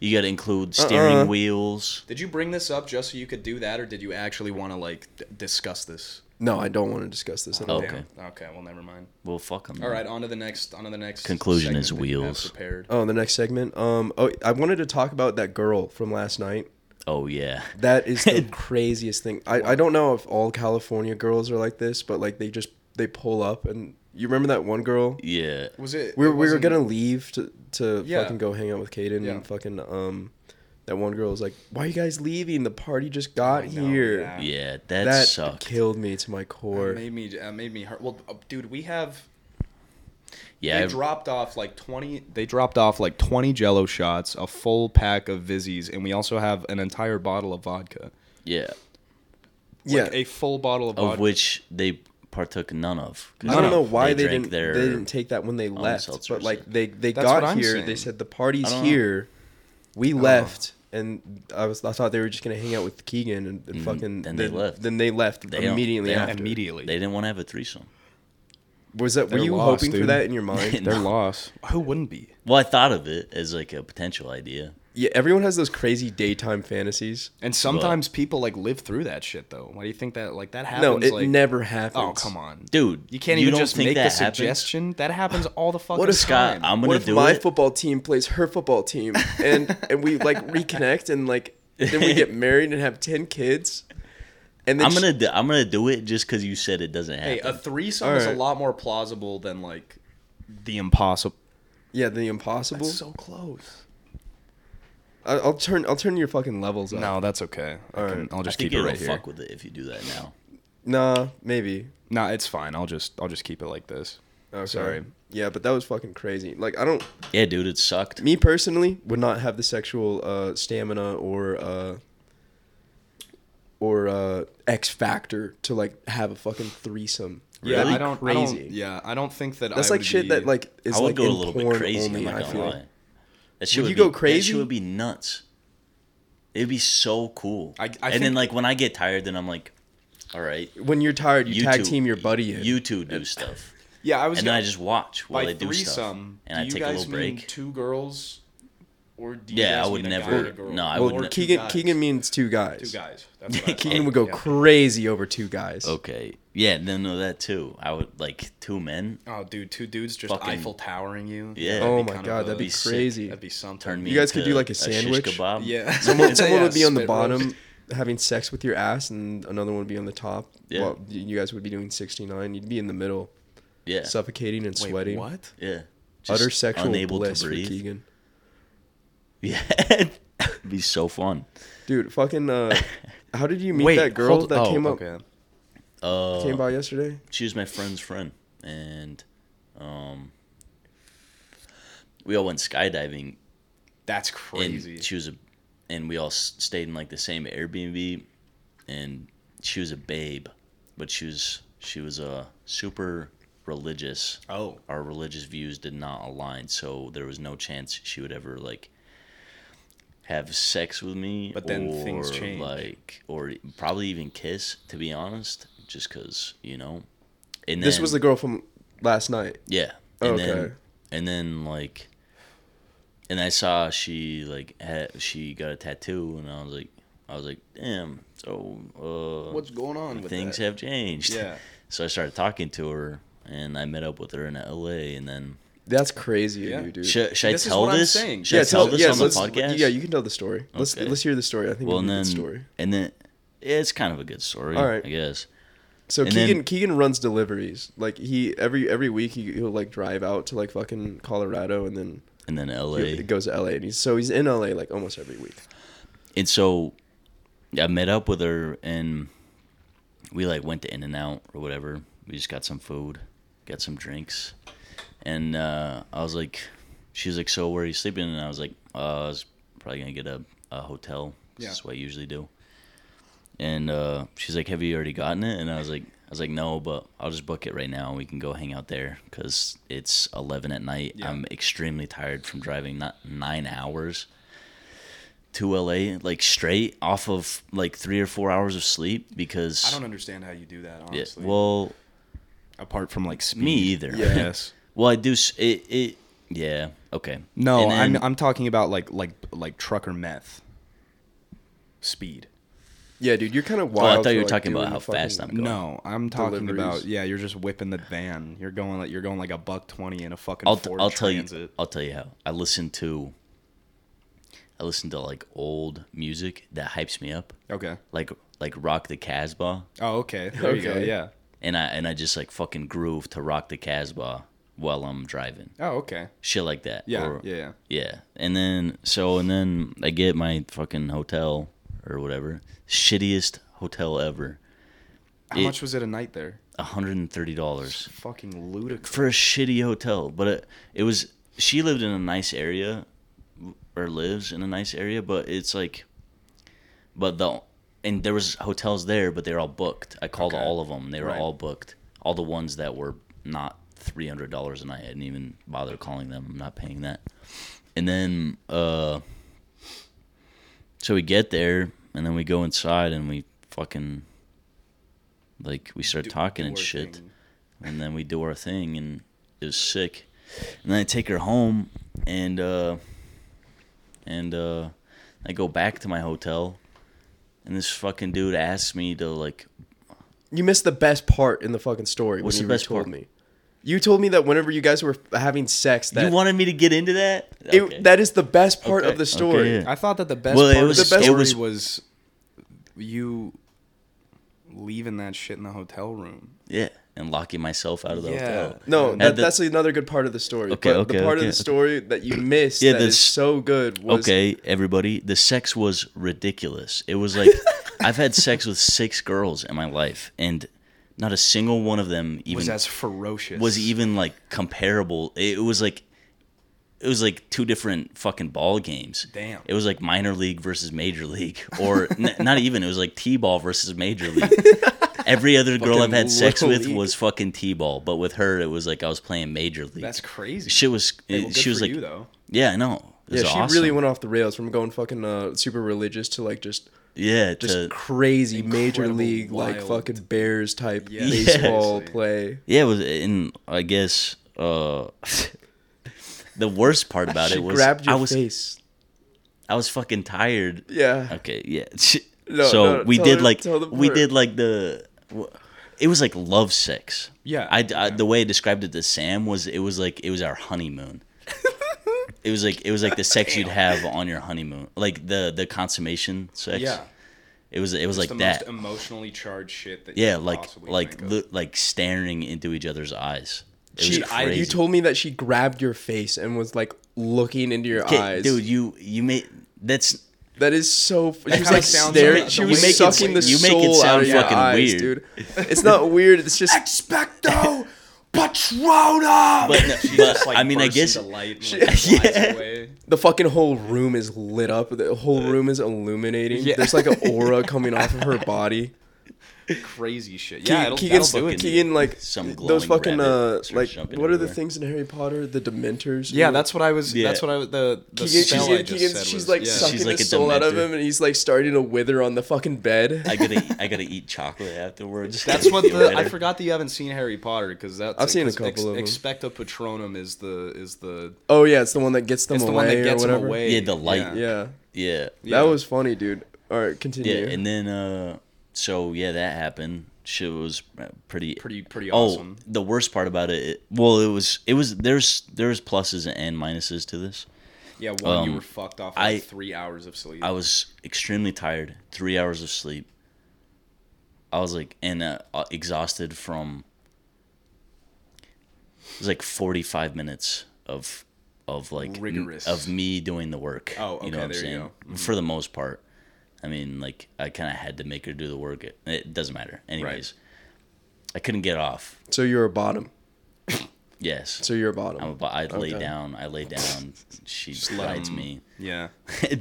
Speaker 2: You got to include steering
Speaker 1: Uh-uh.
Speaker 2: wheels.
Speaker 3: did you bring this up just so you could do that, or did you actually want to like d- discuss this?
Speaker 1: No, I don't want to discuss this at all.
Speaker 2: Oh, Okay.
Speaker 3: Damn. Okay. Well, never mind.
Speaker 2: Well, fuck them.
Speaker 3: All right. On to the next. On to the next.
Speaker 2: Conclusion
Speaker 3: segment
Speaker 2: is
Speaker 3: that you have
Speaker 2: wheels.
Speaker 3: Prepared.
Speaker 1: Oh, the next segment. Um, oh, I wanted to talk about that girl from last night.
Speaker 2: Oh yeah.
Speaker 1: That is the craziest thing. I, I don't know if all California girls are like this, but like they just they pull up and you remember that one girl?
Speaker 2: Yeah.
Speaker 3: Was it?
Speaker 1: We were,
Speaker 3: it
Speaker 1: we were
Speaker 3: wasn't-
Speaker 1: gonna leave to to
Speaker 3: Yeah.
Speaker 1: fucking go hang out with Caden
Speaker 3: Yeah.
Speaker 1: and fucking um that one girl was like, "Why are you guys leaving? The party just got
Speaker 3: I know,
Speaker 1: here."
Speaker 3: yeah.
Speaker 2: Yeah, that,
Speaker 1: that
Speaker 2: sucked.
Speaker 1: killed me to my
Speaker 3: It
Speaker 1: core.
Speaker 3: made me. It made me hurt. Well, uh, dude, we have.
Speaker 2: yeah,
Speaker 3: they
Speaker 2: ev-
Speaker 3: dropped off like twenty. They dropped off like twenty Jello shots, a full pack of Vizzies, and we also have an entire bottle of vodka.
Speaker 2: yeah.
Speaker 1: yeah,
Speaker 3: like a full bottle of
Speaker 2: Of
Speaker 3: vodka.
Speaker 2: which they partook none of. 'Cause
Speaker 1: I don't know
Speaker 2: they
Speaker 1: why they,
Speaker 2: drank
Speaker 1: didn't they didn't take that when they left,
Speaker 2: seltzer or
Speaker 1: but like
Speaker 2: something.
Speaker 1: they they
Speaker 3: That's what
Speaker 1: got
Speaker 3: I'm
Speaker 1: here, they
Speaker 3: saying. Oh.
Speaker 1: said the party's
Speaker 2: I don't know.
Speaker 1: here. We
Speaker 3: know.
Speaker 1: left and I was I thought they were just going to hang out with Keegan and, and
Speaker 2: Mm,
Speaker 1: fucking
Speaker 2: then they left.
Speaker 1: Then they left
Speaker 2: They don't-
Speaker 1: immediately
Speaker 2: they don't-
Speaker 1: after.
Speaker 3: immediately.
Speaker 2: They didn't want to have a threesome.
Speaker 1: Was that were
Speaker 3: They're
Speaker 1: you
Speaker 3: lost,
Speaker 1: hoping for
Speaker 3: dude.
Speaker 1: that in your mind?
Speaker 3: their
Speaker 2: No.
Speaker 3: loss. Who wouldn't be?
Speaker 2: Well, I thought of it as like a potential idea.
Speaker 1: yeah, everyone has those crazy daytime fantasies.
Speaker 3: And sometimes people like live through that shit though. Why do you think that like that happens?
Speaker 1: No, it
Speaker 3: like,
Speaker 1: never happens.
Speaker 3: Oh come on,
Speaker 2: Dude,
Speaker 3: You can't
Speaker 2: you
Speaker 3: even
Speaker 2: don't
Speaker 3: just
Speaker 2: think
Speaker 3: make the
Speaker 2: that happens?
Speaker 3: suggestion. That happens all the fucking
Speaker 1: What if
Speaker 2: Scott,
Speaker 3: time.
Speaker 2: I'm
Speaker 1: what
Speaker 2: gonna
Speaker 1: if
Speaker 2: do
Speaker 1: my
Speaker 2: it.
Speaker 1: football team plays her football team and and we like reconnect and like then we get married and have 10 kids? And then
Speaker 2: I'm
Speaker 1: she-
Speaker 2: gonna do, I'm gonna do it just because you said it doesn't happen.
Speaker 3: Hey, a threesome
Speaker 1: All
Speaker 3: is a
Speaker 1: right.
Speaker 3: lot more plausible than like the impossible.
Speaker 1: yeah, the impossible.
Speaker 3: so close.
Speaker 1: I- I'll turn I'll turn your fucking levels up.
Speaker 3: No, that's okay. I
Speaker 1: All
Speaker 3: can,
Speaker 1: right.
Speaker 3: I'll
Speaker 2: I
Speaker 3: just
Speaker 2: think
Speaker 3: keep it
Speaker 2: it'll
Speaker 3: right here.
Speaker 2: fuck with it if you do that now.
Speaker 1: Nah, maybe.
Speaker 3: Nah, it's fine. I'll just I'll just keep it like this.
Speaker 1: Okay.
Speaker 3: Sorry.
Speaker 1: Yeah, but that was fucking crazy. Like I don't
Speaker 2: Yeah, dude, it sucked.
Speaker 1: me personally would not have the sexual uh stamina or uh or uh X factor to like have a fucking threesome.
Speaker 3: Yeah,
Speaker 1: That'd be
Speaker 3: I don't. I
Speaker 1: crazy.
Speaker 3: don't- yeah, I don't think that.
Speaker 1: That's
Speaker 3: I
Speaker 1: like
Speaker 3: would
Speaker 1: shit
Speaker 3: be-
Speaker 1: that like is
Speaker 2: I would
Speaker 1: like
Speaker 2: go a
Speaker 1: in
Speaker 2: little bit
Speaker 1: porn
Speaker 2: crazy.
Speaker 1: only,
Speaker 2: I'm
Speaker 1: I
Speaker 2: not gonna
Speaker 1: feel like.
Speaker 2: lie. That shit
Speaker 1: Would
Speaker 2: would,
Speaker 1: you
Speaker 2: be,
Speaker 1: go
Speaker 2: That
Speaker 1: crazy?
Speaker 2: shit would be nuts. It'd be so cool.
Speaker 3: I- I
Speaker 2: and then
Speaker 3: think-
Speaker 2: like when I get tired, then I'm like, all right,
Speaker 1: When you're tired, you,
Speaker 2: You
Speaker 1: tag
Speaker 2: two-
Speaker 1: team your buddy in.
Speaker 2: you two do stuff,
Speaker 3: Yeah, I was.
Speaker 2: and then
Speaker 3: gonna,
Speaker 2: I just watch while
Speaker 3: by
Speaker 2: they do stuff,
Speaker 3: threesome.
Speaker 2: and I
Speaker 3: do
Speaker 2: take
Speaker 3: you
Speaker 2: a
Speaker 3: guys
Speaker 2: little
Speaker 3: mean
Speaker 2: break.
Speaker 3: two girls, or do you
Speaker 2: Yeah,
Speaker 3: guys
Speaker 2: I would
Speaker 3: mean a guy
Speaker 2: never-
Speaker 3: and a girl?
Speaker 2: no, I
Speaker 3: Or
Speaker 1: well,
Speaker 2: wouldn't-
Speaker 3: two
Speaker 1: Keegan
Speaker 3: guys.
Speaker 1: Keegan means two guys.
Speaker 3: Two guys. That's what I thought.
Speaker 1: Keegan would go
Speaker 3: Yeah.
Speaker 1: crazy over two guys.
Speaker 2: Okay. Yeah, no, no, that too. I would like two men
Speaker 3: Oh, dude, two dudes just
Speaker 2: Fucking-
Speaker 3: Eiffel towering you.
Speaker 2: Yeah.
Speaker 1: Oh
Speaker 3: That'd be
Speaker 1: my
Speaker 3: kind
Speaker 1: god,
Speaker 3: of
Speaker 1: that'd
Speaker 3: a-
Speaker 1: be
Speaker 2: be sick.
Speaker 1: crazy.
Speaker 3: That'd be something.
Speaker 2: turn me.
Speaker 1: You guys
Speaker 2: into
Speaker 1: could do, like, a
Speaker 2: shish
Speaker 1: sandwich?
Speaker 2: kebab.
Speaker 3: Yeah.
Speaker 1: Someone, someone
Speaker 3: Yeah,
Speaker 1: would be on the
Speaker 3: spit
Speaker 1: bottom
Speaker 3: roast.
Speaker 1: having sex with your ass, and another one would be on the top.
Speaker 2: Yeah.
Speaker 1: Well, y- you guys would be doing 69. You'd be in the middle,
Speaker 2: Yeah.
Speaker 1: suffocating and
Speaker 3: Wait,
Speaker 1: sweating.
Speaker 3: What?
Speaker 2: yeah.
Speaker 1: Utter
Speaker 2: Just
Speaker 1: sexual bliss for Keegan.
Speaker 2: Yeah. It'd be so fun.
Speaker 1: Dude, fucking, uh, how did you meet
Speaker 3: Wait,
Speaker 1: that girl
Speaker 3: hold-
Speaker 1: that
Speaker 3: oh,
Speaker 1: came up,
Speaker 3: okay.
Speaker 2: Uh,
Speaker 1: came by yesterday?
Speaker 2: she was my friend's friend, and um, we all went skydiving,
Speaker 3: That's crazy.
Speaker 2: and she was a, and we all s- stayed in like the same Airbnb, and she was a babe, but she was she was uh, super religious.
Speaker 3: oh,
Speaker 2: Our religious views did not align, so there was no chance she would ever like have sex with me.
Speaker 3: But then things
Speaker 2: or,
Speaker 3: change.
Speaker 2: like, or probably even kiss. To be honest, just because you know. And
Speaker 1: This
Speaker 2: then-
Speaker 1: was the girl from last night.
Speaker 2: yeah. And
Speaker 1: Okay.
Speaker 2: Then, and then like, and I saw she like had, she got a tattoo, and I was like, I was like, damn. So uh,
Speaker 3: what's going on with
Speaker 2: things
Speaker 3: that?
Speaker 2: have changed.
Speaker 3: Yeah.
Speaker 2: So I started talking to her, and I met up with her in L.A. And then
Speaker 1: That's crazy, of
Speaker 3: Yeah.
Speaker 1: you, dude.
Speaker 2: should, should I
Speaker 3: This is
Speaker 2: tell
Speaker 3: what I'm
Speaker 2: this?
Speaker 3: saying.
Speaker 2: Should I tell this
Speaker 1: yeah,
Speaker 2: on the
Speaker 1: let's-
Speaker 2: podcast?
Speaker 1: Yeah, you can tell the story. Let's
Speaker 2: Okay.
Speaker 1: let's hear the story. I think
Speaker 2: well,
Speaker 1: we
Speaker 2: and
Speaker 1: need
Speaker 2: then
Speaker 1: the story.
Speaker 2: and then it's kind of a good story.
Speaker 1: All right.
Speaker 2: I guess.
Speaker 1: So
Speaker 2: And
Speaker 1: Keegan
Speaker 2: then-
Speaker 1: Keegan runs deliveries. Like he every every week he, he'll like drive out to like fucking Colorado and then
Speaker 2: And then L.A.
Speaker 1: he goes to LA and he's so he's in LA like almost every week.
Speaker 2: and so I met up with her and we like went to In and Out or whatever. We just got some food, got some drinks, and uh, I was like, she was like, "So where are you sleeping?" And I was like, uh, "I was probably gonna get a, a hotel. 'cause
Speaker 3: Yeah.
Speaker 2: That's what I usually do." And uh, she's like, "Have you already gotten it?" And I was like, "I was like, no, but I'll just book it right now. and We can go hang out there because it's eleven at night.
Speaker 3: Yeah.
Speaker 2: I'm extremely tired from driving not nine hours." to LA like straight off of like three or four hours of sleep because
Speaker 3: I don't understand how you do that,
Speaker 2: Yeah,
Speaker 3: honestly.
Speaker 2: well,
Speaker 3: apart from like speed.
Speaker 2: me either.
Speaker 1: Yeah.
Speaker 3: Yes.
Speaker 2: Well, I do. s- It. it yeah. Okay.
Speaker 3: No,
Speaker 2: And then-
Speaker 3: I'm I'm talking about like like like trucker meth. Speed.
Speaker 1: Yeah, dude, you're kind of
Speaker 2: Oh, I
Speaker 1: wild.
Speaker 2: thought
Speaker 1: for,
Speaker 2: you were
Speaker 1: like,
Speaker 2: talking about
Speaker 1: doing
Speaker 2: how
Speaker 1: fucking-
Speaker 2: fast I'm going.
Speaker 3: No, I'm talking
Speaker 1: Deliveries.
Speaker 3: about yeah. You're just whipping the van. You're going like you're going like a buck twenty in a fucking
Speaker 2: I'll,
Speaker 3: Ford
Speaker 2: I'll tell you.
Speaker 3: Transit.
Speaker 2: I'll tell you how. I listen to. I listen to like old music that hypes me up,
Speaker 3: Okay.
Speaker 2: like like Rock the Casbah,
Speaker 3: Oh, okay. There you go.
Speaker 1: Okay.
Speaker 3: Yeah.
Speaker 2: and I and I just like fucking groove to Rock the Casbah while I'm driving.
Speaker 3: Oh, okay.
Speaker 2: Shit like that.
Speaker 3: Yeah,
Speaker 2: Or-
Speaker 3: yeah, yeah.
Speaker 2: Yeah. And then so and then I get my fucking hotel or whatever. Shittiest hotel ever.
Speaker 3: How
Speaker 2: It-
Speaker 3: much was it a night there?
Speaker 2: $130
Speaker 3: Fucking ludicrous.
Speaker 2: for a shitty hotel, but it, it was she lived in a nice area or lives in a nice area, but it's like but the and there was hotels there, but they're all booked. I called
Speaker 3: Okay.
Speaker 2: all of them. They were
Speaker 3: Right.
Speaker 2: all booked. All the ones that were not $300 a night. I didn't even bother calling them. I'm not paying that. And then uh so we get there and then we go inside and we fucking like we start
Speaker 3: Do-
Speaker 2: talking
Speaker 3: do
Speaker 2: and
Speaker 3: our
Speaker 2: shit
Speaker 3: thing.
Speaker 2: and then we do our thing and it was sick and then i take her home and uh and uh i go back to my hotel and this fucking dude asks me to like
Speaker 1: You missed the best part in the fucking story.
Speaker 2: What's
Speaker 1: when
Speaker 2: the
Speaker 1: you
Speaker 2: best
Speaker 1: told
Speaker 2: part?
Speaker 1: me. You told me that whenever you guys were having sex, that
Speaker 2: you wanted me to get into that
Speaker 1: it,
Speaker 2: Okay.
Speaker 1: that is the best part
Speaker 2: Okay.
Speaker 1: of the story.
Speaker 2: Okay, yeah.
Speaker 3: I thought that the best
Speaker 2: Well, it
Speaker 3: part
Speaker 2: was-
Speaker 3: of the
Speaker 1: it
Speaker 3: story
Speaker 2: was-
Speaker 3: was, you leaving that shit in the hotel room.
Speaker 2: yeah and locking myself out of the hotel
Speaker 1: No,
Speaker 2: And
Speaker 1: that,
Speaker 2: the-
Speaker 1: that's another good part of the story.
Speaker 2: Okay,
Speaker 1: but
Speaker 2: okay,
Speaker 1: the part
Speaker 2: okay.
Speaker 1: of the story that you missed
Speaker 2: Yeah,
Speaker 1: that is
Speaker 2: that's-
Speaker 1: so good was
Speaker 2: okay everybody the sex was ridiculous it was like i've had sex with six girls in my life and not a single one of them even
Speaker 3: was as ferocious.
Speaker 2: was e- even like comparable. It was like it was like two different fucking ball games.
Speaker 3: Damn.
Speaker 2: It was like minor league versus major league, or n- not even. It was like t-ball versus major league. Every other girl I've
Speaker 3: Fucking
Speaker 2: had sex
Speaker 3: little
Speaker 2: with
Speaker 3: league.
Speaker 2: was fucking t-ball, but with her it was like I was playing major league.
Speaker 3: That's crazy.
Speaker 2: She was.
Speaker 3: Hey, well, good
Speaker 2: she was
Speaker 3: for
Speaker 2: like,
Speaker 3: you, though.
Speaker 2: yeah, I know. It
Speaker 1: yeah,
Speaker 2: was
Speaker 1: she
Speaker 2: awesome.
Speaker 1: really went off the rails from going fucking uh, super religious to like just
Speaker 2: Yeah,
Speaker 1: just
Speaker 2: to-
Speaker 1: crazy major
Speaker 3: incredible,
Speaker 1: league like
Speaker 3: wild-
Speaker 1: fucking Bears type
Speaker 3: Yeah,
Speaker 1: baseball
Speaker 3: seriously.
Speaker 1: play.
Speaker 2: yeah. It was, and I guess uh, the worst part about
Speaker 1: she
Speaker 2: it was
Speaker 1: grabbed your
Speaker 2: I was
Speaker 1: face.
Speaker 2: I was fucking tired.
Speaker 1: Yeah.
Speaker 2: Okay, yeah.
Speaker 1: No,
Speaker 2: so
Speaker 1: no,
Speaker 2: we
Speaker 1: tell
Speaker 2: did
Speaker 1: her-
Speaker 2: like
Speaker 1: tell the
Speaker 2: we
Speaker 1: part.
Speaker 2: did like the it was like love sex.
Speaker 3: Yeah,
Speaker 2: I, I- the way I described it to Sam was it was like it was our honeymoon. it was like it was like the sex you'd have on your honeymoon. Like the the consummation sex.
Speaker 3: Yeah,
Speaker 2: It was it was like
Speaker 3: It's the
Speaker 2: that.
Speaker 3: most emotionally charged shit that. you
Speaker 2: yeah,
Speaker 3: could
Speaker 2: like
Speaker 3: possibly
Speaker 2: like
Speaker 3: think of.
Speaker 2: lo- like staring into each other's eyes. It
Speaker 1: She,
Speaker 2: was
Speaker 1: I-
Speaker 2: crazy.
Speaker 1: you told me that she grabbed your face and was like looking into your
Speaker 2: Okay,
Speaker 1: eyes.
Speaker 2: dude, you you made that's
Speaker 1: That is so. She was
Speaker 3: kinda
Speaker 1: like
Speaker 3: sounds
Speaker 1: staring.
Speaker 3: like-
Speaker 1: she
Speaker 3: the
Speaker 1: was
Speaker 3: way you
Speaker 1: sucking
Speaker 3: make
Speaker 1: the
Speaker 3: it-
Speaker 2: you make it
Speaker 1: soul out
Speaker 2: sound
Speaker 1: of your
Speaker 2: fucking
Speaker 1: eyes,
Speaker 2: weird.
Speaker 1: dude. It's not weird. It's just
Speaker 3: Expecto Patronum.
Speaker 2: But no- but, I mean, I guess- Yeah.
Speaker 1: the fucking whole room is lit up. The whole room is illuminating.
Speaker 3: Yeah.
Speaker 1: There's like an aura coming off of her body.
Speaker 3: crazy shit.
Speaker 1: Keegan,
Speaker 3: Yeah, it'll,
Speaker 1: Keegan,
Speaker 3: that'll do it.
Speaker 2: fucking-
Speaker 1: Keegan, like
Speaker 2: some
Speaker 1: those
Speaker 2: glowing
Speaker 1: fucking uh,
Speaker 2: rabbit starts
Speaker 1: like
Speaker 2: jumping
Speaker 1: what are the
Speaker 2: everywhere.
Speaker 1: things in Harry Potter? The Dementors.
Speaker 3: Yeah, that's what I was.
Speaker 2: Yeah.
Speaker 3: That's what I was. The, the
Speaker 1: Keegan,
Speaker 3: spell
Speaker 1: Keegan,
Speaker 3: I just
Speaker 1: Keegan-
Speaker 3: said
Speaker 1: she's
Speaker 3: was-
Speaker 1: like
Speaker 3: yeah.
Speaker 1: sucking
Speaker 2: She's like
Speaker 1: the
Speaker 2: a
Speaker 1: soul out of
Speaker 2: Dementor.
Speaker 1: him, and he's like starting to wither on the fucking bed.
Speaker 2: I gotta eat- I gotta eat chocolate afterwards.
Speaker 3: That's what the I
Speaker 2: Later.
Speaker 3: forgot that you haven't seen Harry Potter because that's
Speaker 1: I've seen a
Speaker 3: because
Speaker 1: couple of them.
Speaker 3: Expecto Patronum is the is the
Speaker 1: oh yeah, it's the one that gets them
Speaker 3: it's the
Speaker 1: away
Speaker 3: one that gets
Speaker 1: or
Speaker 3: him
Speaker 1: whatever.
Speaker 3: away.
Speaker 2: Yeah, the light.
Speaker 1: Yeah.
Speaker 2: Yeah.
Speaker 3: Yeah.
Speaker 1: that was funny, dude. All right, continue.
Speaker 2: Yeah, and then uh so yeah, that happened. Shit was uh, pretty
Speaker 3: Pretty pretty
Speaker 2: Oh,
Speaker 3: awesome.
Speaker 2: the worst part about it, it well, it was it was there's there's pluses and minuses to this.
Speaker 3: yeah, one you
Speaker 2: um,
Speaker 3: were fucked off
Speaker 2: I-
Speaker 3: like three hours of sleep.
Speaker 2: I was extremely tired, 3 hours of sleep. I was like and uh, uh, exhausted from it was like 45 minutes of of like n-
Speaker 3: Rigorous.
Speaker 2: of me doing the work.
Speaker 3: Oh,
Speaker 2: You know
Speaker 3: okay,
Speaker 2: what I'm
Speaker 3: there you
Speaker 2: saying?
Speaker 3: go.
Speaker 2: For the most part. I mean, like I kind of had to make her do the work. It, it doesn't matter. Anyways. I couldn't get off.
Speaker 1: So you're a bottom.
Speaker 2: Yes.
Speaker 1: So you're a bottom.
Speaker 2: I'm about, I lay
Speaker 1: Okay.
Speaker 2: down. I lay down. She
Speaker 3: let
Speaker 2: hides
Speaker 3: 'em-
Speaker 2: me.
Speaker 3: yeah,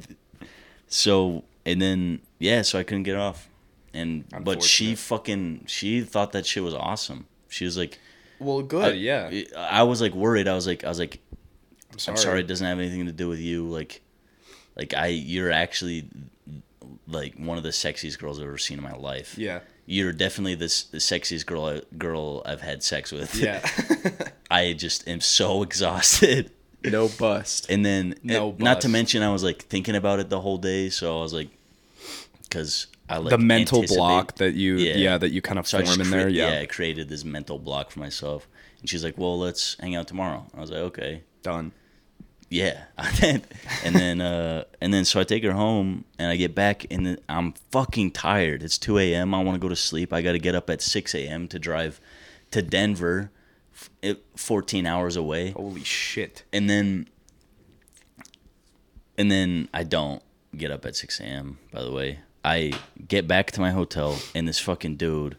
Speaker 2: so and then yeah, so I couldn't get off. And but she
Speaker 3: Unfortunate.
Speaker 2: fucking she thought that shit was awesome. She was like,
Speaker 3: well, good.
Speaker 2: I-
Speaker 3: Oh, yeah,
Speaker 2: I was like worried. I was like, I was like,
Speaker 3: I'm
Speaker 2: I'm
Speaker 3: sorry.
Speaker 2: sorry, it doesn't have anything to do with you. Like, like I, you're actually like one of the sexiest girls I've ever seen in my life.
Speaker 3: Yeah,
Speaker 2: You're definitely this the sexiest girl I- girl I've had sex with.
Speaker 3: yeah.
Speaker 2: I just am so exhausted.
Speaker 1: No bust.
Speaker 2: And then,
Speaker 3: No
Speaker 2: and not to
Speaker 3: bus.
Speaker 2: mention, I was like thinking about it the whole day. So I was like, because I like
Speaker 3: the mental
Speaker 2: anticipate-
Speaker 3: block that you
Speaker 2: Yeah.
Speaker 3: yeah, that you kind of
Speaker 2: So I
Speaker 3: form
Speaker 2: just
Speaker 3: in
Speaker 2: crea-
Speaker 3: there. Yeah,
Speaker 2: I created this mental block for myself. And she's like, well, let's hang out tomorrow. I was like, okay,
Speaker 3: done.
Speaker 2: yeah. and then, uh, and then, so I take her home and I get back and then I'm fucking tired. It's 2 a.m. I want to go to sleep. I got to get up at 6 a.m. to drive to Denver f- it- 14 hours away
Speaker 3: Holy shit.
Speaker 2: and then and then I don't get up at six a.m. By the way, I get back to my hotel and this fucking dude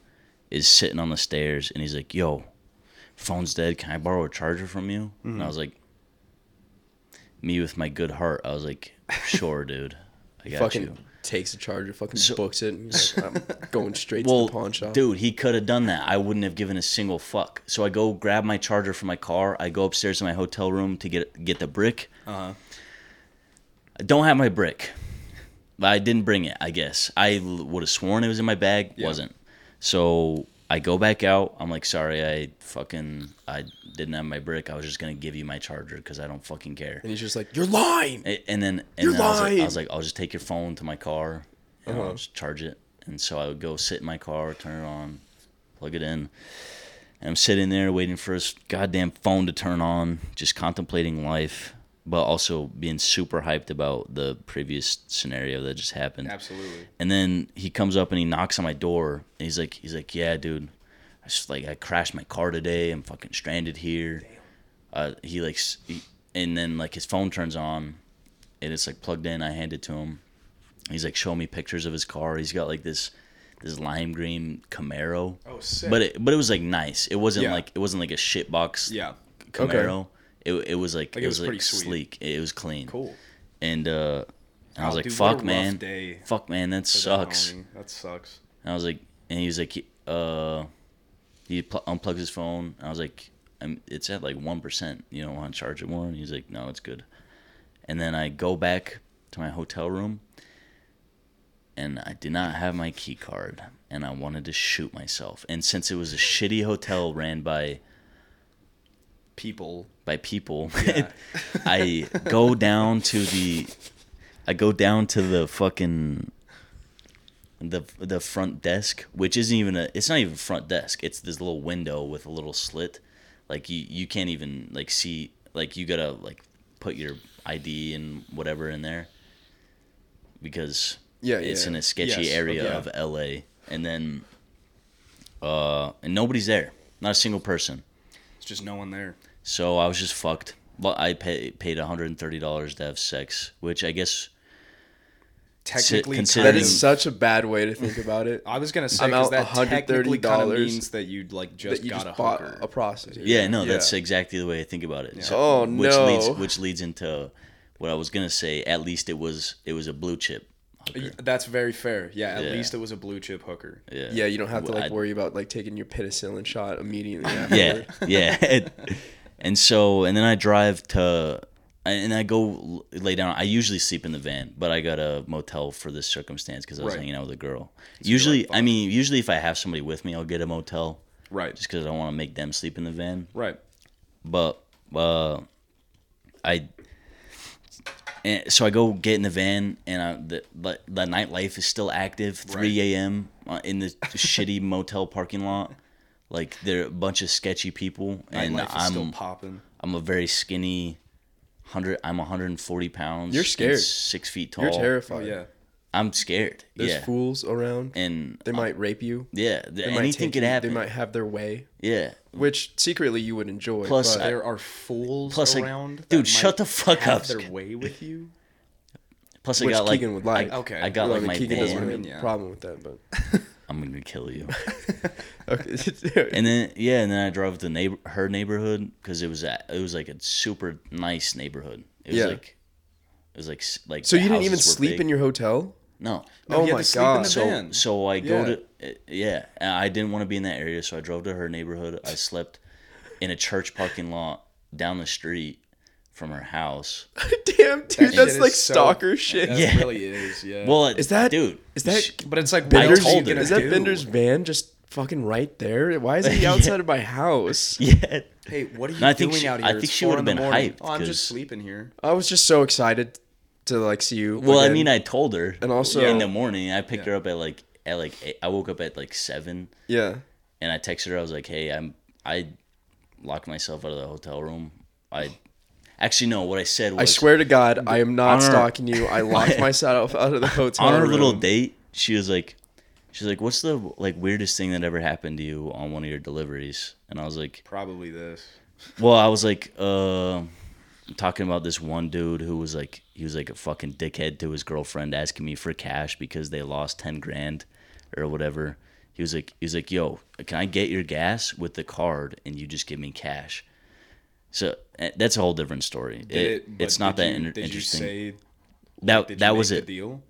Speaker 2: is sitting on the stairs and he's like, "Yo, phone's dead. Can I borrow a charger from you?" And I was like, me with my good heart, I was like, "Sure, dude, I got
Speaker 1: fucking
Speaker 2: you."
Speaker 1: takes the charger, fucking books it. And he's like, I'm going straight to the pawn shop.
Speaker 2: Dude, he could have done that. I wouldn't have given a single fuck. So I go grab my charger from my car. I go upstairs to my hotel room to get get the brick. Uh-huh. I don't have my brick. But I didn't bring it, I guess. I would have sworn it was in my bag. Wasn't. So I go back out. I'm like, sorry, I fucking I didn't have my brick. I was just gonna give you my charger because I don't fucking care.
Speaker 1: and he's just like, "You're lying."
Speaker 2: A- And then, and
Speaker 1: You're
Speaker 2: then I, was like,
Speaker 1: lying.
Speaker 2: I was like, I'll just take your phone to my car and
Speaker 1: Uh-huh.
Speaker 2: I'll just charge it. And so I would go sit in my car, turn it on, plug it in. And I'm sitting there waiting for his goddamn phone to turn on, just contemplating life, but also being super hyped about the previous scenario that just happened.
Speaker 3: Absolutely.
Speaker 2: And then he comes up and he knocks on my door. And he's like, he's like, yeah, dude. I just like I crashed my car today. I'm fucking stranded here. Uh, he like, s- he, and then like his phone turns on, and it's like plugged in. I hand it to him. He's like, show me pictures of his car. He's got like this, this lime green Camaro.
Speaker 3: Oh, sick.
Speaker 2: But it but it was like nice. It wasn't
Speaker 3: Yeah.
Speaker 2: like it wasn't like a shitbox
Speaker 3: Yeah.
Speaker 1: Okay.
Speaker 2: Camaro. It, it was like,
Speaker 3: Like,
Speaker 2: it, was, like
Speaker 3: pretty sweet.
Speaker 2: sleek. It was clean.
Speaker 3: Cool.
Speaker 2: And uh, and I was
Speaker 3: Oh,
Speaker 2: like,
Speaker 3: dude, what a
Speaker 2: fuck
Speaker 3: rough
Speaker 2: man,
Speaker 3: day
Speaker 2: fuck man, that sucks.
Speaker 3: That, homie. That sucks.
Speaker 2: And I was like, and he was like, uh, he pl- unplugs his phone. And I was like, I'm, it's at like 1%. You don't want to charge it more? And he's like, no, it's good. And then I go back to my hotel room and I did not have my key card and I wanted to shoot myself. And since it was a shitty hotel ran by,
Speaker 3: People.
Speaker 2: by people, I go down to the, I go down to the fucking, the the front desk, which isn't even a, it's not even front desk. It's this little window with a little slit, like you you can't even like see, like you gotta like put your ID and whatever in there, because
Speaker 1: Yeah,
Speaker 2: it's
Speaker 1: yeah.
Speaker 2: in a sketchy
Speaker 3: Yes,
Speaker 2: area
Speaker 3: okay.
Speaker 2: of L.A. and then, uh, and nobody's there, not a single person.
Speaker 3: It's just no one there.
Speaker 2: So I was just fucked. But I pay, paid $130 to have sex, which I guess
Speaker 3: Technically,
Speaker 2: considering-
Speaker 1: That
Speaker 3: kinda-
Speaker 1: is such a bad way to think about it.
Speaker 3: I was gonna say
Speaker 1: I'm
Speaker 3: because
Speaker 1: out
Speaker 3: that technically kind of
Speaker 1: $130
Speaker 3: means that you like just
Speaker 1: that you
Speaker 3: got
Speaker 1: just
Speaker 3: a
Speaker 1: bought
Speaker 3: hooker.
Speaker 1: a prostitute.
Speaker 2: yeah, no, that's
Speaker 1: Yeah.
Speaker 2: exactly the way I think about it.
Speaker 1: Oh,
Speaker 2: which
Speaker 1: no.
Speaker 2: leads which leads into what I was going to say, at least it was it was a blue chip. hooker.
Speaker 3: That's very fair. Yeah, at
Speaker 2: Yeah.
Speaker 3: least it was a blue chip hooker.
Speaker 2: Yeah.
Speaker 1: Yeah, you don't have to
Speaker 2: Well,
Speaker 1: like
Speaker 2: I-
Speaker 1: worry about like taking your penicillin shot immediately.
Speaker 2: yeah,
Speaker 1: Afterward.
Speaker 2: yeah. and so, and then I drive to, and I go l- lay down. I usually sleep in the van, but I got a motel for this circumstance because I was
Speaker 3: Right.
Speaker 2: hanging out with a girl. usually,
Speaker 3: like,
Speaker 2: I mean, usually if I have somebody with me, I'll get a motel
Speaker 3: Right.
Speaker 2: just because I don't want to make them sleep in the van.
Speaker 3: Right.
Speaker 2: but uh, I and so I go get in the van and I, the the the nightlife is still active. Three a.m. uh, in the shitty motel parking lot, like there are a bunch of sketchy people, and
Speaker 3: Nightlife is still
Speaker 2: I'm
Speaker 3: popping.
Speaker 2: I'm a very skinny. Hundred, I'm 140 pounds.
Speaker 1: You're
Speaker 2: and
Speaker 1: scared.
Speaker 2: Six feet tall.
Speaker 1: You're
Speaker 3: Oh
Speaker 1: terrified.
Speaker 3: yeah.
Speaker 2: I'm scared.
Speaker 1: There's
Speaker 2: yeah,
Speaker 1: fools around.
Speaker 2: and
Speaker 1: they might rape you.
Speaker 2: yeah, th-
Speaker 1: They might
Speaker 2: anything
Speaker 1: take
Speaker 2: could
Speaker 1: you.
Speaker 2: happen.
Speaker 1: They might have their way,
Speaker 2: Yeah,
Speaker 1: which secretly you would enjoy.
Speaker 2: Plus,
Speaker 1: but-
Speaker 2: I-
Speaker 3: There are fools
Speaker 2: Plus, like,
Speaker 3: around. that
Speaker 2: dude,
Speaker 3: might
Speaker 2: shut the fuck
Speaker 3: have
Speaker 2: up.
Speaker 3: Their way with you.
Speaker 2: Plus, I
Speaker 1: which
Speaker 2: got like
Speaker 1: Keegan would like.
Speaker 2: I,
Speaker 3: Okay.
Speaker 2: I got
Speaker 1: Well, I
Speaker 2: like
Speaker 1: mean,
Speaker 2: my
Speaker 1: Keegan
Speaker 2: van.
Speaker 1: doesn't have
Speaker 3: I mean,
Speaker 1: a
Speaker 3: yeah.
Speaker 1: problem with that, but
Speaker 2: I'm gonna kill you.
Speaker 1: okay.
Speaker 2: and then yeah, and then I drove to neighbor her neighborhood because it was at, it was like a super nice neighborhood. It was
Speaker 1: Yeah.
Speaker 2: like it was like s- like
Speaker 1: so
Speaker 2: the
Speaker 1: you didn't even
Speaker 2: houses were
Speaker 1: sleep
Speaker 2: big.
Speaker 1: in your hotel?
Speaker 2: no.
Speaker 3: No,
Speaker 1: oh
Speaker 3: you had
Speaker 1: my
Speaker 3: to sleep in
Speaker 1: god!
Speaker 3: the
Speaker 1: So-
Speaker 3: van.
Speaker 2: So so I go
Speaker 3: Yeah.
Speaker 2: to uh, yeah, and I didn't want to be in that area, so I drove to her neighborhood. I slept in a church parking lot down the street from her house.
Speaker 1: damn dude,
Speaker 3: shit
Speaker 1: that's
Speaker 3: is
Speaker 1: like
Speaker 3: so-
Speaker 1: stalker shit.
Speaker 3: That
Speaker 2: Yeah.
Speaker 3: really is. Yeah.
Speaker 2: Well,
Speaker 1: Is that
Speaker 2: dude?
Speaker 1: Is that
Speaker 2: sh-
Speaker 3: but it's like what
Speaker 2: Bender's-
Speaker 3: else
Speaker 1: Bender's,
Speaker 3: are you
Speaker 2: told her.
Speaker 3: gonna
Speaker 1: is that
Speaker 3: do?
Speaker 1: Bender's van just fucking right there? Why is he
Speaker 2: Yeah.
Speaker 1: outside of my house?
Speaker 2: yeah?
Speaker 3: Hey, what are you
Speaker 2: No, I think
Speaker 3: doing
Speaker 2: she-
Speaker 3: out
Speaker 2: I
Speaker 3: here?
Speaker 2: think
Speaker 3: It's
Speaker 2: she
Speaker 3: four
Speaker 2: would've
Speaker 3: in the
Speaker 2: been
Speaker 3: morning.
Speaker 2: hyped,
Speaker 3: Oh, I'm
Speaker 2: 'cause-
Speaker 3: just sleeping here.
Speaker 1: I was just so excited to like see you.
Speaker 2: Well, I
Speaker 1: again.
Speaker 2: mean, I told her,
Speaker 1: And also-
Speaker 2: in the morning, I picked her up at like at like eight, I woke up at like seven,
Speaker 1: yeah,
Speaker 2: and I texted her. I was like, "Hey, I'm I locked myself out of the hotel room. I actually no. What I said was
Speaker 1: I swear to God, I am not
Speaker 2: on our-
Speaker 1: stalking you. I locked myself out of the hotel.
Speaker 2: on our
Speaker 1: room.
Speaker 2: little date. She was like, She's like, "What's the like weirdest thing that ever happened to you on one of your deliveries?" And I was like,
Speaker 3: Probably this.
Speaker 2: "Well, I was like, uh, talking about this one dude who was like, he was like a fucking dickhead to his girlfriend, asking me for cash because they lost ten grand or whatever." He was like, he was like, "Yo, can I get your gas with the card and you just give me cash?" So eh, that's a whole different story. It,
Speaker 3: Did but
Speaker 2: it's not
Speaker 3: did
Speaker 2: that
Speaker 3: you-
Speaker 2: inter-
Speaker 3: did
Speaker 2: interesting.
Speaker 3: You say,
Speaker 2: that
Speaker 3: did you
Speaker 2: that
Speaker 3: make
Speaker 2: was
Speaker 3: the
Speaker 2: it.
Speaker 3: Deal?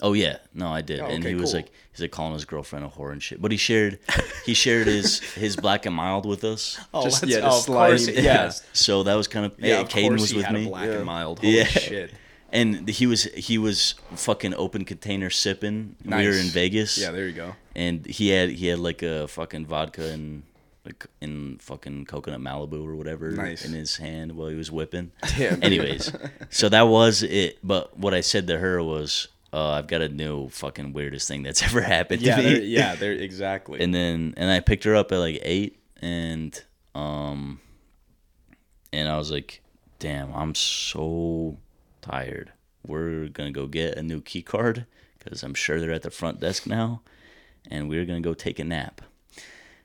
Speaker 2: Oh yeah, no, I did, and
Speaker 3: okay,
Speaker 2: he was
Speaker 3: cool.
Speaker 2: like, he's like calling his girlfriend a whore and shit. But he shared, he shared his his black and mild with us.
Speaker 3: Oh,
Speaker 1: Just-
Speaker 3: that's-
Speaker 1: yeah,
Speaker 3: oh,
Speaker 1: just
Speaker 3: of course,
Speaker 1: sliding-
Speaker 3: yeah.
Speaker 2: So that was kind of yeah.
Speaker 3: Yeah, of
Speaker 2: Caden
Speaker 3: course
Speaker 2: was
Speaker 3: he
Speaker 2: with
Speaker 3: had
Speaker 2: me.
Speaker 3: a black
Speaker 1: Yeah.
Speaker 3: and mild. Holy
Speaker 2: Yeah.
Speaker 3: shit.
Speaker 2: And he was he was fucking open container sipping. We were
Speaker 3: Nice.
Speaker 2: in Vegas.
Speaker 3: Yeah, there you go.
Speaker 2: and he had he had like a fucking vodka and like in fucking coconut Malibu or whatever
Speaker 3: Nice.
Speaker 2: in his hand while he was whipping.
Speaker 1: Damn.
Speaker 2: Anyways, so that was it. But what I said to her was, uh, "I've got a new fucking weirdest thing that's ever happened
Speaker 3: Yeah,
Speaker 2: to me."
Speaker 3: there, yeah, there exactly.
Speaker 2: and then and I picked her up at like eight, and um, and I was like, "Damn, I'm so tired. We're gonna go get a new key card because I'm sure they're at the front desk now, and we're gonna go take a nap."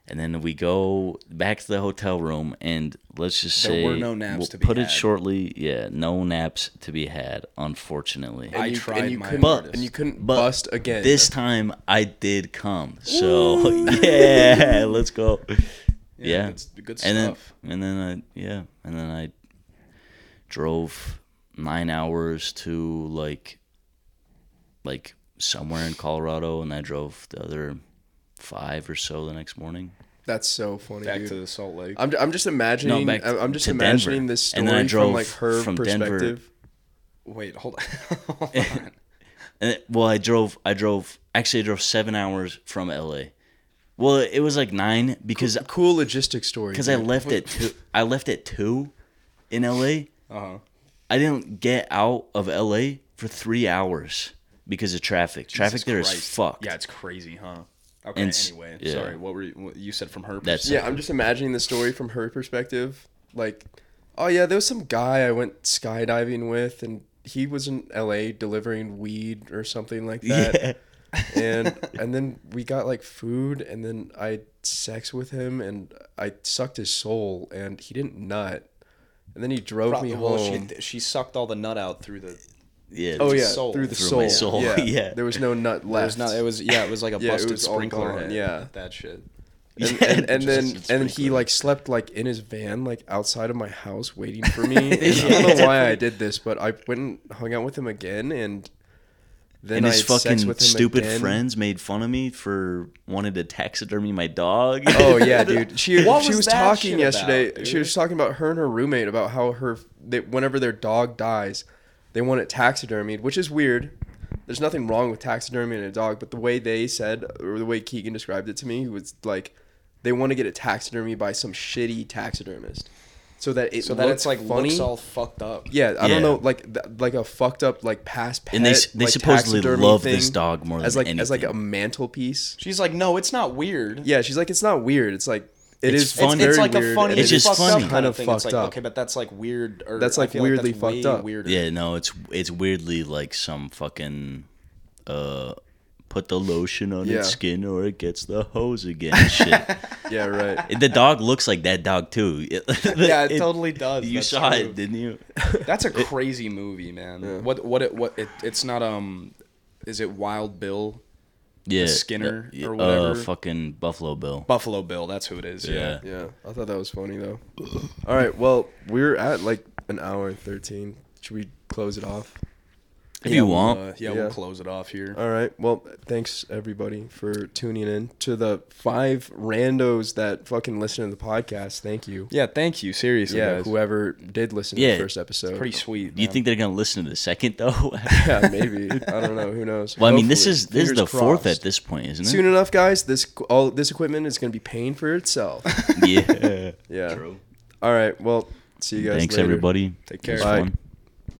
Speaker 2: And then we go back to the hotel room, and let's just
Speaker 3: There
Speaker 2: say
Speaker 3: were no naps
Speaker 2: we'll
Speaker 3: to be
Speaker 2: put it
Speaker 3: had.
Speaker 2: shortly. Yeah, no naps to be had, unfortunately.
Speaker 3: I
Speaker 1: you,
Speaker 3: tried
Speaker 1: and you
Speaker 3: my
Speaker 1: couldn't,
Speaker 3: hardest.
Speaker 1: and you couldn't
Speaker 2: But
Speaker 1: bust again.
Speaker 2: This time I did come. So yeah, let's go. Yeah,
Speaker 3: that's the good
Speaker 2: and
Speaker 3: stuff.
Speaker 2: Then, and then I yeah, and then I drove nine hours to like like somewhere in Colorado, and I drove the other five or so the next morning.
Speaker 1: that's so funny.
Speaker 3: Back
Speaker 1: dude.
Speaker 3: to Salt Lake.
Speaker 1: I'm, I'm just imagining.
Speaker 2: No, back
Speaker 1: I'm I'm just
Speaker 2: to Denver.
Speaker 1: imagining this story
Speaker 2: And then I
Speaker 1: from
Speaker 2: drove
Speaker 1: like her
Speaker 2: from Denver-
Speaker 1: perspective.
Speaker 3: Wait, hold on. Hold on.
Speaker 2: And it, well, I drove. I drove. Actually, I drove seven hours from LA. Well, it was like nine because
Speaker 1: Cool logistic story.
Speaker 2: because I
Speaker 1: dude.
Speaker 2: left at two. I left at two in LA.
Speaker 3: Uh-huh.
Speaker 2: I didn't get out of LA for three hours because of traffic. traffic
Speaker 3: Jesus
Speaker 2: there is
Speaker 3: Christ.
Speaker 2: fucked.
Speaker 3: Yeah, it's crazy, huh? Okay.
Speaker 2: And s-
Speaker 3: anyway,
Speaker 2: yeah.
Speaker 3: sorry. What were you, what you said from her?
Speaker 2: That's
Speaker 3: perspective?
Speaker 1: Yeah, I'm just imagining the story from her perspective. Like, oh yeah, there was some guy I went skydiving with, and he was in L.A. delivering weed or something like that. and and then we got like food, and then I had sex with him, and I sucked his soul, and he didn't nut, and then he drove
Speaker 3: Pro-
Speaker 1: me
Speaker 3: well,
Speaker 1: home.
Speaker 3: She, she sucked all the nut out through the.
Speaker 2: yeah.
Speaker 1: oh
Speaker 2: just-
Speaker 1: yeah,
Speaker 3: soul.
Speaker 1: through the
Speaker 2: Through
Speaker 1: soul.
Speaker 2: my soul,
Speaker 1: Yeah.
Speaker 2: yeah.
Speaker 1: there was no nut
Speaker 3: It
Speaker 1: left.
Speaker 3: was not. It was yeah. It was like a
Speaker 1: Yeah, it
Speaker 3: busted
Speaker 1: was all
Speaker 3: sprinkler
Speaker 1: gone,
Speaker 3: head.
Speaker 1: yeah.
Speaker 3: that shit.
Speaker 1: and,
Speaker 2: Yeah,
Speaker 1: and, and
Speaker 2: just-
Speaker 1: then
Speaker 2: it's
Speaker 1: and then
Speaker 2: pretty
Speaker 1: he
Speaker 2: clear.
Speaker 1: like slept like in his van like outside of my house waiting for me. And I don't know why I did this, but I went and hung out with him again, and then
Speaker 2: and
Speaker 1: I
Speaker 2: his
Speaker 1: had sex
Speaker 2: fucking
Speaker 1: with him
Speaker 2: stupid
Speaker 1: again.
Speaker 2: friends made fun of me for wanted to taxidermy my dog.
Speaker 1: Oh yeah, dude. She
Speaker 3: What
Speaker 1: she
Speaker 3: was
Speaker 1: was
Speaker 3: that
Speaker 1: talking
Speaker 3: shit
Speaker 1: yesterday.
Speaker 3: about,
Speaker 1: she
Speaker 3: dude?
Speaker 1: was talking about her and her roommate about how her that whenever their dog dies, they want it taxidermied, which is weird. There's nothing wrong with taxidermy in a dog, but the way they said or the way Keegan described it to me was like they want to get it taxidermy by some shitty taxidermist, so that it
Speaker 3: So that
Speaker 1: looks
Speaker 3: it's like
Speaker 1: funny.
Speaker 3: looks all fucked up.
Speaker 1: yeah, I
Speaker 2: Yeah.
Speaker 1: don't know, like th- like a fucked up like past pet.
Speaker 2: And they s- they
Speaker 1: like,
Speaker 2: supposedly
Speaker 1: taxidermy
Speaker 2: love this
Speaker 1: thing
Speaker 2: dog more
Speaker 1: as
Speaker 2: than
Speaker 1: like as like a
Speaker 2: anything.
Speaker 1: mantelpiece.
Speaker 3: She's like, no, it's not weird.
Speaker 1: Yeah, she's like, it's not weird. It's like it
Speaker 2: It's
Speaker 1: is
Speaker 2: funny.
Speaker 1: very
Speaker 2: It's
Speaker 3: It's like
Speaker 1: weird,
Speaker 3: a funny.
Speaker 1: and
Speaker 2: It's just
Speaker 3: fucked up
Speaker 2: funny.
Speaker 3: kind of
Speaker 1: Kinda
Speaker 3: thing. It's
Speaker 1: fucked
Speaker 3: like
Speaker 1: up.
Speaker 3: okay, but that's like weird. Or
Speaker 1: That's,
Speaker 3: I
Speaker 1: like,
Speaker 3: feel
Speaker 1: weirdly
Speaker 3: that's
Speaker 1: fucked
Speaker 3: way
Speaker 1: up.
Speaker 3: Weirder.
Speaker 2: Yeah, no, it's it's weirdly like some fucking uh put the lotion on
Speaker 1: Yeah.
Speaker 2: its skin or it gets the hose again shit.
Speaker 1: Yeah, right.
Speaker 2: the dog looks like that dog too.
Speaker 3: Yeah, it totally does.
Speaker 2: You
Speaker 3: That's
Speaker 2: saw
Speaker 3: true.
Speaker 2: it, didn't you?
Speaker 3: That's a crazy movie, man. What what it what it, it's not um is it Wild Bill?
Speaker 2: Yeah,
Speaker 3: Skinner
Speaker 2: yeah,
Speaker 3: or
Speaker 2: Uh,
Speaker 3: whatever.
Speaker 2: fucking Buffalo Bill.
Speaker 3: Buffalo Bill, that's who it is. Yeah.
Speaker 2: Yeah.
Speaker 1: Yeah, I thought that was funny though. All right, well, we're at like an hour and thirteen. Should we close it off?
Speaker 2: If you want,
Speaker 3: Uh, yeah,
Speaker 1: Yeah.
Speaker 3: we'll close it off here.
Speaker 1: All right. Well, thanks everybody for tuning in to the five randos that fucking listen to the podcast. Thank you.
Speaker 3: Yeah, thank you. Seriously,
Speaker 1: Yeah,
Speaker 3: guys.
Speaker 1: whoever did listen to
Speaker 2: Yeah,
Speaker 1: the first episode.
Speaker 3: Pretty sweet.
Speaker 2: you
Speaker 3: man.
Speaker 2: think they're gonna listen to the second though?
Speaker 1: yeah, maybe. I don't know. Who knows?
Speaker 2: Well, I mean, this
Speaker 1: Hopefully.
Speaker 2: is this is
Speaker 1: Fingers
Speaker 2: the fourth
Speaker 1: crossed.
Speaker 2: at this point, isn't it?
Speaker 1: Soon enough, guys. This all this equipment is going to be paying for itself.
Speaker 2: yeah.
Speaker 1: Yeah. All right. Well, see you guys.
Speaker 2: Thanks
Speaker 1: later.
Speaker 2: everybody.
Speaker 3: Take
Speaker 2: It was
Speaker 1: care. Bye.
Speaker 2: fun.